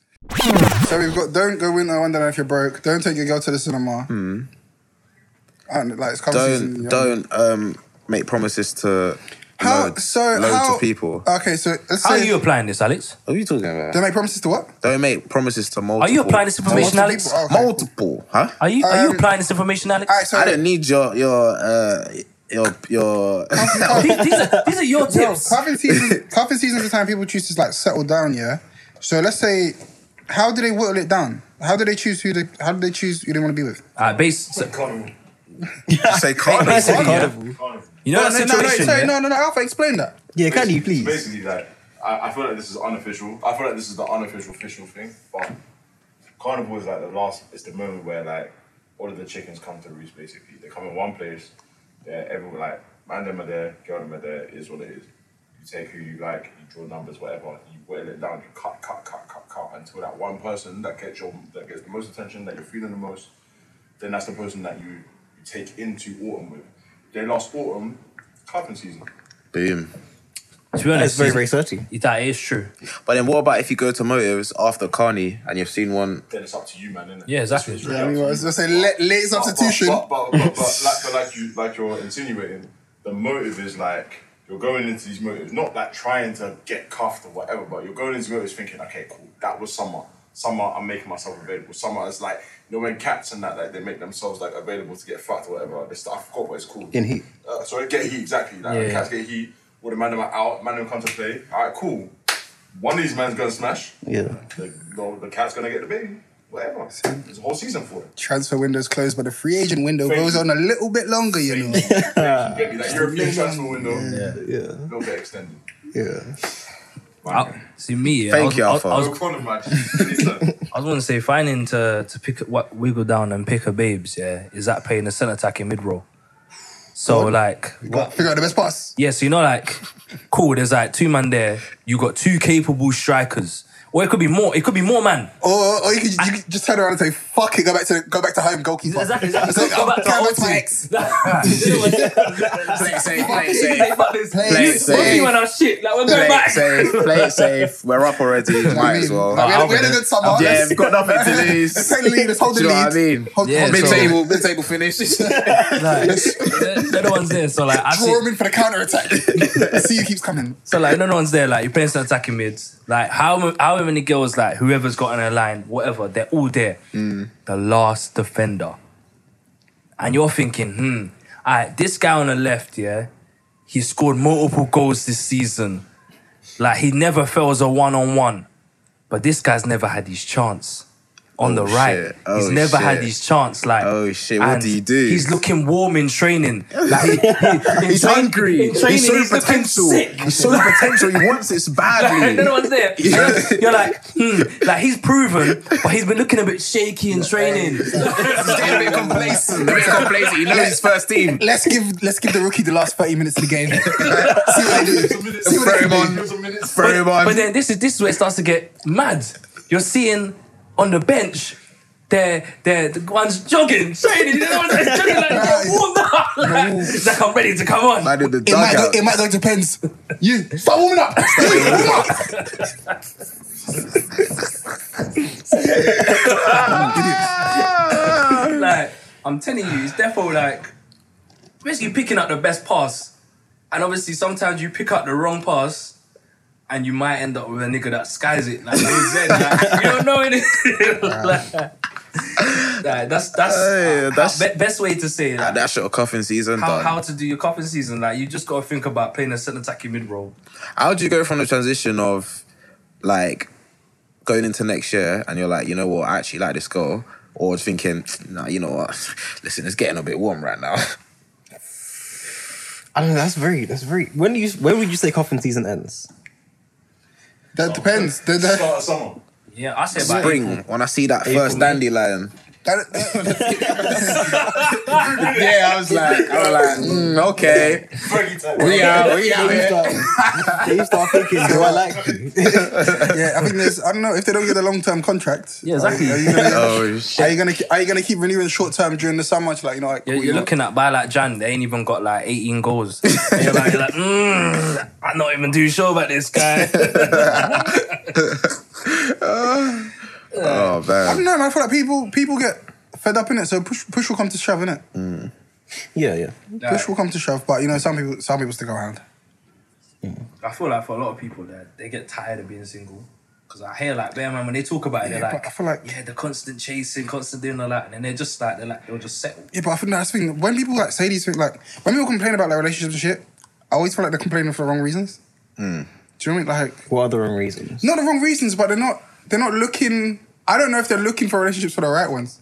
Speaker 2: So we've got don't go winter wonderland if you're broke. Don't take your girl to the cinema. And like it's come season,
Speaker 4: Hmm. Don't
Speaker 2: yeah.
Speaker 4: don't um make promises to
Speaker 2: How
Speaker 4: loads,
Speaker 2: so?
Speaker 4: loads
Speaker 2: how,
Speaker 4: of people.
Speaker 2: Okay, so let's
Speaker 1: How are
Speaker 2: say
Speaker 1: you applying this, Alex?
Speaker 4: what are you talking about?
Speaker 2: they make promises to what?
Speaker 4: Don't make promises to multiple.
Speaker 1: Are you applying this information,
Speaker 2: Multiple
Speaker 1: Alex?
Speaker 2: people, okay.
Speaker 4: Multiple, huh?
Speaker 1: Are you are you
Speaker 2: Um,
Speaker 1: applying this information, Alex?
Speaker 2: All right, so
Speaker 4: I don't need your your uh your your.
Speaker 1: these, these are, these are your tips.
Speaker 2: cuffing season. cuffing season is the time people choose to like settle down. Yeah. So let's say, how do they whittle it down? How do they choose who they? How do they choose who they want to be with?
Speaker 1: All right, base, so-
Speaker 5: Carnival.
Speaker 4: say can't.
Speaker 1: basically, yeah,
Speaker 5: Carnival.
Speaker 1: you know that
Speaker 2: Oh, no, no, no,
Speaker 1: situation.
Speaker 2: sorry,
Speaker 1: yeah?
Speaker 2: no, no, no, Alpha, explain that.
Speaker 3: Yeah, can you please?
Speaker 5: Basically, like I, I feel like this is unofficial. I feel like this is the unofficial official thing. But carnival is like the last. It's the moment where like all of the chickens come to roost. Basically, they come in one place. They're everyone like man them are there, girl them are there. It Is what it is. You take who you like. You draw numbers, whatever. You whittle it down. You cut, cut, cut, cut, cut until that one person that gets your that gets the most attention that you're feeling the most. Then that's the person that you, you take into autumn with. They last autumn, cupping season.
Speaker 4: Boom.
Speaker 1: To be
Speaker 3: That's
Speaker 1: honest,
Speaker 3: very, very searchy.
Speaker 1: that is true.
Speaker 4: But then what about if you go to motives after Carney and you've seen one?
Speaker 5: then it's up to you, man. Isn't it?
Speaker 1: Yeah, exactly.
Speaker 5: It's
Speaker 2: Yeah,
Speaker 5: really
Speaker 2: I mean,
Speaker 5: up
Speaker 2: well,
Speaker 5: to
Speaker 2: it's
Speaker 5: you.
Speaker 2: just a late, late
Speaker 5: But-
Speaker 2: substitution.
Speaker 5: But, but, but, but, but, like, but like you, like you're insinuating, the motive is like you're going into these motives, not like trying to get cuffed or whatever, but you're going into motives thinking, okay, cool, that was summer. Summer, I'm making myself available. Summer is like, you know, when cats and that, like, they make themselves like available to get fucked or whatever. This stuff, I forgot what it's called.
Speaker 3: In heat.
Speaker 5: Uh, sorry, get heat exactly. Like when
Speaker 1: Yeah.
Speaker 5: cats get heat. All the man them are out. Man them come to play. All right, cool. One of these man's gonna smash.
Speaker 3: Yeah.
Speaker 5: The, the, the cat's gonna get the baby. Whatever. There's a whole season for it.
Speaker 2: Transfer window's closed, but the free agent window
Speaker 5: Thank
Speaker 2: goes
Speaker 5: you.
Speaker 2: on a little bit longer, you know.
Speaker 5: Get me that European transfer window. Yeah.
Speaker 3: Yeah.
Speaker 5: It'll get extended.
Speaker 3: Yeah.
Speaker 1: I, see me. Yeah,
Speaker 4: Thank
Speaker 1: I was,
Speaker 4: you,
Speaker 1: I, was-
Speaker 4: Alpha.
Speaker 1: I was,
Speaker 5: No problem, man. Listen,
Speaker 1: I was going to say finding to to pick what wiggle down and pick a babes. Yeah, is that playing a centre attack in mid roll? So like,
Speaker 2: Figure out the best pass.
Speaker 1: yeah, so you know like, cool. There's like two man there. You got two capable strikers, or it could be more. It could be more man.
Speaker 2: Or, or you could you could just turn around and say, fuck it, go back to go back to home goalkeeper.
Speaker 1: Exactly. exactly.
Speaker 2: It's like,
Speaker 1: Go back to
Speaker 2: "Go
Speaker 1: our
Speaker 2: back to my
Speaker 1: team."
Speaker 2: ex.
Speaker 4: Play safe, play
Speaker 1: Like, fuck this.
Speaker 2: Play
Speaker 1: You-
Speaker 2: safe.
Speaker 1: fuck you and our shit. Like we're going back.
Speaker 4: safe, play it safe. We're up already.
Speaker 2: I
Speaker 4: Might
Speaker 2: mean,
Speaker 4: as well.
Speaker 2: like, we, had, we had a
Speaker 1: I'll
Speaker 2: good summer.
Speaker 4: yeah,
Speaker 2: Let's-
Speaker 4: we've got nothing to lose.
Speaker 2: Let's take the lead. Let's hold
Speaker 4: Do
Speaker 2: the
Speaker 4: you
Speaker 2: lead.
Speaker 4: know what I mean?
Speaker 2: Hold,
Speaker 1: Yeah,
Speaker 2: hold the
Speaker 1: so-
Speaker 4: Mid
Speaker 2: lead.
Speaker 4: table, mid table finish.
Speaker 1: Like, they're, they're the ones there. So like, I
Speaker 2: Draw him
Speaker 1: see.
Speaker 2: in for the counter attack. See who keeps coming.
Speaker 1: So like, no one's there. Like you're playing some attacking mids. Like how how many girls like whoever's got on their line, whatever, they're all there.
Speaker 4: Mm.
Speaker 1: The last defender, and you're thinking, hmm, all right, this guy on the left, yeah, he scored multiple goals this season. Like he never fails a one on one, but this guy's never had his chance. On the
Speaker 4: Oh,
Speaker 1: right,
Speaker 4: shit. Oh,
Speaker 1: he's never had
Speaker 4: shit.
Speaker 1: his chance. Like,
Speaker 4: Oh, shit. What
Speaker 1: and
Speaker 4: do you do?
Speaker 1: He's looking warm in training. Like, he- he- in
Speaker 4: He's
Speaker 1: train-
Speaker 4: hungry.
Speaker 1: In training,
Speaker 4: He's
Speaker 1: he's,
Speaker 4: showing
Speaker 1: looking
Speaker 4: potential.
Speaker 1: sick.
Speaker 4: He's showing potential. He wants this badly.
Speaker 1: Like, no one's there. You're, you're like, hmm, like he's proven, but he's been looking a bit shaky in training.
Speaker 4: He's getting a bit complacent. A bit complacent. He knows his first team.
Speaker 2: Let's give let's give the rookie the last 30 minutes of the game. See what they do. See what they
Speaker 4: Throw
Speaker 2: can
Speaker 4: him
Speaker 2: do.
Speaker 4: on. Throw him on.
Speaker 1: But then this is this is where it starts to get mad. You're seeing on the bench. They're, they're, the one's jogging, training, the other one's like, jogging like, they're warmed up. Like, it's like, I'm ready to come on.
Speaker 4: I did the
Speaker 2: It might, go,
Speaker 4: dugout.
Speaker 2: it might go depends. You start warming up. Warm up.
Speaker 1: like I'm telling you, it's therefore like basically picking up the best pass, and obviously sometimes you pick up the wrong pass, and you might end up with a nigga that skies it. Like, you said, like, you don't know it. like, like, that's that's,
Speaker 4: Hey,
Speaker 1: uh, how-
Speaker 4: that's-
Speaker 1: be- best way to say it.
Speaker 4: Like,
Speaker 1: Like,
Speaker 4: that shit a coughing season
Speaker 1: how,
Speaker 4: done.
Speaker 1: how to do your cupping season? Like you just got to think about playing a centre attacking mid role.
Speaker 4: How do you go from the transition of like going into next year and you're like, you know what, I actually like this goal, or thinking, nah, you know what, listen, it's getting a bit warm right now.
Speaker 3: I don't know. That's very. That's very. When do you? When would you say coffin season ends?
Speaker 2: That depends. That, that,
Speaker 5: Start of summer.
Speaker 1: Yeah, I say about
Speaker 4: Spring, when I see that first dandelion,
Speaker 2: that- that-
Speaker 4: yeah, I was like, I was like, mm, okay,
Speaker 5: Fergie time.
Speaker 4: we out, we out
Speaker 3: Then you
Speaker 4: here.
Speaker 3: start, then you start thinking, do I like you?
Speaker 2: yeah, I think there's. I don't know if they don't get a long term contract.
Speaker 1: Yeah, exactly.
Speaker 2: Are you gonna,
Speaker 4: Oh shit!
Speaker 2: are you gonna, ke- are you gonna keep renewing short term during the summer? It's like you know, like cool,
Speaker 1: You're, you're
Speaker 2: you know,
Speaker 1: looking at by like Jan, they ain't even got like 18 goals. And you're like, you're like mm, I'm not even too sure about this guy.
Speaker 4: Oh
Speaker 2: I don't
Speaker 4: man,
Speaker 2: know. Man, I feel like people people get fed up in it. So push push will come to shove, innit? it.
Speaker 3: Yeah, yeah.
Speaker 2: Push will come to shove, but you know some people some people stick around.
Speaker 1: I feel like for a lot of people, that they get tired of being single. Because I hear like, bear man, when they talk about it,
Speaker 2: Yeah,
Speaker 1: they're
Speaker 2: but
Speaker 1: like,
Speaker 2: I feel like-
Speaker 1: yeah, the constant chasing, constant doing all that, and then they're just like, they're like, they'll just settle.
Speaker 2: Yeah, but I think that's the thing. When people like say these things, like when people complain about their relationships and shit, I always feel like they're complaining for the wrong reasons.
Speaker 4: Hmm.
Speaker 2: Do you know what I mean? Like
Speaker 3: What are the wrong reasons?
Speaker 2: not the wrong reasons, but they're not they're not looking. I don't know if they're looking for relationships for the right ones.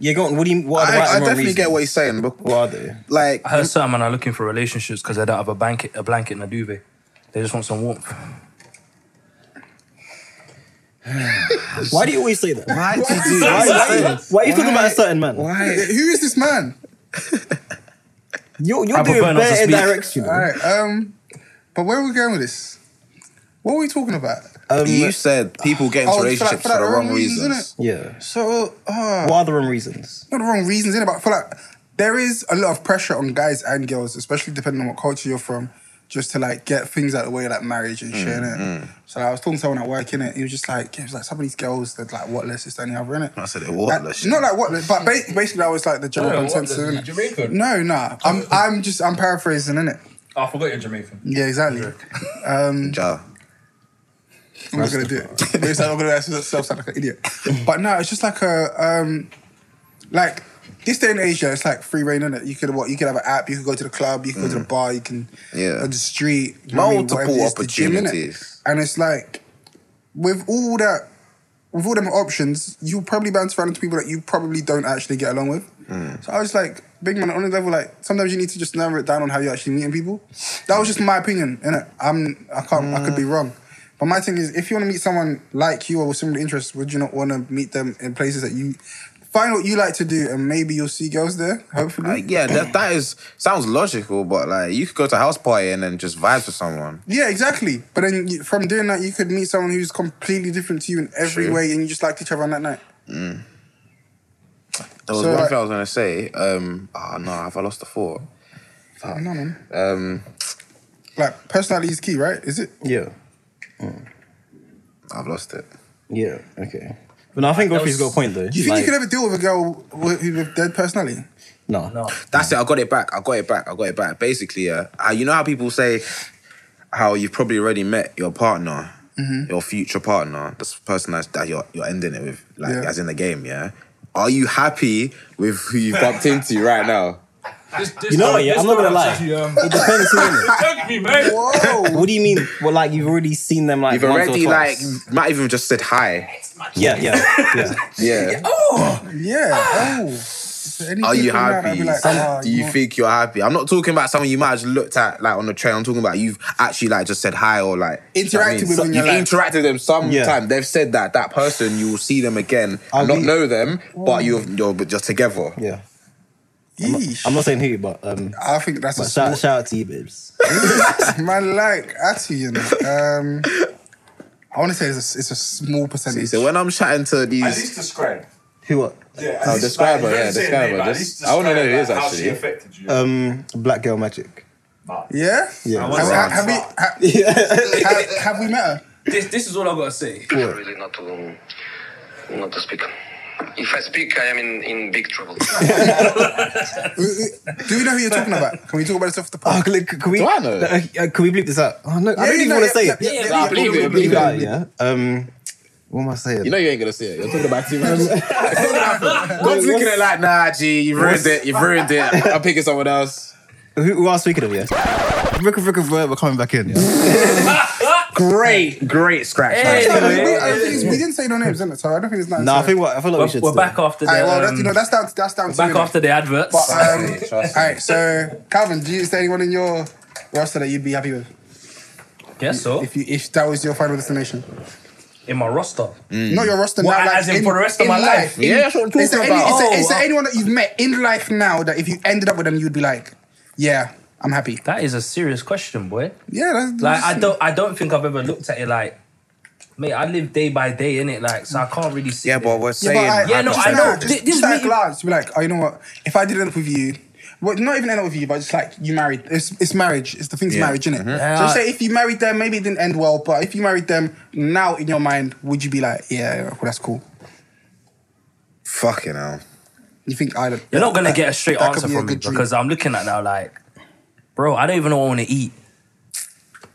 Speaker 3: Yeah, go on. What do you? What are the
Speaker 4: I,
Speaker 3: right
Speaker 4: I
Speaker 3: and wrong
Speaker 4: definitely get
Speaker 3: reasons?
Speaker 4: what he's saying, but
Speaker 3: What are they?
Speaker 4: like,
Speaker 1: I heard certain men are looking for relationships because they don't have a blanket, a blanket and a duvet. They just want some warmth.
Speaker 3: Why do you always say that? Why,
Speaker 4: why did you?
Speaker 3: why, why, are you talking about a
Speaker 4: Why?
Speaker 3: certain man?
Speaker 4: Why?
Speaker 2: Yeah, Who is this man?
Speaker 3: You're, you're
Speaker 1: I
Speaker 3: doing
Speaker 1: prefer not to
Speaker 3: bare
Speaker 1: speak.
Speaker 3: indirects, you know.
Speaker 2: All right. Um, but where are we going with this? What are we talking about?
Speaker 3: Um,
Speaker 4: You said people get into
Speaker 2: Oh, for that-
Speaker 4: relationships
Speaker 2: for
Speaker 4: for,
Speaker 2: that
Speaker 4: the wrong
Speaker 2: wrong reasons,
Speaker 4: reasons.
Speaker 2: innit?
Speaker 3: yeah.
Speaker 2: So, uh,
Speaker 3: What are the wrong reasons?
Speaker 2: not the wrong reasons in it, but I feel like there is a lot of pressure on guys and girls, especially depending on what culture you're from, just to like get things out of the way, like marriage and shit. innit? So like, I was talking to someone at work in it. He was just like, he was like, some of these girls, they're like, what less is than the other in it.
Speaker 4: I said they're worthless.
Speaker 2: Not like what, but ba- basically that was like the general consensus. innit?
Speaker 5: Jamaican.
Speaker 2: No, nah. I'm, I'm just, I'm paraphrasing in it.
Speaker 1: Oh, I forgot you're Jamaican.
Speaker 2: Yeah, exactly. Um,
Speaker 4: Ja.
Speaker 2: I'm not gonna do it. It's like I'm gonna ask myself sound like an idiot. But no, it's just like a um, like this day in Asia, it's like free reign, is it? You could what you could have an app, you could go to the club, you could go to the bar, you can
Speaker 4: Mm. Yeah.
Speaker 2: go to the street, you know what I mean,
Speaker 4: Multiple
Speaker 2: whatever it is, the gym, innit?
Speaker 4: opportunities.
Speaker 2: and it's like with all that. With all them options, you'll probably bounce around to people that you probably don't actually get along with.
Speaker 4: Mm.
Speaker 2: So I was like, big man, on a level, like sometimes you need to just narrow it down on how you're actually meeting people. That was just my opinion, innit? I'm I can't I could be
Speaker 4: Mm.
Speaker 2: wrong. But my thing is if you want to meet someone like you or with similar interests, would you not want to meet them in places that you find what you like to do and maybe you'll see girls there, hopefully.
Speaker 4: Like, yeah, that, that is sounds logical, but like you could go to a house party and then just vibe with someone.
Speaker 2: Yeah, exactly. But then you, from doing that, you could meet someone who's completely different to you in every
Speaker 4: True.
Speaker 2: way, and you just liked each other on that night.
Speaker 4: There was
Speaker 2: So,
Speaker 4: one
Speaker 2: like-
Speaker 4: thing I was gonna say. Um, oh no, have I lost the thought?
Speaker 2: No, man.
Speaker 4: Um,
Speaker 2: Like personality is key, right? Is it?
Speaker 3: Yeah.
Speaker 4: I've lost it.
Speaker 3: Yeah. Okay. But no, I think Godfrey's got a point though.
Speaker 2: Do you think
Speaker 3: Like,
Speaker 2: you could ever deal with a girl with, with dead personality?
Speaker 3: No.
Speaker 1: No.
Speaker 4: That's it. I got it back. I got it back. I got it back. Basically, uh, how- you know how people say how you've probably already met your partner, your future partner, this person that's, that you're you're ending it with, like
Speaker 2: Yeah.
Speaker 4: as in the game. Yeah. Are you happy with who you bumped into right now?
Speaker 3: You know, yeah, I'm not gonna lie. It depends. who, innit?
Speaker 2: Whoa!
Speaker 3: what do you mean? Well, like you've already seen them like
Speaker 4: You've
Speaker 3: once
Speaker 4: already
Speaker 3: or
Speaker 4: like
Speaker 3: twice.
Speaker 4: might even just said hi.
Speaker 3: yeah, yeah, yeah.
Speaker 4: Yeah.
Speaker 5: Oh,
Speaker 2: yeah. Oh. Is there
Speaker 4: Are
Speaker 2: anything
Speaker 4: you
Speaker 2: from that I'd
Speaker 4: happy?
Speaker 2: be like,
Speaker 4: Some-
Speaker 2: ah,
Speaker 4: do you
Speaker 2: know-
Speaker 4: think you're happy? I'm not talking about someone you might have just looked at like on the train. I'm talking about you've actually like just said hi or like
Speaker 2: Interacted
Speaker 4: you know what I mean?
Speaker 2: with them in
Speaker 4: You've
Speaker 2: your life.
Speaker 4: interacted with them sometime.
Speaker 3: Yeah.
Speaker 4: They've said that that person you will see them again,
Speaker 3: I'll
Speaker 4: not
Speaker 3: be-
Speaker 4: know them, but you're you're just together.
Speaker 3: yeah.
Speaker 2: Yeesh.
Speaker 3: I'm not saying who, but um,
Speaker 2: I think that's a
Speaker 3: but shout,
Speaker 2: small,
Speaker 3: shout out to you, babes.
Speaker 2: man like at you, you know. Um, I want to say it's a, it's a small
Speaker 4: He
Speaker 2: percentage.
Speaker 4: said, when I'm chatting to
Speaker 5: At
Speaker 4: these,
Speaker 5: least describe.
Speaker 3: Who? What?
Speaker 5: Yeah, at
Speaker 4: Oh,
Speaker 5: least,
Speaker 4: describe her,
Speaker 5: you don't
Speaker 4: yeah,
Speaker 5: say
Speaker 4: describe
Speaker 5: name,
Speaker 4: her,
Speaker 5: but at
Speaker 4: just-
Speaker 5: least
Speaker 4: I wanna know who it is,
Speaker 5: describe, like, How
Speaker 4: actually.
Speaker 5: she affected you.
Speaker 3: Um, Black Girl Magic.
Speaker 5: Nah.
Speaker 2: yeah.
Speaker 3: Yeah.
Speaker 2: Have, have, have we ha- have, have we met her?
Speaker 1: This, this is all I gotta say.
Speaker 7: um,
Speaker 3: What?
Speaker 10: really not to not to speak.
Speaker 7: If I speak, I am in, in big trouble.
Speaker 2: Do we know who you're talking about? Can we talk about this off the pod?
Speaker 3: Oh, can, can we?
Speaker 4: Do I know?
Speaker 3: Uh, can we bleep this out? Oh no,
Speaker 2: Yeah,
Speaker 3: I don't even
Speaker 2: yeah,
Speaker 3: want
Speaker 2: yeah,
Speaker 3: to say
Speaker 2: yeah,
Speaker 3: it.
Speaker 2: yeah,
Speaker 4: yeah, yeah, bleep it, bleep it.
Speaker 3: out, yeah. Um, what am I saying?
Speaker 4: You know you ain't gonna see it. You're talking about too much. God's looking at it like, nah, G, you've ruined it. You've ruined it. I'm picking someone else.
Speaker 3: who, who are speaking of? Yeah, Rick and Rick and Verb are coming back in. Yeah?
Speaker 4: Great, great scratch.
Speaker 1: Hey,
Speaker 2: I
Speaker 1: man.
Speaker 2: mean, we, I think it's- we didn't say no names, didn't it? So I don't think it's nothing.
Speaker 3: no,
Speaker 2: to-
Speaker 3: I think what I feel like we
Speaker 1: We're,
Speaker 3: should.
Speaker 1: we're
Speaker 3: still.
Speaker 1: back after the
Speaker 2: Alright, well, that's,
Speaker 1: um,
Speaker 2: you know, that's down. To, that's down. To
Speaker 1: back
Speaker 2: you, innit?
Speaker 1: after the adverts.
Speaker 2: But um,
Speaker 4: Trust me,
Speaker 2: all
Speaker 4: trust me.
Speaker 2: right, so Calvin, do you, is there anyone in your roster that you'd be happy with
Speaker 1: Guess so.
Speaker 2: if you if that was your final destination?
Speaker 3: Hmm.
Speaker 1: In my roster.
Speaker 2: Not your roster
Speaker 1: What,
Speaker 2: now, like
Speaker 1: as in for the rest of my life?
Speaker 2: in-
Speaker 4: Yeah, that's what I'm
Speaker 2: is there
Speaker 4: talking
Speaker 2: any-
Speaker 4: about.
Speaker 2: is there-
Speaker 1: Oh,
Speaker 2: is there
Speaker 1: wow.
Speaker 2: anyone that you've met in life now that if you ended up with them, you'd be like, yeah, I'm happy.
Speaker 1: That is a serious question, boy.
Speaker 2: Yeah, that's
Speaker 1: Like I don't I don't think I've ever looked at it like mate, I live day by day in it, like so I can't really see
Speaker 4: Yeah, but we're
Speaker 2: Yeah,
Speaker 4: saying.
Speaker 2: but I,
Speaker 1: Yeah, no,
Speaker 2: just
Speaker 1: I
Speaker 2: at-
Speaker 1: know.
Speaker 2: Just,
Speaker 1: Th- this
Speaker 2: just at a
Speaker 1: meeting-
Speaker 2: glance, be like, oh, you know what? If I did end up with you, well, not even end up with you, but just like you married. It's, it's marriage. It's the thing's
Speaker 4: Yeah.
Speaker 2: marriage, isn't it?
Speaker 1: Yeah.
Speaker 2: So say if you married them, maybe it didn't end well, but if you married them now, in your mind, would you be like, yeah, yeah, well, that's cool?
Speaker 4: Fucking hell.
Speaker 2: You think I?
Speaker 1: You're not gonna get a straight
Speaker 2: that could
Speaker 1: answer
Speaker 2: be a
Speaker 1: from me
Speaker 2: good dream.
Speaker 1: because I'm looking at now like, bro, I don't even know what I want to eat.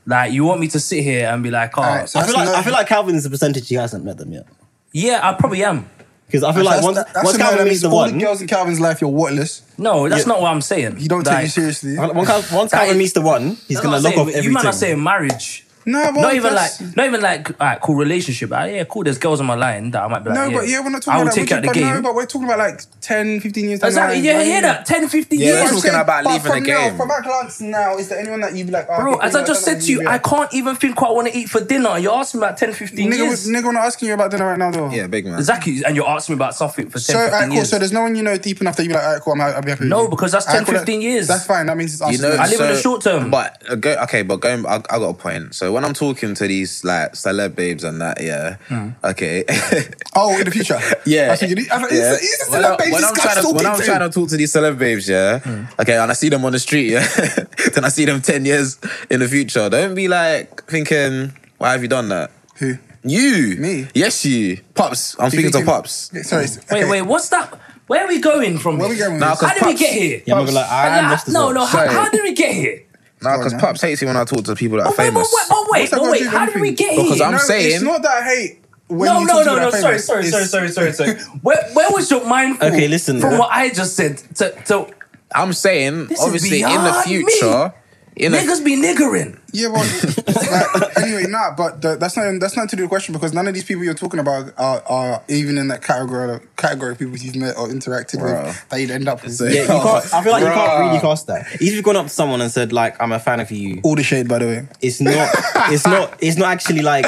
Speaker 1: Like you want me to sit here and be like, oh,
Speaker 2: Alright, so-
Speaker 3: I feel like
Speaker 2: That's
Speaker 3: I feel
Speaker 2: no-
Speaker 3: like Calvin is the percentage he hasn't met them yet.
Speaker 1: yeah, I probably am.
Speaker 3: Because I feel like once,
Speaker 2: that's, that's
Speaker 3: once
Speaker 2: a no, that
Speaker 3: Calvin meets
Speaker 2: means
Speaker 3: the
Speaker 2: all
Speaker 3: one,
Speaker 2: the girls in Calvin's life, you're worthless.
Speaker 1: No, that's
Speaker 3: Yeah.
Speaker 1: not what I'm saying.
Speaker 2: You don't take
Speaker 1: Like,
Speaker 2: you seriously.
Speaker 3: Once Cal- once Calvin meets the one, he's
Speaker 1: that's what
Speaker 3: gonna
Speaker 1: I'm
Speaker 3: lock off
Speaker 1: saying. You might not
Speaker 3: everything.
Speaker 1: saying marriage.
Speaker 2: No, but
Speaker 1: not even
Speaker 2: that's-
Speaker 1: like, not even like, all right, cool relationship. Ah, yeah, cool. There's girls on my line that I might be like,
Speaker 2: No,
Speaker 1: yeah,
Speaker 2: but yeah, we're not talking
Speaker 1: I will
Speaker 2: about
Speaker 1: take
Speaker 2: that.
Speaker 1: out the
Speaker 2: Would you- but
Speaker 1: game.
Speaker 2: No, but we're talking about like 10, 15 years. down the
Speaker 1: exactly.
Speaker 2: line.
Speaker 1: Yeah, I
Speaker 2: Like,
Speaker 1: hear that. 10, 15
Speaker 4: Yeah,
Speaker 1: years.
Speaker 4: that's
Speaker 2: I'm
Speaker 4: talking
Speaker 2: saying,
Speaker 4: about
Speaker 2: but
Speaker 4: leaving
Speaker 2: from
Speaker 4: the
Speaker 2: now-
Speaker 4: game.
Speaker 2: From our glance now, is there anyone that you'd be like, oh,
Speaker 1: Bro,
Speaker 2: okay,
Speaker 1: as
Speaker 2: cool,
Speaker 1: I just
Speaker 2: that's
Speaker 1: said to you,
Speaker 2: yeah.
Speaker 1: I can't even think what I want to eat for dinner. You're asking me about 10, 15
Speaker 2: Nigga,
Speaker 1: years.
Speaker 2: was, nigga, not asking you about dinner right now, though.
Speaker 4: Yeah, big man.
Speaker 1: Exactly, and you're asking me about something for 10,
Speaker 2: So, alright,
Speaker 1: 15
Speaker 2: cool.
Speaker 1: years.
Speaker 2: So there's no one you know deep enough that you be like, alright, cool, I'm, I'll be happy. with
Speaker 1: No,
Speaker 2: you.
Speaker 1: because that's
Speaker 2: Alright,
Speaker 1: 10, 15 years.
Speaker 2: That's fine. That means it's
Speaker 4: You
Speaker 2: answered.
Speaker 4: know,
Speaker 2: then.
Speaker 1: I live in the short term.
Speaker 4: But okay, okay, but going, I, I got a point. So when I'm talking to these like celeb babes and that, yeah, okay,
Speaker 2: oh, in the future.
Speaker 4: yeah,
Speaker 2: That's what you need. I thought, he's
Speaker 4: yeah.
Speaker 2: a- he's a
Speaker 4: When
Speaker 2: celeb
Speaker 4: I-
Speaker 2: babe,
Speaker 4: when
Speaker 2: this
Speaker 4: I'm
Speaker 2: guy's
Speaker 4: trying to when
Speaker 2: talking
Speaker 4: I'm
Speaker 2: to
Speaker 4: trying
Speaker 2: him.
Speaker 4: to talk to these celeb babes, yeah, okay, and I see them on the street, yeah, then I see them ten years in the future. Don't be like thinking, why have you done that?
Speaker 2: Who?
Speaker 4: You,
Speaker 2: Me?
Speaker 4: yes, you, pops. I'm speaking to
Speaker 2: thinking-
Speaker 4: pops.
Speaker 2: Yeah, Sorry. it's-
Speaker 1: Wait,
Speaker 2: okay.
Speaker 1: wait, what's that? Where are we going from
Speaker 2: Where are we
Speaker 1: this?
Speaker 2: going with
Speaker 4: Nah,
Speaker 2: this?
Speaker 4: cause
Speaker 1: How did we
Speaker 4: Pops-
Speaker 1: get here?
Speaker 3: Yeah, I'm not gonna lie, I am
Speaker 1: Nah,
Speaker 3: lost as
Speaker 1: no,
Speaker 3: well.
Speaker 1: no, how,
Speaker 4: Sorry.
Speaker 1: how did we get here?
Speaker 4: No, because
Speaker 2: on,
Speaker 4: pops hates it when I talk to people
Speaker 1: Oh,
Speaker 4: that are
Speaker 1: wait, wait,
Speaker 4: famous.
Speaker 1: wait, oh,
Speaker 2: What's
Speaker 1: wait,
Speaker 2: that
Speaker 1: oh,
Speaker 2: got to
Speaker 1: wait,
Speaker 2: do with
Speaker 1: how did we
Speaker 2: anything?
Speaker 1: get
Speaker 4: Because
Speaker 1: here?
Speaker 4: I'm
Speaker 2: No,
Speaker 4: saying-
Speaker 2: it's not that I hate. When
Speaker 1: no,
Speaker 2: you
Speaker 1: no,
Speaker 2: talk to people
Speaker 1: no, no,
Speaker 2: that are
Speaker 1: sorry,
Speaker 2: famous.
Speaker 1: sorry, sorry,
Speaker 2: It's-
Speaker 1: sorry, sorry, sorry. Where, where was your mind from-
Speaker 3: Okay, listen,
Speaker 1: from
Speaker 3: yeah.
Speaker 1: what I just said to, to
Speaker 4: I'm saying,
Speaker 1: This is
Speaker 4: obviously, in the
Speaker 1: beyond me.
Speaker 4: future, in the
Speaker 1: niggas be niggering.
Speaker 2: Yeah, well, like, anyway, nah, but the, that's not that's not to do the question because none of these people you're talking about are, are even in that category category of people you've met or interacted
Speaker 4: Bruh.
Speaker 2: with that you'd end up with.
Speaker 3: Yeah, you can't, I feel like you can't really cast that. If you've gone up to someone and said like, "I'm a fan of you,"
Speaker 2: All the shade, by the way.
Speaker 3: it's not, it's not, it's not actually like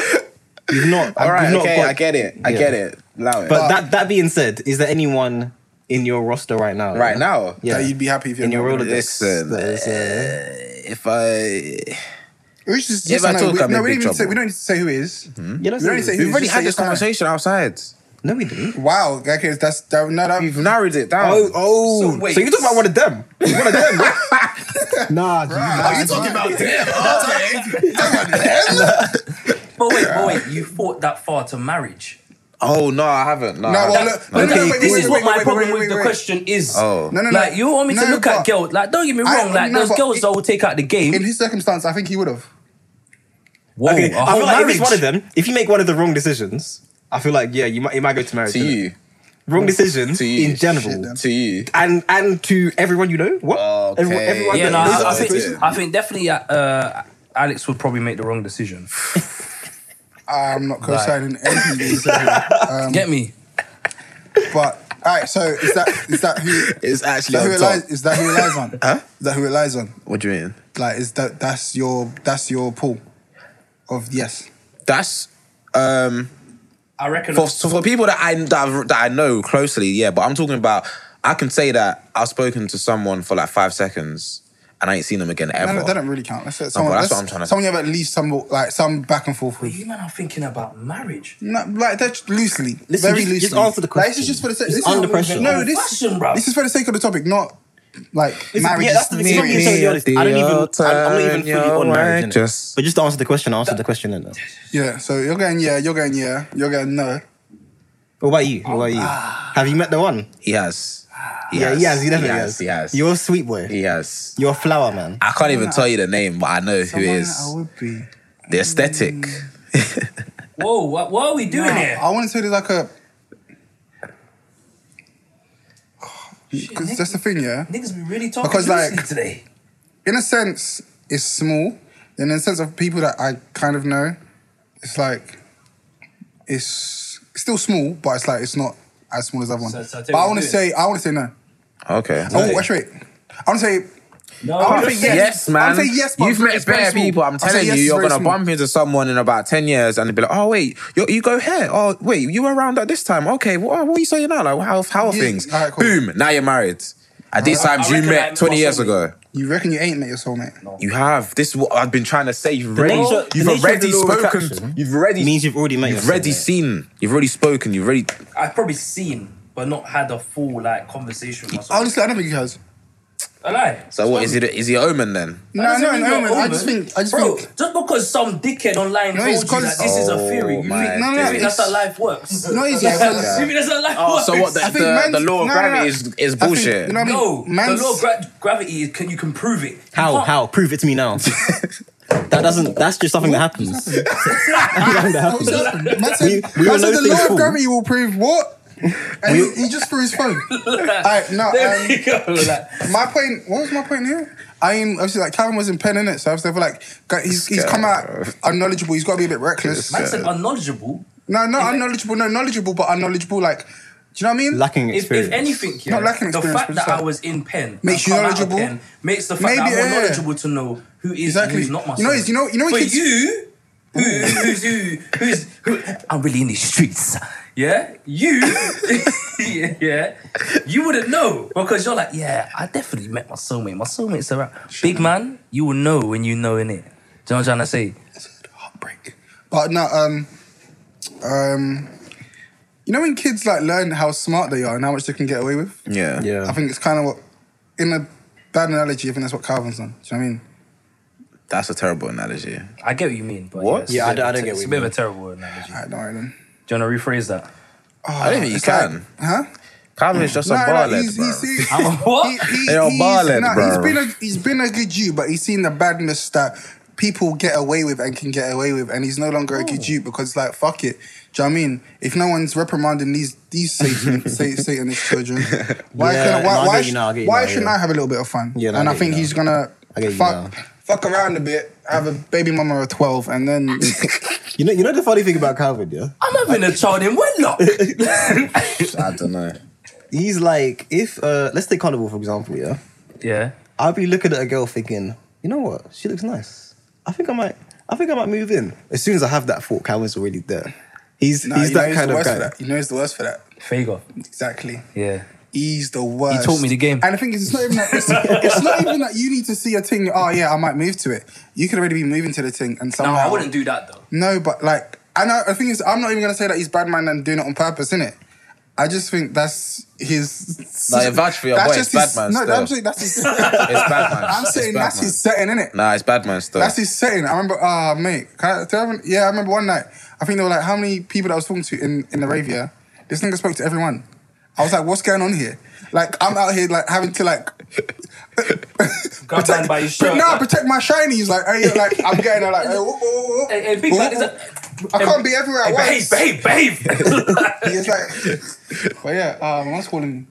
Speaker 3: you've not.
Speaker 4: All right,
Speaker 3: you've not
Speaker 4: okay,
Speaker 3: got-
Speaker 4: I get it. I
Speaker 3: Yeah.
Speaker 4: get it. Allow it.
Speaker 3: But that that being said, is there anyone in your roster right now?
Speaker 4: right now,
Speaker 3: yeah,
Speaker 2: That you'd be happy if you're
Speaker 3: in your
Speaker 2: not-
Speaker 3: Rolodex.
Speaker 4: Listen,
Speaker 3: that is, uh,
Speaker 4: if I
Speaker 2: Which is
Speaker 4: If
Speaker 2: yes
Speaker 4: I
Speaker 2: or no.
Speaker 4: talk,
Speaker 2: we,
Speaker 4: I'm
Speaker 2: no, we
Speaker 4: in
Speaker 2: don't
Speaker 4: big
Speaker 2: even say,
Speaker 4: trouble. Hmm?
Speaker 2: we don't need to say who it is.
Speaker 3: you don't
Speaker 2: we already
Speaker 3: say-
Speaker 2: say-
Speaker 4: we've already
Speaker 2: just
Speaker 4: had this
Speaker 2: it's fine.
Speaker 4: conversation outside.
Speaker 3: no, we didn't.
Speaker 2: Wow, okay, that's that, no, that,
Speaker 4: We've narrowed it down.
Speaker 3: oh,
Speaker 1: So wait.
Speaker 3: you talk about one of them? One of them? nah, dude, nah.
Speaker 2: you talking about
Speaker 1: But wait, but wait, you thought that far to marriage.
Speaker 4: Oh no, I haven't. No,
Speaker 2: No,
Speaker 4: I
Speaker 2: well,
Speaker 4: haven't.
Speaker 2: look, no, no,
Speaker 3: Okay,
Speaker 2: no, wait,
Speaker 1: this
Speaker 2: wait,
Speaker 1: is
Speaker 2: wait,
Speaker 1: what my
Speaker 2: wait,
Speaker 1: problem
Speaker 2: wait,
Speaker 1: with
Speaker 2: wait,
Speaker 1: the
Speaker 2: wait.
Speaker 1: question is.
Speaker 4: Oh.
Speaker 2: No, no, no.
Speaker 1: Like you want me to
Speaker 2: No,
Speaker 1: look at
Speaker 2: but-
Speaker 1: girls. Like don't get me
Speaker 2: I-
Speaker 1: wrong. like
Speaker 2: no,
Speaker 1: those
Speaker 2: but
Speaker 1: girls
Speaker 2: it-
Speaker 1: that will take out the game.
Speaker 2: In his circumstance, I think he would have.
Speaker 1: Whoa,
Speaker 3: Okay,
Speaker 1: a
Speaker 3: I
Speaker 1: whole
Speaker 3: feel like if it's
Speaker 1: marriage.
Speaker 3: one of them, if you make one of the wrong decisions, I feel like yeah, you might you might go to marriage.
Speaker 4: to
Speaker 3: innit?
Speaker 4: you,
Speaker 3: wrong decisions
Speaker 4: To you.
Speaker 3: in general,
Speaker 2: Shit, then.
Speaker 4: to you.
Speaker 3: and and to everyone you know. What?
Speaker 4: Okay.
Speaker 3: Everyone, everyone
Speaker 1: Yeah, no,
Speaker 3: that knows
Speaker 1: I, I
Speaker 3: about
Speaker 1: think
Speaker 3: situation.
Speaker 1: I think definitely uh, Alex would probably make the wrong decision.
Speaker 2: I'm not co-signing anything being said, Um,
Speaker 1: Get me?
Speaker 2: but all right. So is that is that who?
Speaker 4: It's
Speaker 2: Is
Speaker 4: actually
Speaker 2: that, who
Speaker 4: on
Speaker 2: it
Speaker 4: top.
Speaker 2: lies, is that who it lies on? huh? Is that who it lies on?
Speaker 4: What do you mean?
Speaker 2: Like, is that that's your that's your pool of yes?
Speaker 4: That's um
Speaker 1: I reckon.
Speaker 4: for so for people that I that, I've- that I know closely, yeah. But I'm talking about. I can say that I've spoken to someone for like five seconds, and I ain't seen them again
Speaker 2: No,
Speaker 4: ever.
Speaker 2: no, that don't really count. That's, someone,
Speaker 4: that's
Speaker 2: that's,
Speaker 4: what I'm trying to-
Speaker 2: Someone you have at least some like some back and forth with.
Speaker 1: you man are thinking about marriage.
Speaker 2: No, like that's loosely,
Speaker 3: Listen,
Speaker 2: very
Speaker 3: just-
Speaker 2: loosely.
Speaker 3: just answer the
Speaker 2: Like, this
Speaker 3: question.
Speaker 2: is just for the sake.
Speaker 3: It's
Speaker 2: This is
Speaker 3: under pressure.
Speaker 2: No, this
Speaker 1: Question, bro.
Speaker 2: this is for the sake of the topic, not like
Speaker 3: Listen,
Speaker 2: marriage.
Speaker 3: yeah, that's the
Speaker 2: is
Speaker 3: thing. If I'm being totally honest, I don't even. I'm, I'm not even fully on marriage. innit?
Speaker 4: Just-
Speaker 3: But just to answer the question, I answered the question. Then.
Speaker 2: yeah. So you're going yeah, you're going yeah, you're going no.
Speaker 3: What about you? What about you? Have you met the one?
Speaker 4: He has. He
Speaker 3: yeah,
Speaker 4: has.
Speaker 3: he has. He definitely
Speaker 4: has. Ah. He has.
Speaker 3: You're a sweet boy.
Speaker 4: He has.
Speaker 3: You're a flower man.
Speaker 4: I can't even tell you the name, but I know who it
Speaker 2: Someone I
Speaker 4: is.
Speaker 2: would be.
Speaker 4: The aesthetic.
Speaker 1: Whoa, what, what are we doing here?
Speaker 2: I want to say there's like a. Because that's the thing, yeah.
Speaker 1: Niggas be really talking
Speaker 2: Because,
Speaker 1: because,
Speaker 2: like-
Speaker 1: today.
Speaker 2: In a sense, it's small. Then in a sense of people that I kind of know, it's like it's still small, but it's like it's not as small as that one.
Speaker 1: So- so I tell you
Speaker 2: but I
Speaker 1: what
Speaker 2: want
Speaker 1: we
Speaker 2: to
Speaker 1: do.
Speaker 2: say, I want to say no.
Speaker 4: Okay.
Speaker 2: Oh, wait, wait. I want to say
Speaker 1: No,
Speaker 2: I
Speaker 1: no,
Speaker 2: wanna
Speaker 4: Yes,
Speaker 2: say yes.
Speaker 4: man.
Speaker 2: I'll say yes, but
Speaker 4: You've
Speaker 2: it's
Speaker 4: met
Speaker 2: very
Speaker 4: bare
Speaker 2: small.
Speaker 4: people. I'm
Speaker 2: I'll say
Speaker 4: telling
Speaker 2: yes,
Speaker 4: you,
Speaker 2: it's
Speaker 4: you're
Speaker 2: very
Speaker 4: gonna
Speaker 2: small.
Speaker 4: bump into someone in about ten years, and they'll be like, "Oh wait, you, you go here. Oh wait, you were around at this time. Okay, wha- what are you saying now? Like, how how are
Speaker 2: Yeah,
Speaker 4: things?
Speaker 2: alright, cool.
Speaker 4: Boom. Now you're married. At these
Speaker 1: I- I
Speaker 4: times you
Speaker 1: reckon
Speaker 4: met
Speaker 1: I'm
Speaker 4: twenty years
Speaker 1: possibly-
Speaker 4: ago.
Speaker 2: you reckon you ain't met your soulmate. No.
Speaker 4: You have. This is what I've been trying to say. You've already,
Speaker 3: nature- the
Speaker 4: you've
Speaker 3: nature of the
Speaker 4: already
Speaker 3: law of
Speaker 4: spoken.
Speaker 3: attraction
Speaker 4: You've already
Speaker 3: means you've already met
Speaker 4: You've
Speaker 3: yourself,
Speaker 4: already
Speaker 3: mate.
Speaker 4: seen. You've already spoken. You've already.
Speaker 1: I've probably seen, but not had a full like conversation with myself.
Speaker 2: Honestly, I don't think he has.
Speaker 1: I lie.
Speaker 4: So what is it? Is he omen then?
Speaker 2: No, no, no, no. I just think, I just
Speaker 1: Bro,
Speaker 2: think,
Speaker 1: just because some dickhead online
Speaker 2: No,
Speaker 1: told
Speaker 2: it's
Speaker 1: you that
Speaker 2: cause-
Speaker 1: this is a
Speaker 4: Oh
Speaker 1: theory, you
Speaker 4: my
Speaker 1: think,
Speaker 2: No, no,
Speaker 1: you
Speaker 2: no,
Speaker 1: think that's
Speaker 2: it's-
Speaker 1: how life works?
Speaker 2: no, it's yeah, 'cause-
Speaker 1: You think that's how life
Speaker 3: Oh,
Speaker 1: works?
Speaker 2: I think man's- no, no, no.
Speaker 4: is
Speaker 2: I think- you know what I mean?
Speaker 1: No,
Speaker 2: Man's-
Speaker 1: the law of gra- gravity is can you can prove it. You
Speaker 3: How?
Speaker 1: can't-
Speaker 3: How? Prove it to me now. that doesn't. That's just something that happens. Something that happens.
Speaker 2: Man said,
Speaker 3: We- we
Speaker 2: man
Speaker 3: all
Speaker 2: said
Speaker 3: know
Speaker 2: the law
Speaker 3: things
Speaker 2: of
Speaker 3: fall.
Speaker 2: gravity will prove what? And he, he just threw his phone. Alright, no,
Speaker 1: There
Speaker 2: um,
Speaker 1: we go. Like,
Speaker 2: my point. What was my point here? I am obviously like Calvin was in pen in it, so I was never like got- he's, he's come out unknowledgeable. He's got to be a bit reckless.
Speaker 1: man said unknowledgeable.
Speaker 2: No, no, unknowledgeable. No, knowledgeable, but unknowledgeable. Like, do you know what I mean?
Speaker 3: Lacking
Speaker 1: If,
Speaker 3: experience.
Speaker 1: if anything, yeah,
Speaker 2: Not lacking
Speaker 1: the
Speaker 2: experience,
Speaker 1: fact
Speaker 2: but
Speaker 1: that
Speaker 2: just
Speaker 1: I
Speaker 2: like-
Speaker 1: was in pen
Speaker 2: Makes you
Speaker 1: I've come out of
Speaker 2: knowledgeable.
Speaker 1: Pen, makes the fact that I'm
Speaker 2: Maybe,
Speaker 1: more
Speaker 2: yeah.
Speaker 1: knowledgeable to know who is
Speaker 2: Exactly.
Speaker 1: and who's not
Speaker 2: You know, it's-
Speaker 1: myself.
Speaker 2: you know- you know,
Speaker 1: for
Speaker 2: it's-
Speaker 1: you, who, who's who, who's who? I'm really in the streets. Yeah, you, yeah, you wouldn't know because you're like, yeah, I definitely met my soulmate. My soulmate's around. Big man, you will know when you know in it. Do you know what I'm trying to say?
Speaker 2: Heartbreak. But no, um, um, you know when kids like learn how smart they are and how much they can get away with.
Speaker 4: Yeah.
Speaker 3: yeah.
Speaker 2: I think it's kind of what, in a bad analogy, I think that's what Calvin's done. Do you know what I mean?
Speaker 4: That's a terrible analogy.
Speaker 1: I get what you mean, but
Speaker 4: What?
Speaker 1: it's
Speaker 3: Yeah,
Speaker 1: a
Speaker 3: I
Speaker 1: bit
Speaker 3: don't- I
Speaker 1: of a
Speaker 3: don't
Speaker 1: te-
Speaker 3: get what
Speaker 1: It's a
Speaker 3: you
Speaker 1: bit of
Speaker 3: mean.
Speaker 1: a terrible analogy.
Speaker 2: Alright, don't worry then.
Speaker 1: Do you want to rephrase that?
Speaker 4: I don't think you
Speaker 2: Ah, It's like-
Speaker 4: can.
Speaker 2: huh?
Speaker 4: Calvin's just a
Speaker 2: No,
Speaker 4: bar
Speaker 2: no,
Speaker 4: lad,
Speaker 2: he's,
Speaker 4: bro.
Speaker 2: he's, he's,
Speaker 1: What?
Speaker 2: He, he,
Speaker 4: They are
Speaker 2: he's-
Speaker 4: ballin',
Speaker 2: nah,
Speaker 4: bro.
Speaker 2: He's been a he's been a good Jew, but he's seen the badness that people get away with and can get away with, and he's no longer a good Jew because like fuck it. Do you know what I mean? If no one's reprimanding these these Satan, sa- Satanist children, why
Speaker 3: Yeah,
Speaker 2: can
Speaker 3: no, I
Speaker 2: why
Speaker 3: get
Speaker 2: why,
Speaker 3: you
Speaker 2: sh-
Speaker 3: now, I get you
Speaker 2: why
Speaker 3: now,
Speaker 2: shouldn't
Speaker 3: yeah.
Speaker 2: I have a little bit of fun?
Speaker 3: Yeah, no, I
Speaker 2: and I,
Speaker 3: get you
Speaker 2: think
Speaker 3: now.
Speaker 2: he's gonna
Speaker 3: I get you
Speaker 2: fuck
Speaker 3: now.
Speaker 2: fuck around a bit, have a baby mama of twelve, and then
Speaker 3: You know. You know the funny thing about Calvin, yeah.
Speaker 1: I'm having a child in wedlock.
Speaker 4: I don't know.
Speaker 3: He's like, if uh, let's take Carnival for example, yeah.
Speaker 1: yeah.
Speaker 3: I'll be looking at a girl thinking, you know what? She looks nice. I think I might. I think I might move in. As soon as I have that thought, Calvin's already there. He's
Speaker 2: Nah,
Speaker 3: he's
Speaker 2: you know
Speaker 3: that kind
Speaker 2: the
Speaker 3: of
Speaker 2: worst
Speaker 3: guy.
Speaker 2: For that. You know he's the worst for that.
Speaker 1: Fago.
Speaker 2: Exactly.
Speaker 1: Yeah.
Speaker 2: He's the worst.
Speaker 1: He taught me the game.
Speaker 2: And the thing is, it's not even that. It's, it's not even that you need to see a thing. Oh yeah, I might move to it. You could already be moving to the thing, and
Speaker 1: No,
Speaker 2: somehow
Speaker 1: I wouldn't do that though.
Speaker 2: No, but like, I know. The thing is, I'm not even gonna say that he's bad man and doing it on purpose, innit? I just think that's his.
Speaker 4: Nah, you vouch for your boy, it's
Speaker 2: his,
Speaker 4: bad man
Speaker 2: No,
Speaker 4: still.
Speaker 2: I'm saying that's his.
Speaker 4: It's bad man.
Speaker 2: I'm
Speaker 4: It's
Speaker 2: saying
Speaker 4: bad
Speaker 2: that's
Speaker 4: man.
Speaker 2: his setting, innit?
Speaker 4: Nah, it's bad man stuff.
Speaker 2: That's his setting. I remember, ah, mate. Can I, do I remember, yeah, I remember one night. I think there were like how many people that I was talking to in in the rave. Yeah, this nigga spoke to everyone. I was like, what's going on here? Like, I'm out here like having to like.
Speaker 1: Grab man by his shirt.
Speaker 2: no,
Speaker 1: like-
Speaker 2: protect my shinies. Like, hey, like I'm getting her, like, hey, whoop, whoop, whoop.
Speaker 1: Hey, hey, big
Speaker 2: Whoop,
Speaker 1: man, is
Speaker 2: whoop.
Speaker 1: that-
Speaker 2: I can't be everywhere at
Speaker 1: Hey,
Speaker 2: once.
Speaker 1: Behave, behave, behave.
Speaker 2: It's like, but yeah, uh, my mom's calling me.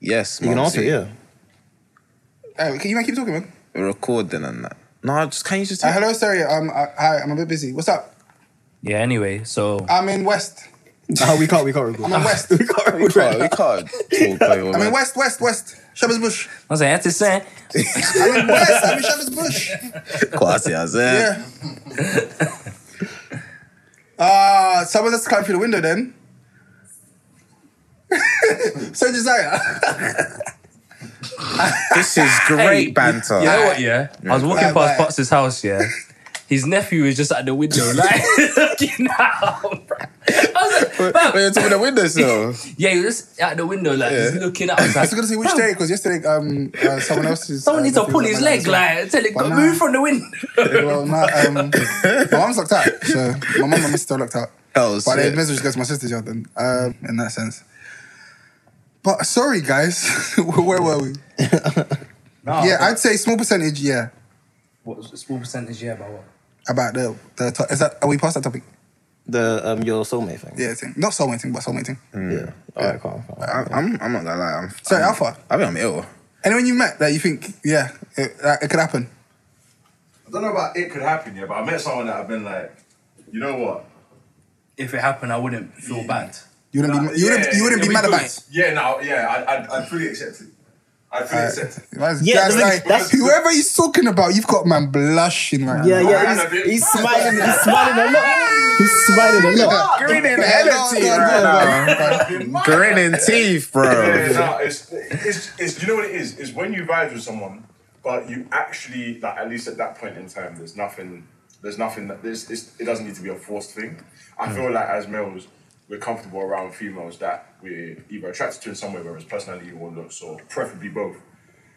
Speaker 4: yes,
Speaker 3: You can answer,
Speaker 4: Mumsy.
Speaker 3: it, yeah.
Speaker 2: Hey, can you man, keep talking, man?
Speaker 4: We're recording and that. No, just can you just
Speaker 2: Uh, hello, sorry. Um, uh, hi, I'm a bit busy. What's up?
Speaker 1: yeah, anyway, so
Speaker 2: I'm in West.
Speaker 3: No, we can't. We can't
Speaker 2: I'm
Speaker 3: record.
Speaker 1: Ah,
Speaker 2: in West.
Speaker 3: we can't
Speaker 4: we
Speaker 3: record.
Speaker 4: can't. We can't talk over.
Speaker 2: I'm in
Speaker 4: man.
Speaker 2: West, West, West. Shepherd's Bush.
Speaker 1: I was like, that's the same.
Speaker 2: I'm in West. I'm in Shepherd's Bush.
Speaker 4: Quasi, I said.
Speaker 2: Yeah. Uh, someone that's climbed through the window then. so Josiah.
Speaker 4: This is great banter.
Speaker 1: You know what, yeah? I was walking
Speaker 2: Right, right.
Speaker 1: past Potts' house, yeah. His nephew was just at the window, like, looking out, bro. I was like,
Speaker 4: But
Speaker 1: "Fam."
Speaker 4: you're talking the windowsill.
Speaker 1: yeah, he was just at the window, like, just looking out. I was
Speaker 2: I was
Speaker 1: like,
Speaker 2: going to say which
Speaker 1: "Fam,
Speaker 2: day because yesterday um uh, someone else's.
Speaker 1: Someone
Speaker 2: uh,
Speaker 1: needs to
Speaker 2: nephew
Speaker 1: pull
Speaker 2: was
Speaker 1: his
Speaker 2: on my
Speaker 1: leg,
Speaker 2: laptop.
Speaker 1: like, tell it,
Speaker 2: But
Speaker 1: go-
Speaker 2: nah.
Speaker 1: move from the window.
Speaker 2: Well, no, um, my mum's locked out, so my mum and my sister are locked out.
Speaker 4: Hell's
Speaker 2: But it
Speaker 4: yeah.
Speaker 2: message goes to my sister's yard then, um, in that sense. But sorry, guys, where were we?
Speaker 1: Nah,
Speaker 2: yeah,
Speaker 1: but-
Speaker 2: I'd say small percentage. Yeah,
Speaker 1: What small percentage? Yeah, about what?
Speaker 2: about the the to- is that are we past that topic?
Speaker 3: The um your soulmate thing.
Speaker 2: Yeah, thing. not soulmate thing, but soulmate thing.
Speaker 3: Yeah. All right, cool. cool.
Speaker 4: I'm, I'm, I'm not gonna lie. I'm,
Speaker 2: Sorry,
Speaker 4: I'm,
Speaker 2: Alpha.
Speaker 4: I think I'm ill.
Speaker 2: Anyone you met that you think, yeah, it, that- it could happen.
Speaker 5: I don't know about it could happen, yeah, but I met someone that I've been like, you know what?
Speaker 1: If it happened, I wouldn't feel bad.
Speaker 2: You wouldn't
Speaker 5: Nah,
Speaker 2: be you wouldn't
Speaker 5: yeah,
Speaker 2: you wouldn't be
Speaker 5: yeah, we
Speaker 2: mad
Speaker 5: could.
Speaker 2: about it.
Speaker 5: Yeah, no, yeah, I, I'd, I'd fully accept it. I'd fully accept it.
Speaker 2: That's,
Speaker 3: Yeah,
Speaker 2: that's
Speaker 3: the thing-
Speaker 2: like,
Speaker 3: that's-
Speaker 2: whoever he's talking about, you've got man blushing right
Speaker 3: Yeah,
Speaker 2: now.
Speaker 5: yeah,
Speaker 3: yeah,
Speaker 5: he's-
Speaker 3: he's,
Speaker 5: he's
Speaker 3: smiling. He's smiling a lot. He's smiling a lot.
Speaker 2: Green in
Speaker 4: Grinning teeth,
Speaker 5: Yeah,
Speaker 4: bro.
Speaker 5: no, it's, it's, it's, you know what it is? Is when you vibe with someone, but you actually, like, at least at that point in time, there's nothing, there's nothing that, there's, it's, it doesn't need to be a forced thing. I feel like as males, we're comfortable around females that we're either attracted to in some way, whether it's personality or looks, or preferably both.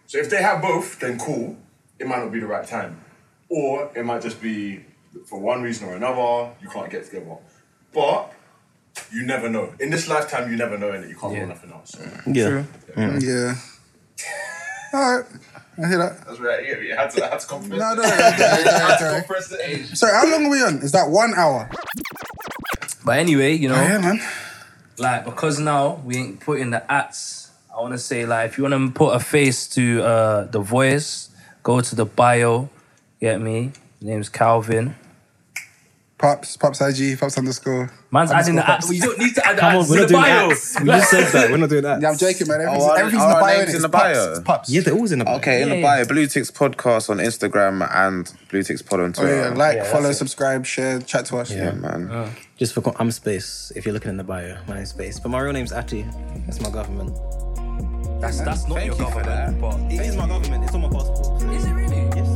Speaker 5: So if they have both, then cool. It might not be the right time. Or it might just be for one reason or another, you can't get together. But you never know. In this lifetime, you never know, and you can't
Speaker 1: Yeah.
Speaker 5: rule nothing else.
Speaker 3: Yeah.
Speaker 2: Yeah. All right, I hear that.
Speaker 5: That's where yeah, you had to, had to compress.
Speaker 2: No, no, no, no, no, no, no.
Speaker 5: compress the age.
Speaker 2: So how long are we on? Is that one hour?
Speaker 1: But anyway, you know,
Speaker 2: Oh, Yeah, man.
Speaker 1: like because now we ain't putting the ats. I want to say like if you want to put a face to uh the voice, go to the bio. Get me? Name's Calvin.
Speaker 2: Pops, pops IG, pops underscore.
Speaker 1: Man's adding the
Speaker 2: Underscore
Speaker 1: ats.
Speaker 2: pops.
Speaker 1: You don't need to add the
Speaker 3: Come on,
Speaker 1: ats to
Speaker 3: we're
Speaker 1: the
Speaker 3: not doing
Speaker 1: bio.
Speaker 3: that. We just said that. We're not doing that.
Speaker 2: Yeah, I'm joking, man. Everything's,
Speaker 4: our-
Speaker 2: everything's
Speaker 4: our
Speaker 2: in the bio.
Speaker 4: names
Speaker 2: innit?
Speaker 4: in
Speaker 2: It's
Speaker 4: the
Speaker 2: pops,
Speaker 4: bio.
Speaker 2: It's pops.
Speaker 3: Yeah, they're always in the bio.
Speaker 4: Okay, in the
Speaker 1: Yeah.
Speaker 4: bio, Blue Ticks Podcast on Instagram and Blue Ticks Pod on
Speaker 2: Oh
Speaker 4: Twitter.
Speaker 2: yeah, like,
Speaker 1: that's
Speaker 2: follow,
Speaker 1: it.
Speaker 2: subscribe, share, chat to us.
Speaker 4: yeah, man.
Speaker 3: Just for con- I'm Space. If you're looking in the bio, my name's Space. But my real name's Ati. That's my government.
Speaker 1: That's, that's not
Speaker 4: Thank
Speaker 1: your
Speaker 4: you for
Speaker 1: government, but
Speaker 3: It is my government. It's on my passport.
Speaker 1: is it really?
Speaker 3: Yes.